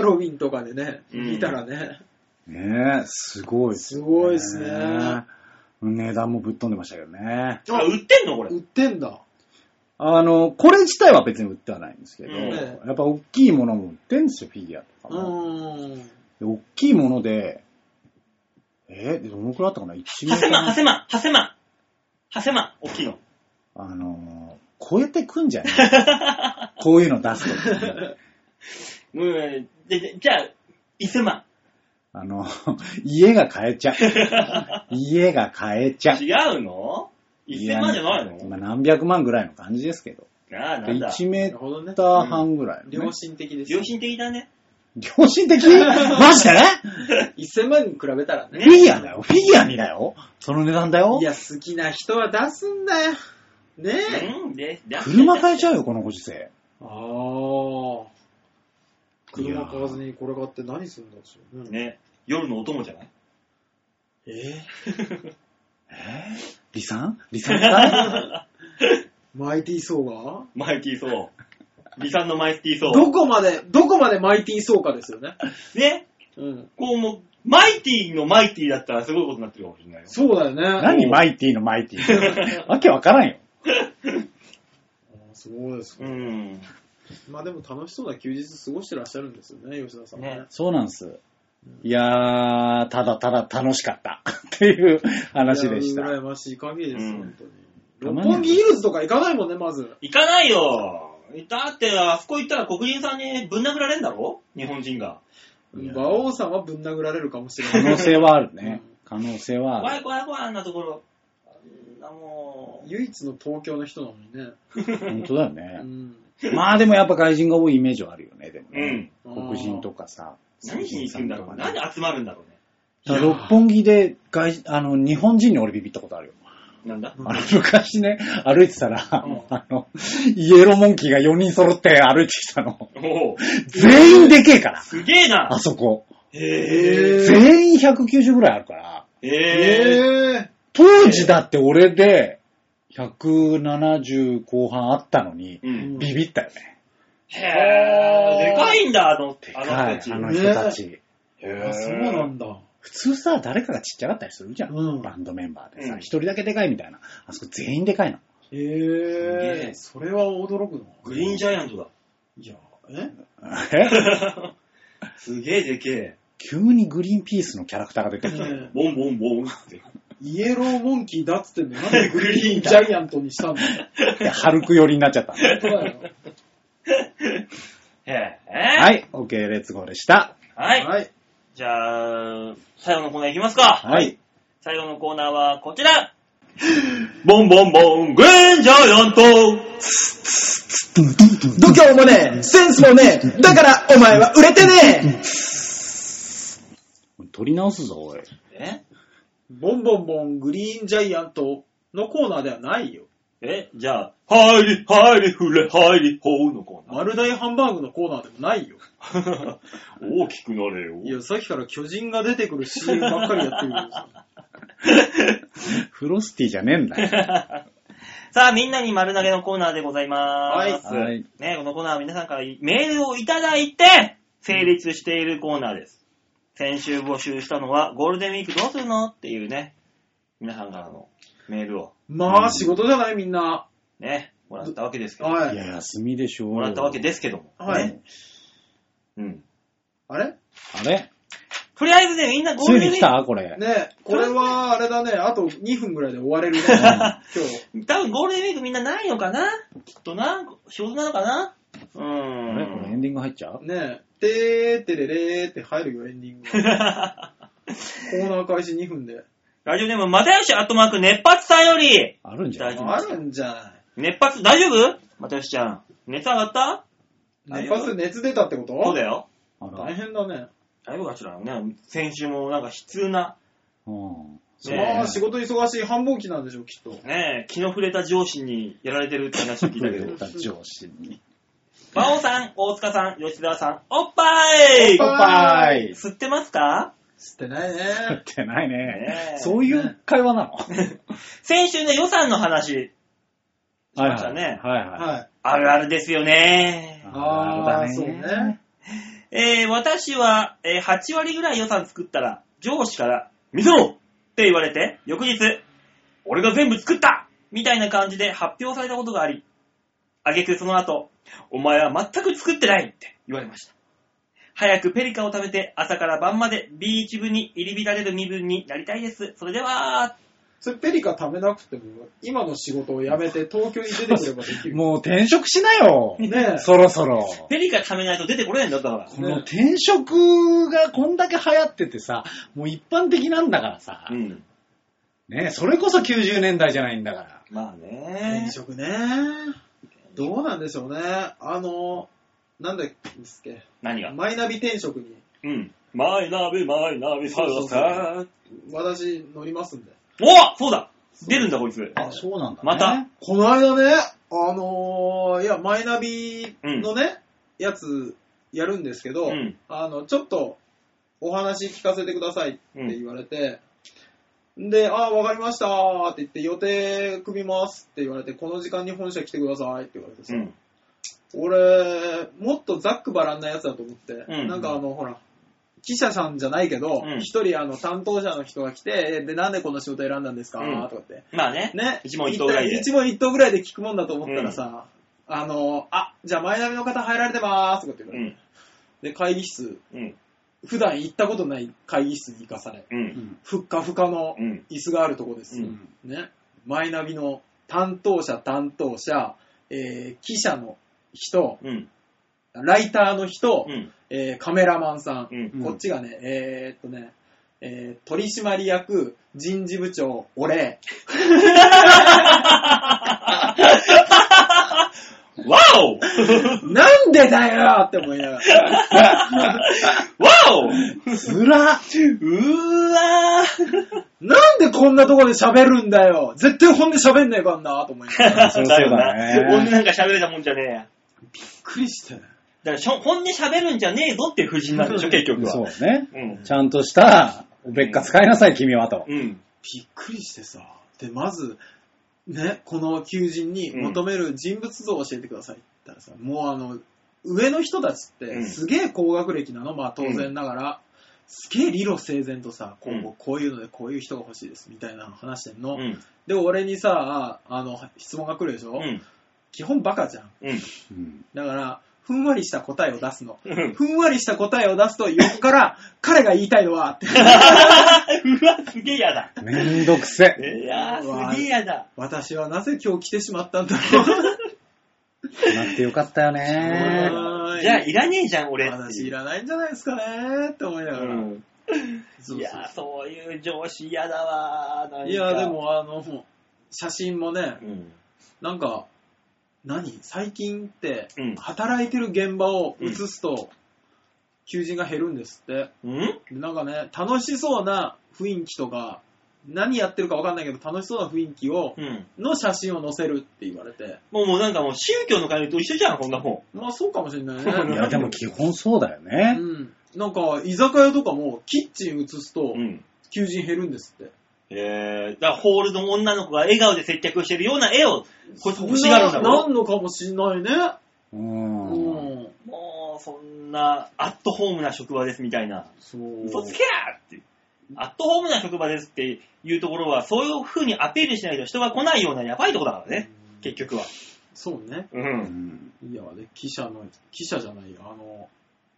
Speaker 3: ロウィンとかでね、
Speaker 2: うん
Speaker 3: 見たらね。
Speaker 1: ねえ、すごいっ
Speaker 3: すごいっすね。
Speaker 1: 値段もぶっ飛んでましたけどね。
Speaker 2: あ、売ってんのこれ。
Speaker 3: 売ってんだ。
Speaker 1: あの、これ自体は別に売ってはないんですけど、
Speaker 2: うん
Speaker 1: やっぱ大きいものも売ってんですよ、フィギュアとか
Speaker 3: う
Speaker 1: も。
Speaker 3: ーん。
Speaker 1: で大きいもので、えでどのくらいあったかな ?1
Speaker 2: ハ
Speaker 1: メー
Speaker 2: セ
Speaker 1: タ
Speaker 2: マン、
Speaker 1: ー
Speaker 2: ハセマン、ハセマン。ハセマン、大きいの。
Speaker 1: あのー、超えてくんじゃないこういうの出すと。
Speaker 2: うん。ででじゃあ、伊勢マ
Speaker 1: あの、家が買えちゃう。家が買えちゃ
Speaker 2: ン。
Speaker 1: う。
Speaker 2: 違うの伊勢マンじゃないの
Speaker 1: まあ何百万ぐらいの感じですけど。
Speaker 2: ああ、なんだ。
Speaker 1: 1
Speaker 3: な
Speaker 1: メ
Speaker 3: る
Speaker 1: ー
Speaker 3: ほどね。
Speaker 1: ター半ぐらいのね、
Speaker 3: 良心的です。
Speaker 2: 良心的だね。
Speaker 1: 良 心的マジで
Speaker 3: 1000万に比べたらね。
Speaker 1: フィギュアだよ。フィギュアにだよ。その値段だよ
Speaker 3: い。や、好きな人は出すんだよ。ねえ。
Speaker 2: うん、で、だ
Speaker 1: 車買えちゃうよ、このご時世。
Speaker 3: ああ。
Speaker 1: いや
Speaker 3: 車
Speaker 1: ー
Speaker 3: 買わずにこれ買って何するんだでしょうね。
Speaker 2: ね、夜のお供じゃない
Speaker 3: えー
Speaker 1: えー、離散離散した
Speaker 3: マイティーソーが
Speaker 2: マイティーソー。理産のマイティーソ
Speaker 3: どこまで、どこまでマイティーソーかですよね。
Speaker 2: ー。ね、
Speaker 3: うん。
Speaker 2: こうもう、マイティのマイティだったらすごいことになってるかもしれないよ。
Speaker 3: そうだよね。
Speaker 1: 何マイティのマイティわけわからんよ。
Speaker 3: あーそうですか。
Speaker 2: うん。
Speaker 3: まあでも楽しそうな休日過ごしてらっしゃるんですよね、吉田さんはね
Speaker 2: ね。
Speaker 1: そうなんです。いやー、ただただ楽しかった。っていう話でし
Speaker 3: い
Speaker 1: た。
Speaker 3: や羨ましい限りです、
Speaker 2: うん
Speaker 3: 本当に。
Speaker 1: たま
Speaker 3: 六
Speaker 1: には
Speaker 3: 本木ヒルズとか行かないもんね、まず。
Speaker 2: 行かないよだって、あそこ行ったら黒人さんにぶん殴られんだろ日本人が。
Speaker 1: いや
Speaker 3: 馬王さんはぶん殴られるかもしれ
Speaker 1: 可
Speaker 3: ない。
Speaker 1: 能性はあるね。可能性はあ
Speaker 2: 怖
Speaker 1: る。
Speaker 2: い怖い怖い、あんなところ。あんなもう。
Speaker 3: 唯一の東京の人なのにね。
Speaker 1: 本当だよ
Speaker 3: う
Speaker 1: ね。
Speaker 3: ん。
Speaker 1: まあでもやっぱ外人が多いイメージはあるよね、でもね。
Speaker 3: うん
Speaker 1: 黒人とかさ。
Speaker 2: 何しに行くんだろう
Speaker 1: 黒人さ
Speaker 2: 何
Speaker 1: とかね
Speaker 2: で集まるんだろうね。
Speaker 1: だから六本木で外人、あの、日本人に俺ビビったことあるよ。
Speaker 2: なんだ
Speaker 1: あの、昔ね、歩いてたら、
Speaker 2: うん
Speaker 1: あの、イエローモンキーが4人揃って歩いてきたの。
Speaker 2: おう
Speaker 1: 全員でけえから、
Speaker 2: すげえな
Speaker 1: あそこ。
Speaker 2: へ
Speaker 3: えー
Speaker 1: 全員190ぐらいあるから。
Speaker 2: え。
Speaker 3: え
Speaker 2: へえ。
Speaker 3: え
Speaker 1: 当時だって俺で170後半あったのに、
Speaker 2: うん。
Speaker 1: ビビったよね。
Speaker 2: へえ。でかいんだ、あの、
Speaker 1: で
Speaker 2: あの
Speaker 1: かい、
Speaker 2: 人
Speaker 1: あ
Speaker 2: た
Speaker 1: の
Speaker 2: ち。
Speaker 1: 人たち。
Speaker 3: あそうなんだ。
Speaker 1: 普通さ、誰かがちっちゃかったりするじゃん。
Speaker 3: うん
Speaker 1: バンドメンバーでさ、
Speaker 2: うん
Speaker 1: 一人だけでかいみたいな。あそこ全員でかいの。
Speaker 3: え
Speaker 2: げ
Speaker 3: え
Speaker 2: え
Speaker 3: それは驚くの。
Speaker 2: グリーンジャイアントだ。
Speaker 3: いや、え
Speaker 1: え
Speaker 2: すげえでけえ。
Speaker 1: 急にグリーンピースのキャラクターが出てきた。
Speaker 3: ね
Speaker 2: ボンボンボン って。
Speaker 3: イエローモンキーだっつってんのになん でグリーンジャイアントにしたんだよ。
Speaker 1: で、ハルク寄りになっちゃった。
Speaker 3: 本当だよ。
Speaker 2: へえ。。
Speaker 1: はいい、OK、レッツゴーでした。
Speaker 2: はい。
Speaker 3: はい。
Speaker 2: じゃあ、最後のコーナーいきますか。
Speaker 1: はい。
Speaker 2: 最後のコーナーはこちらボンボンボン、グレンジャイアント
Speaker 5: 度胸もねえ、センスもねえ、だからお前は売れてね
Speaker 1: 取り直すぞ、おい。
Speaker 2: え
Speaker 3: ボンボンボングリーンジャイアントのコーナーではないよ。
Speaker 2: えじゃあ、入り、入り、ふれ、入り、ほうのコーナー。
Speaker 3: 丸大ハンバーグのコーナーでもないよ。
Speaker 2: 大きくなれよ。
Speaker 3: いや、さっきから巨人が出てくる CM ばっかり やってるよ。
Speaker 1: フロスティじゃねえんだよ。
Speaker 2: さあ、みんなに丸投げのコーナーでございます。
Speaker 1: はいはい
Speaker 2: ね、このコーナーは皆さんからメールをいただいて、成立しているコーナーです。先週募集したのは、ゴールデンウィークどうするのっていうね、皆さんからのメールを
Speaker 3: まあ、仕事じゃないみんな。
Speaker 2: ね、もらったわけですけど、
Speaker 3: はいい。
Speaker 1: や、休みでしょうよ。
Speaker 2: もらったわけですけども。
Speaker 3: はい
Speaker 2: ねうん。
Speaker 3: あれ
Speaker 1: あれ
Speaker 2: とりあえずね、みんなゴー
Speaker 1: つ
Speaker 2: ル
Speaker 1: い
Speaker 2: デン
Speaker 1: に
Speaker 2: ウィ
Speaker 1: 来
Speaker 2: ー
Speaker 1: たこれ。
Speaker 3: ねこれはあれだね、あと2分ぐらいで終われるね。今日。
Speaker 2: ク、多分ゴールデンウィークみんなないのかなきっとな、仕事なのかなう
Speaker 1: あれこれエン
Speaker 2: ん。
Speaker 1: ディング入っちゃう
Speaker 3: ねてーてれれーって入るよ、エンディングは。コーナー開始2分で。
Speaker 2: ラジオネーム、またよしアットマーク、熱発さんより、
Speaker 1: あるんじゃ
Speaker 2: 大
Speaker 1: ん
Speaker 2: 丈夫
Speaker 3: あるんじゃない
Speaker 2: 熱発、大丈夫またよしちゃん。熱上がった大
Speaker 3: 熱
Speaker 2: 丈夫
Speaker 3: 発熱出たってこと
Speaker 2: そうだよ。
Speaker 1: あら
Speaker 3: 大変だね。
Speaker 2: 大丈夫かしらね。先週もなんか悲痛な、
Speaker 1: うん。
Speaker 2: ねえ
Speaker 3: まあ、仕事忙しい繁忙期なんでしょう、きっと。
Speaker 2: ねえ、気の触れた上司にやられてるって話を聞いたけ ど。
Speaker 1: 上司に。
Speaker 2: 馬王さん、大塚さん、吉沢さん、おっぱい
Speaker 1: おっぱい
Speaker 2: 吸ってますか
Speaker 3: 知ってない
Speaker 1: や
Speaker 3: ね
Speaker 1: っ。てないね
Speaker 2: ね。え
Speaker 1: そういう会話なの
Speaker 2: 先週の予算の話、
Speaker 1: はい
Speaker 2: ましたね
Speaker 1: はいはい。
Speaker 3: はい。
Speaker 2: あるあるですよね。
Speaker 3: あー、そうね。。
Speaker 2: えー、私は、えー8割ぐらい予算作ったら、上司から、見せろって言われて、翌日、俺が全部作ったみたいな感じで発表されたことがあり、あげくその後、お前は全く作ってないって言われました。早くペリカを食べて朝から晩までビーチ部に入り浸れる身分になりたいです。それでは、
Speaker 6: それペリカ食べなくても、今の仕事を辞めて東京に出てくればできる。
Speaker 1: もう転職しな よ。
Speaker 6: ね
Speaker 1: そろそろ。
Speaker 2: ペリカ食べないと出てこれないんだったから。
Speaker 1: この転職がこんだけ流行っててさ、もう一般的なんだからさ。
Speaker 2: ん。
Speaker 1: ねそれこそ90年代じゃないんだから。
Speaker 2: まあ
Speaker 3: 転
Speaker 2: ね。
Speaker 3: 職ね。どうなんでしょうね。あの、なんだっけ、
Speaker 2: 何が
Speaker 3: マイナビ転職に
Speaker 2: うん。マイナビ、マイナビ、サ
Speaker 3: そ
Speaker 2: ラ
Speaker 3: うそう
Speaker 2: サ
Speaker 3: そ私乗りますんで。
Speaker 2: おそうだ出るんだ、こいつ。
Speaker 1: あ、そうなんだ、ね。
Speaker 2: また
Speaker 3: この間ね、あのーいや、マイナビのね、やつやるんですけど、
Speaker 2: うん。
Speaker 3: あの、ちょっとお話聞かせてくださいって言われて、で、ああ、わかりましたーって言って、予定組みますって言われて、この時間に本社来てくださいって言われてさ、
Speaker 2: うん。
Speaker 3: 俺、もっとざっくばらんなやつだと思って、
Speaker 2: うん
Speaker 3: なんかあの、ほら、記者さんじゃないけど
Speaker 2: うん、
Speaker 3: 一、人あの担当者の人が来て、えで、なんでこの仕事選んだんですか、
Speaker 2: うん
Speaker 3: とかって。
Speaker 2: まあね。
Speaker 3: ね。
Speaker 2: 一問一答ぐらいで
Speaker 3: 一問一答ぐらいで聞くもんだと思ったらさ、あの、あ、じゃあマイナビの方入られてまーすとかって言わ
Speaker 2: う
Speaker 3: れて、
Speaker 2: ん。
Speaker 3: で、会議室、
Speaker 2: うん。
Speaker 3: 普段行ったことない会議室に行かされ、
Speaker 2: う。
Speaker 1: うんん。
Speaker 3: ふっかふかの
Speaker 2: うん。
Speaker 3: 椅子があるとこですよ、
Speaker 2: うん
Speaker 3: ね。マイナビの担当者、担当者、えー記者の人、
Speaker 2: うん。
Speaker 3: ライターの人、
Speaker 2: うん。
Speaker 3: えーカメラマンさん、
Speaker 2: うん。
Speaker 1: ん
Speaker 3: こっちがね、えーっとね、えー取締役、人事部長、 俺、
Speaker 2: わお
Speaker 3: なんでだよって思いながら。
Speaker 2: わお
Speaker 1: つら
Speaker 2: うーわー
Speaker 3: なんでこんなとこで喋るんだよ絶対本で喋んねえかんなと思いな がら。びっ
Speaker 1: そりゃそうだね
Speaker 2: よな俺なんか喋れたもんじゃねえや。
Speaker 3: くりして。
Speaker 2: だからしょ、本音喋るんじゃねえぞっていう布陣なんでしょ、結局は。
Speaker 1: そうね。
Speaker 2: うん。
Speaker 1: ちゃんとした、別格使いなさい、君はと。
Speaker 2: うん。
Speaker 3: びっくりしてさ。で、まず、ね、この求人に
Speaker 2: うん
Speaker 3: 求める人物像を教えてくださいって言ったらさ、もうあの、上の人たちっ
Speaker 2: う
Speaker 3: て
Speaker 2: ん
Speaker 3: すげえ高学歴なの、まあ当然ながら、すげえ理路整然とさ、こ
Speaker 2: うん
Speaker 3: うこういうのでこういう人が欲しいですみたいなの話してんの。
Speaker 2: うん。
Speaker 3: で、俺にさ、あの、質問が来るでしょ、
Speaker 2: うん。
Speaker 3: 基本バカじゃん。
Speaker 2: うん。
Speaker 1: うん。
Speaker 3: だから、ふんわりした答えを出すの。
Speaker 2: うん。
Speaker 3: ふんわりした答えを出すと横から、彼が言いたいのは、って。
Speaker 2: うわ、すげえやだ。
Speaker 1: めんどくせ。
Speaker 2: いやー、すげえやだ。
Speaker 3: 私はなぜ今日来てしまったんだろう。
Speaker 1: なってよかったよね。
Speaker 3: はーい
Speaker 2: じゃあ、いらねえじゃん、俺って
Speaker 3: 私
Speaker 2: い。
Speaker 3: いうらないんじゃないですかねって思いながら。
Speaker 2: うん。
Speaker 3: そうそう
Speaker 2: いやー、そういう上司嫌だわーなんか
Speaker 3: いや、で。もあの、もう写真もね
Speaker 2: う、ん。
Speaker 3: なんか、何最近って
Speaker 2: うん、
Speaker 3: 働いてる現場を写すと、求人が減るんですって。
Speaker 2: うん
Speaker 3: でなんかね、楽しそうな雰囲気とか、何やってるかわかんないけど楽しそうな雰囲気を、
Speaker 2: うん。
Speaker 3: の写真を載せるって言われて、
Speaker 2: もうもうなんかもう宗教の会と一緒じゃん、こんなもん。
Speaker 3: まあそうかもしれない
Speaker 1: い
Speaker 3: ね。
Speaker 1: や、でも基本そうだよ
Speaker 3: う
Speaker 1: ね。
Speaker 3: ん。なんか、居酒屋とかも、キッチン映すと、
Speaker 2: ん。
Speaker 3: 求人減るんですって。
Speaker 2: えー、だからホールの女の子が笑顔で接客をしてるような絵を、こいつ欲しがるんだ
Speaker 3: なな
Speaker 2: ろ
Speaker 3: んのかもしれないね。
Speaker 1: う。
Speaker 3: うんん。
Speaker 2: もう、そんな、アットホームな職場ですみたいな。
Speaker 3: そう。
Speaker 2: 嘘つけやって。アットホームな職場ですっていうところは、そういう風にアピールしないと人が来ないようなやばいところだからね、結局は。
Speaker 3: そうね。
Speaker 2: う。
Speaker 1: うんん
Speaker 3: いや、で、記者の、記者じゃないよ。あの、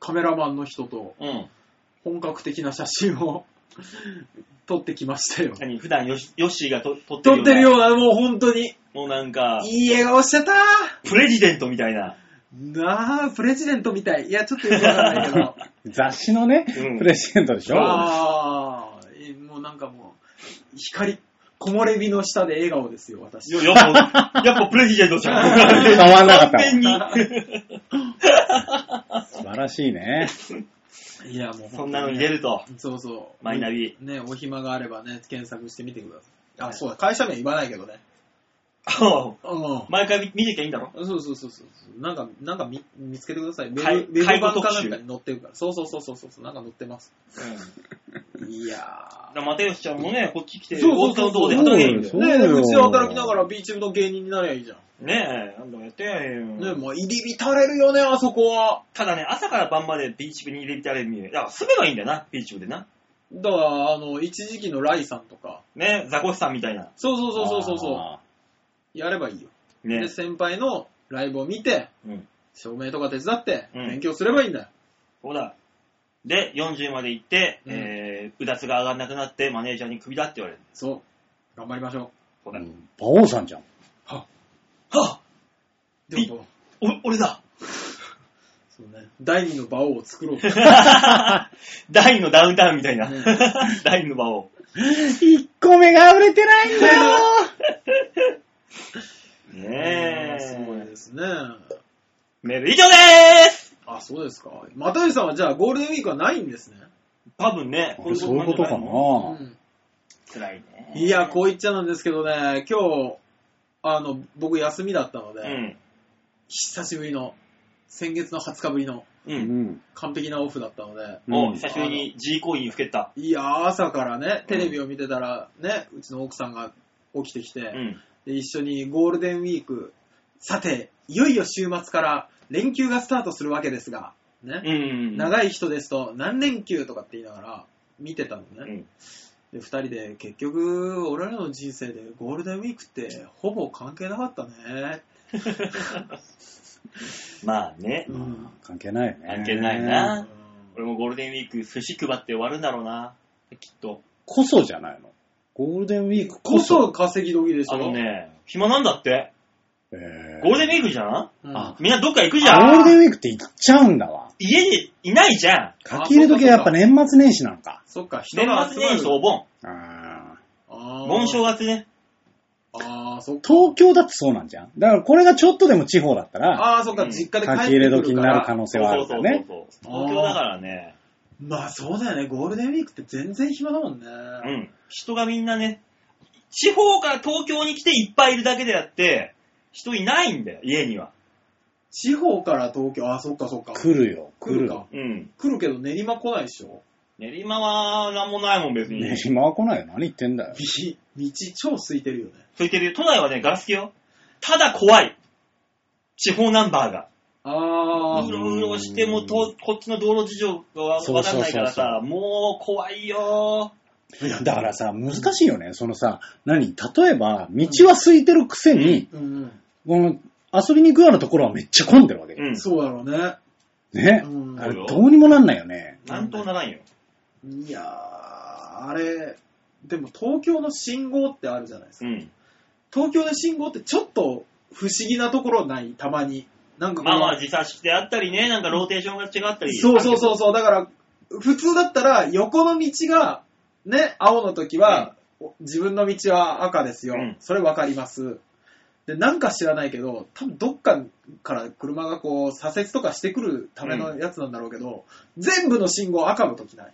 Speaker 3: カメラマンの人と
Speaker 2: うん。
Speaker 3: 本格的な写真を 撮ってきましたよ。
Speaker 2: 何普段ヨシヨッシーがと撮ってる
Speaker 3: 撮
Speaker 2: ような。
Speaker 3: ってるような、もう本当に。
Speaker 2: もうなんか、
Speaker 3: いい笑顔してた
Speaker 2: プレジデントみたいな。
Speaker 3: なあ、プレジデントみたい。いや、ちょっとよくわかんな いけど。
Speaker 1: 雑誌のね、
Speaker 2: うん
Speaker 1: プレゼントでしょ。
Speaker 3: ああ、えもうなんかもう、光、木漏れ日の下で笑顔ですよ、私。
Speaker 2: よやっぱ、やっぱプレジデントじゃん。
Speaker 1: 変わんなかった
Speaker 2: 完全に。
Speaker 1: 素晴らしいね。
Speaker 3: いや、もう、
Speaker 2: そんなのに出。ると。
Speaker 3: そうそう。
Speaker 2: マイナビ。
Speaker 3: ね、お暇があればね、検索してみてください。あ、そうだ、会社名言わないけどね。う
Speaker 2: 毎回見てきゃいいんだろ。
Speaker 3: ん。そうそうそうそう。なんか、なんか見見つけてください。ウェ
Speaker 2: 介
Speaker 3: ブウェブ
Speaker 2: 介護
Speaker 3: 版
Speaker 2: 特
Speaker 3: かな
Speaker 2: 集
Speaker 3: んかに載ってるから。そうそうそうそうそう。なんか載ってます。
Speaker 2: うん。
Speaker 3: いや
Speaker 2: またよしちゃんもね、こっち来て、
Speaker 3: そうそうそう
Speaker 2: 大塚のとこで働けばいいんだよ
Speaker 1: そ
Speaker 3: ー。
Speaker 1: う
Speaker 3: ね
Speaker 1: よ
Speaker 3: え、うちで働きながらビーチ部の芸人になりゃいいじゃん。
Speaker 2: ねえ、なんでもやってやれよ。
Speaker 3: ねえ、もう入り浸れるよね、あそこは。
Speaker 2: ただね、朝から晩までビーチ部に入れてあれるに、だから住めばいいんだよな、ビーチ部でな。
Speaker 3: だから、あの、一時期のライさんとか、
Speaker 2: ね、ザコシさんみたいな。
Speaker 3: そうそうそうそうそうそう、
Speaker 1: あ
Speaker 3: やればいいよ。
Speaker 2: ね
Speaker 3: で、。先輩のライブを見て、
Speaker 2: うん。
Speaker 3: 照明とか手伝って、
Speaker 2: うん
Speaker 3: 勉強すればいいんだよ。
Speaker 2: そうだ。で、40まで行って、
Speaker 3: うん
Speaker 2: えー、うだつが上がんなくなって、マネージャーにクビだって言われる。
Speaker 3: そう。頑張りましょ
Speaker 2: そう
Speaker 1: ー
Speaker 2: だ。
Speaker 1: うん馬王さんじゃん。
Speaker 2: は
Speaker 3: う。でも、
Speaker 2: ぁお俺だ
Speaker 3: そうね、第二の馬王を作ろう。
Speaker 2: 第二のダウンタウンみたいな
Speaker 3: うん。
Speaker 2: 第二の馬王。
Speaker 1: 1個目が売れてないんだよ
Speaker 2: ねえ。
Speaker 3: すごいですね。
Speaker 2: メール以上でーす
Speaker 3: あ、そうですか。又吉さんはじゃあゴールデンウィークはないんですね。
Speaker 2: 多分ね、
Speaker 1: ーそういう ことかな
Speaker 3: うん
Speaker 2: 辛いね。
Speaker 3: いや、こう言っちゃなんですけどね、今日、あの、僕休みだったので、
Speaker 2: うん。
Speaker 3: 久しぶりの、先月の20日ぶりの
Speaker 2: う。
Speaker 1: うんん。
Speaker 3: 完璧なオフだったので、
Speaker 2: もう
Speaker 1: う
Speaker 2: ん久しぶりに G 行為にふけった。
Speaker 3: いやー、朝からね、テレビを見てたら、ね、うちの奥さんが起きてきて、
Speaker 2: うん。
Speaker 3: で一緒にゴールデンウィーク、さて、いよいよ週末から連休がスタートするわけですが、ね、
Speaker 2: うん。
Speaker 3: 長い人ですと何連休とかって言いながら見てたのね。
Speaker 2: うん
Speaker 3: で、二人で結局、俺らの人生でゴールデンウィークってほぼ関係なかったね。
Speaker 2: まあね。
Speaker 1: まあ関係ないよね。
Speaker 2: 関係ないな
Speaker 3: うん
Speaker 2: 俺もゴールデンウィーク寿司配って終わるんだろうな。きっと。
Speaker 1: こそじゃないの。ゴールデンウィークこ
Speaker 3: こ
Speaker 1: そ。
Speaker 3: そ稼ぎ時でしょ。
Speaker 2: あのね、暇なんだって。
Speaker 1: えー
Speaker 2: ゴールデンウィークじゃん
Speaker 3: うん
Speaker 1: あ
Speaker 2: みんなどっか行くじ
Speaker 1: ゴ
Speaker 2: ゃ
Speaker 1: ールデン
Speaker 2: ん
Speaker 1: ウィークって行っちゃうんだわ。
Speaker 2: 家にいないじゃん
Speaker 1: 書き入れ時はやっぱ年末年始なのか。
Speaker 3: そっか、人
Speaker 2: 年
Speaker 3: が集
Speaker 2: 末
Speaker 3: ま
Speaker 2: 年
Speaker 3: る。
Speaker 2: 始とお盆。
Speaker 1: あー
Speaker 3: あー
Speaker 2: 盆正月ね。
Speaker 3: あー、そっか。
Speaker 1: 東京だってそうなんじゃん。だからこれがちょっとでも地方だったら、
Speaker 3: ああ、そっ
Speaker 2: う
Speaker 3: か、
Speaker 2: ん
Speaker 3: 実家で
Speaker 1: 書き
Speaker 3: 帰
Speaker 1: 入
Speaker 3: っ
Speaker 1: れ
Speaker 3: て
Speaker 1: 時
Speaker 3: く
Speaker 1: に
Speaker 3: るか
Speaker 1: なる
Speaker 3: ら。
Speaker 1: 可能性
Speaker 2: そう
Speaker 1: はあ
Speaker 2: そう
Speaker 1: るか
Speaker 2: そ
Speaker 1: ら
Speaker 2: う
Speaker 1: ね。
Speaker 2: そう。
Speaker 3: あー
Speaker 2: 東京だからね。
Speaker 3: まあそうだよね、ゴールデンウィークって全然暇だもんね。
Speaker 2: うん。人がみんなね、地方から東京に来ていっぱいいるだけであって、人いないんだよ、家には。
Speaker 3: 地方から東京、ああ、そっかそっか。
Speaker 1: 来るよ、来
Speaker 3: 来
Speaker 1: る
Speaker 3: る
Speaker 1: よ
Speaker 3: か。。
Speaker 2: うん。
Speaker 3: 来るけど練馬来ないでしょ
Speaker 2: 練馬はなんもないもん別 に。
Speaker 1: ね、暇は来ないよ。何言ってんだよ。
Speaker 3: 道、道超空いてるよね。
Speaker 2: 空いてるよ。都内はね、ガラス気よ。ただ怖い。地方ナンバーが。
Speaker 3: あ
Speaker 2: うろうろしてもと、こっちの道路事情がわ
Speaker 1: そう
Speaker 2: わか
Speaker 1: そうそ
Speaker 2: ん
Speaker 1: う
Speaker 2: ない
Speaker 1: そう
Speaker 2: からさ、もう怖いよ
Speaker 1: だからさ、難しいよね。そのさ、何例えば、道は空いてるくせに、
Speaker 3: あ、うん、
Speaker 1: この、遊びに行くようなところはめっちゃ混んでるわけ
Speaker 2: う
Speaker 1: よ。
Speaker 2: ん。
Speaker 3: そうだろうね。
Speaker 1: ね
Speaker 3: う。ん
Speaker 1: あれ、どうにもなんないよね。
Speaker 2: なんともならんよ。
Speaker 3: いやー、あれ、でも東京の信号ってあるじゃないです
Speaker 2: う
Speaker 3: か。
Speaker 2: ん。
Speaker 3: 東京の信号ってちょっと不思議なところない、たまに。なんかこ
Speaker 2: まあ
Speaker 3: の
Speaker 2: まあ、時差してあったりね、なんかローテーションが違ったり。
Speaker 3: そうそうそうそう。だから、普通だったら横の道が、ね、青の時は、お自分の道は赤ですよ。
Speaker 2: うん
Speaker 3: それわかります。で、なんか知らないけど、多分どっかから車がこう、左折とかしてくるためのやつなんだろうけど、全部の信号赤の時ない。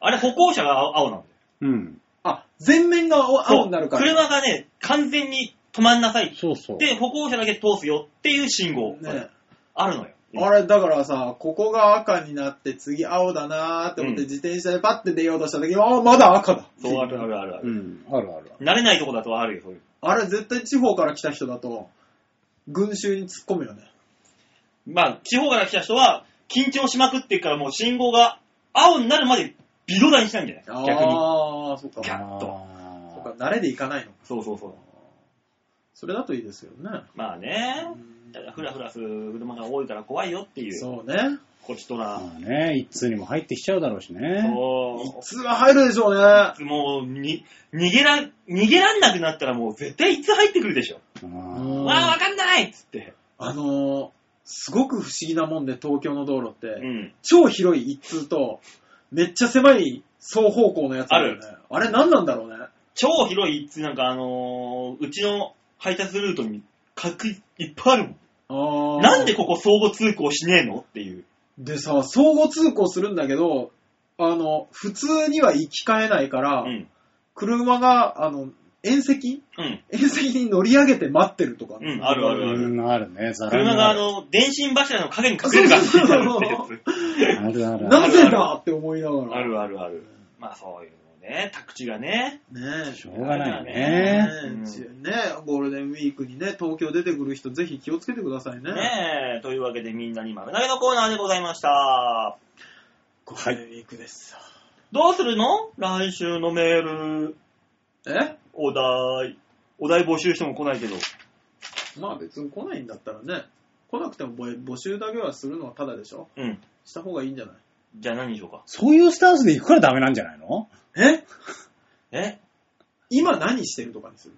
Speaker 2: あれ、歩行者が青青なんだよ。
Speaker 1: うん。
Speaker 3: あ、全面が青青になるから。
Speaker 2: 車がね、完全に止まんなさい。
Speaker 1: そうそう。
Speaker 2: で、歩行者だけ通すよっていう信号。
Speaker 3: ね、
Speaker 2: あるのよ。
Speaker 3: あれ、だからさ、ここが赤になって次青だなーって思って
Speaker 2: うん
Speaker 3: 自転車でパッて出ようとした時、ああ、まだ赤だ。
Speaker 2: そう、あるあるあるあ
Speaker 1: う
Speaker 2: る。
Speaker 1: ん。あるある。
Speaker 2: 慣れないとこだとあるよ、そういう。
Speaker 3: あれ絶対地方から来た人だと、群衆に突っ込むよね。
Speaker 2: まあ、地方から来た人は、緊張しまくってるから、もう信号が青になるまで微動だにしないんじゃない逆に。
Speaker 3: ああ、そっか。
Speaker 2: ギャッと
Speaker 3: そっ
Speaker 1: あ
Speaker 3: か、慣れでいかないのか。
Speaker 2: そうそうそう。
Speaker 3: それだといいですよね。
Speaker 2: まあね。ただ、ふらふらする車が多いから怖いよっていう、
Speaker 3: そうね。
Speaker 2: こちとら
Speaker 1: ー。まあね、一通にも入ってきちゃうだろうしね。
Speaker 2: そ
Speaker 3: 通は入るでしょうね。
Speaker 2: う。もう、に、逃げら、逃げらんなくなったらもう絶対いつ入ってくるでしょ。
Speaker 3: う
Speaker 1: あー
Speaker 3: ん
Speaker 2: わあ、わかんないっつって。
Speaker 3: あのー、すごく不思議なもんで、東京の道路って、
Speaker 2: うん。
Speaker 3: 超広い一通と、めっちゃ狭い双方向のやつだよね。あれ何なんだろうね。
Speaker 2: 超広い一通なんかあのーうちの配達ルートに、かく、いっぱいあるもん。
Speaker 3: ああ。
Speaker 2: なんでここ相互通行しねえのっていう。
Speaker 3: でさ、相互通行するんだけど、あの、普通には行き換えないから、
Speaker 2: うん。
Speaker 3: 車が、あの、縁石
Speaker 2: うん。
Speaker 3: 縁石に乗り上げて待ってるとか。
Speaker 2: うん、あるあるある。
Speaker 1: うん、あるね。ざらに
Speaker 2: 車が
Speaker 1: あ
Speaker 2: あ
Speaker 1: る。
Speaker 2: の、電信柱の影に隠れる感じになるってや
Speaker 3: そう
Speaker 2: つ。
Speaker 1: あるあるあ
Speaker 3: なぜだって思いながら。
Speaker 2: あるあるある。まあそういうのね、宅地がね。
Speaker 3: ねえ。
Speaker 1: る。しょうがない
Speaker 3: ね
Speaker 1: ね。
Speaker 3: え
Speaker 2: うん
Speaker 3: じねえゴールデンウィークにね、東京出てくる人、ぜひ気をつけてくださいね。
Speaker 2: ねえ、というわけでみんなに丸投げのコーナーでございました。
Speaker 3: ゴールデンウィークです。
Speaker 2: どうするの来週のメール、
Speaker 3: え
Speaker 2: お題。お題募集しても来ないけど。
Speaker 3: まあ別に来ないんだったらね、来なくても募募集だけはするのはただでしょ
Speaker 2: うん。
Speaker 3: した方がいいんじゃない
Speaker 2: じゃあ何にしようか。
Speaker 1: そういうスタンスで行くからダメなんじゃないの
Speaker 3: え
Speaker 2: え
Speaker 3: 今何してるとかにする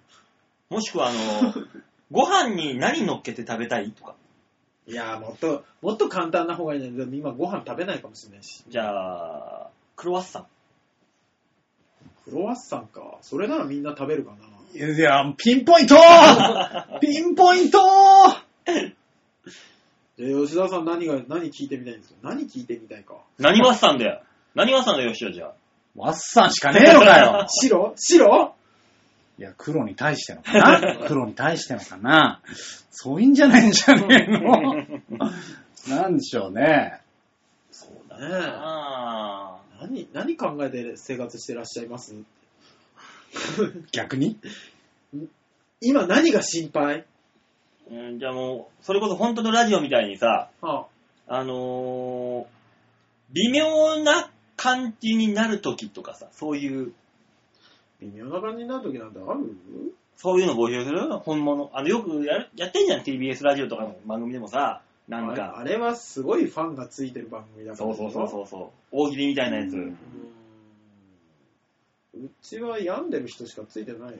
Speaker 2: もしくはあの、 ご飯に何乗っけて食べたいとか。
Speaker 3: いやーもっと、もっと簡単な方がいいんだけど、でも今ご飯食べないかもしれないし。
Speaker 2: じゃあ、クロワッサン。
Speaker 3: クロワッサンか。それならみんな食べるかな。
Speaker 1: いや、ピンポイント ピンポイント
Speaker 3: じゃあ吉田さん何が、何聞いてみたいんですか何聞いてみたいか。
Speaker 2: 何ワッサンだよ。何ワッサンだよ、吉田じゃあ。
Speaker 1: ワッサンしかねえのかよ
Speaker 3: 白白
Speaker 1: いや、黒に対してのかな黒に対してのかなそういうんじゃないんじゃねえの なんでしょうね。
Speaker 3: そうだね。
Speaker 2: あ
Speaker 3: 何、何考えて生活してらっしゃいます
Speaker 1: 逆に
Speaker 3: 今何が心配
Speaker 2: ーうんじゃあもう、それこそ本当のラジオみたいにさ、
Speaker 3: はあ、
Speaker 2: あのー、微妙な感じになるときとかさ、そういう、
Speaker 3: 微妙な感じになる時なんてある
Speaker 2: そういうの募集する本物。あの、よくやるやってんじゃん、TBS ラジオとかの番組でもさ、なん
Speaker 3: あ
Speaker 2: か。
Speaker 3: れあれはすごいファンがついてる番組だか
Speaker 2: そ
Speaker 3: ら
Speaker 2: うそうそうそうそう。大喜利みたいなやつ。
Speaker 3: うーんうちは病んでる人しかついてない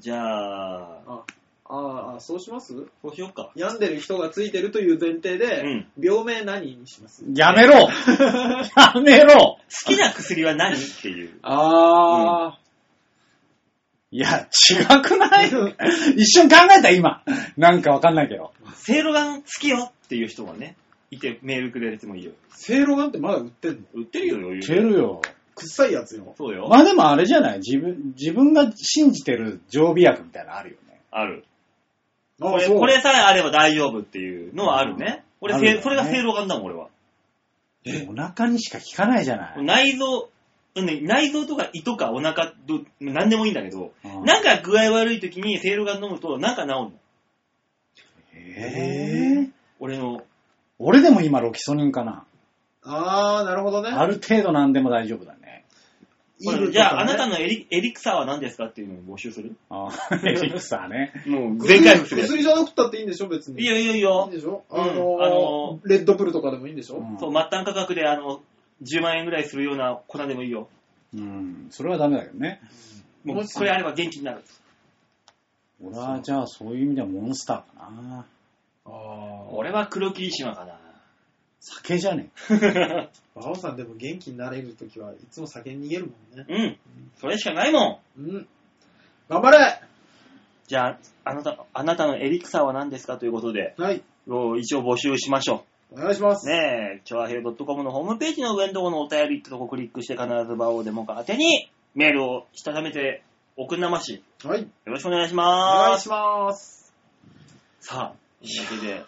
Speaker 2: じゃあ、
Speaker 3: あああそうします
Speaker 2: そうしよっか。
Speaker 3: 病んでる人がついてるという前提で、
Speaker 2: うん
Speaker 3: 病名何にします
Speaker 1: やめろやめ
Speaker 2: 好
Speaker 1: ろ
Speaker 2: きな薬は何っていう。
Speaker 3: あ
Speaker 1: いや、違 くない一瞬考えた、今。なんかわかんないけど。
Speaker 2: セいろがん好きよっていう人がね、いてメールくれてもいいよ。
Speaker 3: ー、せいろがんってまだ売ってんの
Speaker 2: 売ってるよ、余
Speaker 1: いけ
Speaker 2: 裕。
Speaker 1: るよ。
Speaker 3: 臭いやつよ。
Speaker 2: そうよ。
Speaker 1: まあでもあれじゃない自分、自分が信じてる常備薬みたいなのあるよね。
Speaker 2: ある。
Speaker 3: あ
Speaker 2: これ
Speaker 3: そう
Speaker 2: これさえあれば大丈夫っていうのはあるね。俺、
Speaker 1: あるよ
Speaker 2: せ
Speaker 1: ね
Speaker 2: いそれが正露丸だもん、俺は。
Speaker 1: お腹にしか効かないじゃない。
Speaker 2: 内臓、ね内臓とか胃とかお腹、ど何でもいいんだけど、
Speaker 1: うん
Speaker 2: なんか具合悪い時に正露丸飲むと、なんか治るの。
Speaker 1: えー
Speaker 2: 俺の、
Speaker 1: 俺でも今ロキソニンかな。
Speaker 3: あー、なるほどね。
Speaker 1: ある程度何でも大丈夫だね。
Speaker 3: イブとかね
Speaker 2: じゃあ、あなたのエリエリクサーは何ですかっていうのを募集する
Speaker 1: あ ーエリクサーね。
Speaker 2: もう、
Speaker 3: 薬
Speaker 2: 全回復するやつ。
Speaker 3: 薬じゃなくったっていいんでしょ別に。
Speaker 2: いいよいいよいい
Speaker 3: いいん
Speaker 2: よ。
Speaker 3: でしょ、
Speaker 2: うん
Speaker 3: あのー
Speaker 2: あの
Speaker 3: レッドブルとかでもいいんでしょ、
Speaker 1: うん
Speaker 2: そう、末端価格で、あの、10万円ぐらいするような粉でもいいよ。
Speaker 1: うん。それはダメだけどね。
Speaker 2: もう、
Speaker 3: もし
Speaker 2: これあれば元気になる。
Speaker 1: 俺はじゃあそういう意味ではモンスターかな。
Speaker 3: あ
Speaker 2: 俺は黒霧島かな。
Speaker 1: 酒じゃね
Speaker 3: あ。バオさんでも元気になれるときはいつも酒に逃げるもんね。
Speaker 2: うん。それしかないもん。
Speaker 3: うん。頑張れ
Speaker 2: じゃあ、あなた、あなたのエリクサーは何ですかということで、
Speaker 3: はい。
Speaker 2: お一応募集しましょ
Speaker 3: お願いします。
Speaker 2: う。ねえ、チョアヘイドットコムのホームページの上のところのお便りってとこクリックして必ず場をデモか宛てにメールをしたためて送んなまし、よ
Speaker 3: はい。
Speaker 2: ろしくお願いし
Speaker 3: お願
Speaker 2: ま
Speaker 3: い
Speaker 2: す。
Speaker 3: します。
Speaker 2: さあ、というわけで、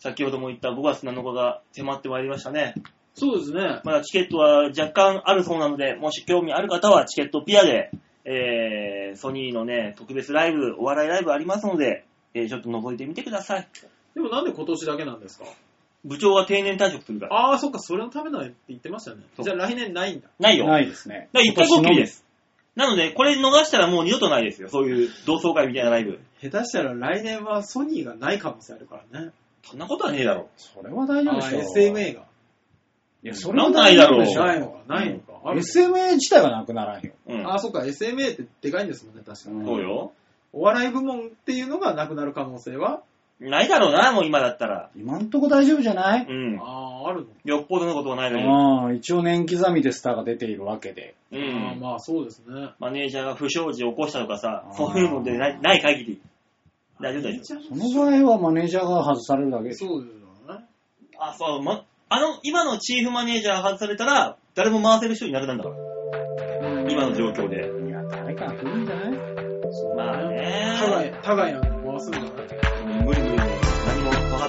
Speaker 2: 先ほども言った5月7日が迫ってまいりましたね。
Speaker 3: そうですね。
Speaker 2: まだチケットは若干あるそうなので、もし興味ある方はチケットピアで、えー、ソニーのね、特別ライブ、お笑いライブありますので、えー、ちょっと覗いてみてください。
Speaker 3: でもなんで今年だけなんですか
Speaker 2: 部長は定年退職するから。
Speaker 3: ああ、そっか、それのためないって言ってましたよね。
Speaker 2: そう
Speaker 3: じゃあ来年ないんだ。
Speaker 2: ない
Speaker 1: え。
Speaker 2: よ。
Speaker 1: ないですね。。
Speaker 2: だから一回こっきりですす。なので、これ逃したらもう二度とないですよ。そういう同窓会みたいなライブ。
Speaker 3: 下手したら来年はソニーがない可能性あるからね。
Speaker 2: そんなことはねえだろ。
Speaker 1: それは大丈夫
Speaker 3: あ
Speaker 1: で
Speaker 3: あ
Speaker 1: しょ。
Speaker 3: SMA が。
Speaker 1: いや、それは大丈夫でしょ。
Speaker 3: ないのか、ないのか。ある
Speaker 1: SMA 自体はなくならんよ。
Speaker 2: うん。
Speaker 3: ああ、そっか、SMA ってでかいんですもんね、確か
Speaker 1: うん
Speaker 3: に。
Speaker 2: そうよ。
Speaker 3: お笑い部門っていうのがなくなる可能性は、
Speaker 2: ないだろうな、もう今だったら。
Speaker 1: 今んとこ大丈夫じゃない
Speaker 2: うん。
Speaker 3: ああ、あるのか。
Speaker 2: よっぽどのことはないのに。
Speaker 1: ああ、一応年刻みでスターが出ているわけで。
Speaker 2: う
Speaker 3: ああ
Speaker 2: ん。
Speaker 3: まあ、そうですね。
Speaker 2: マネージャーが不祥事を起こしたとかさ
Speaker 1: あ、ー
Speaker 2: そういうのでないない限り。大丈夫だよ。
Speaker 1: その場合はマネージャーが外されるだけでしょ。
Speaker 3: そうですよね。
Speaker 2: あ、そう、ま、あの、今のチーフマネージャー外されたら、誰も回せる人になるなんだから。今の状況で。
Speaker 1: いや、誰かが来るんじゃない
Speaker 2: まあね
Speaker 3: タガヤ、タガヤの回すんじゃない
Speaker 2: 無理無理無理。何も分かんない。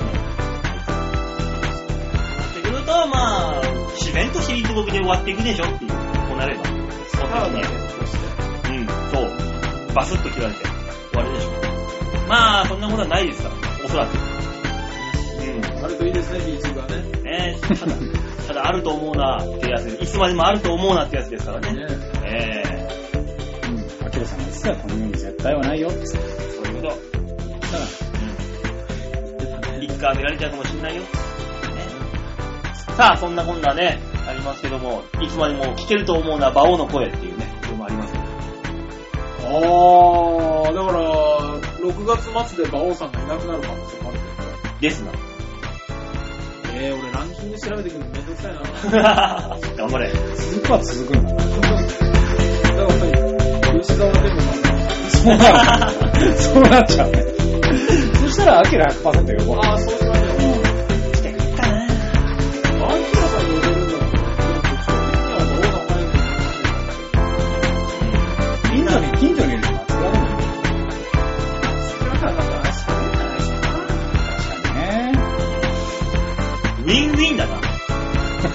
Speaker 2: っていうと、まあ、自然としていい動きで終わっていくでしょっていう、こうなれば。そう
Speaker 3: タガ
Speaker 2: ね
Speaker 3: ヤ。とし
Speaker 2: う
Speaker 3: て。
Speaker 2: ん、そう。バスッと切られて終わりでしょ。まあ、そんなことはないですから、おそらく。うん。
Speaker 7: あるといいですね、ビーチ部はね。
Speaker 2: ねただ、ただあると思うなってやつでいつまでもあると思うなってやつですからね。
Speaker 7: ね
Speaker 2: ええ
Speaker 1: うん。アキラさんが言ってたよこの世に絶対は ないよって言って
Speaker 2: そういうこと。
Speaker 1: たから。
Speaker 2: 一回見られちゃうかもしれないよ。ねさあ、そんなこんなね、ありますけども、いつまでも聞けると思うな馬王の声っていうね、のもありますけど
Speaker 3: あー、だから、6月末で馬王さんがいなくなる可能性もある
Speaker 2: ですな。
Speaker 3: けどね。えー、俺ランキング調べてくるのめんどくさいな。
Speaker 2: 頑張れ。
Speaker 1: 続くは続くんだな。
Speaker 3: だからやっぱり、吉沢でも
Speaker 1: そうなる。そうなっちゃうね。そしたら、アキラ100%よ。
Speaker 3: あー、そういう感じだね。アンキラさんに入れるんだったら、でも、どっちか的にはどうなのかなって思いますけど、少なからなったら安心じゃないし
Speaker 1: 近所に、近所にいるのは違うのよ。確かにね。
Speaker 2: ウィンウィンだな。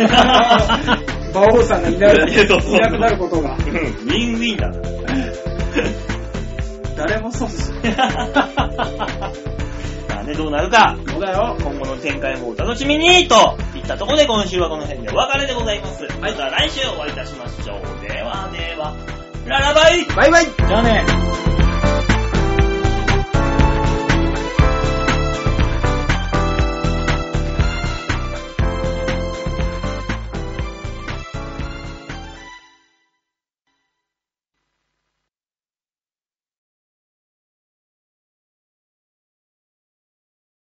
Speaker 3: な。馬王さん がいなく
Speaker 2: いやそうそうそう
Speaker 3: いなくなることが
Speaker 2: ウ。ィンウィンだな。
Speaker 3: 誰もそ うし
Speaker 2: さあね、どうなるか、
Speaker 3: そうだよ。
Speaker 2: 今後の展開もお楽しみにといったところで今週はこの辺でお別れでございます。また来週お会いいたしましょう。ではでは、ララバイ
Speaker 8: バイバイ
Speaker 1: じゃあね。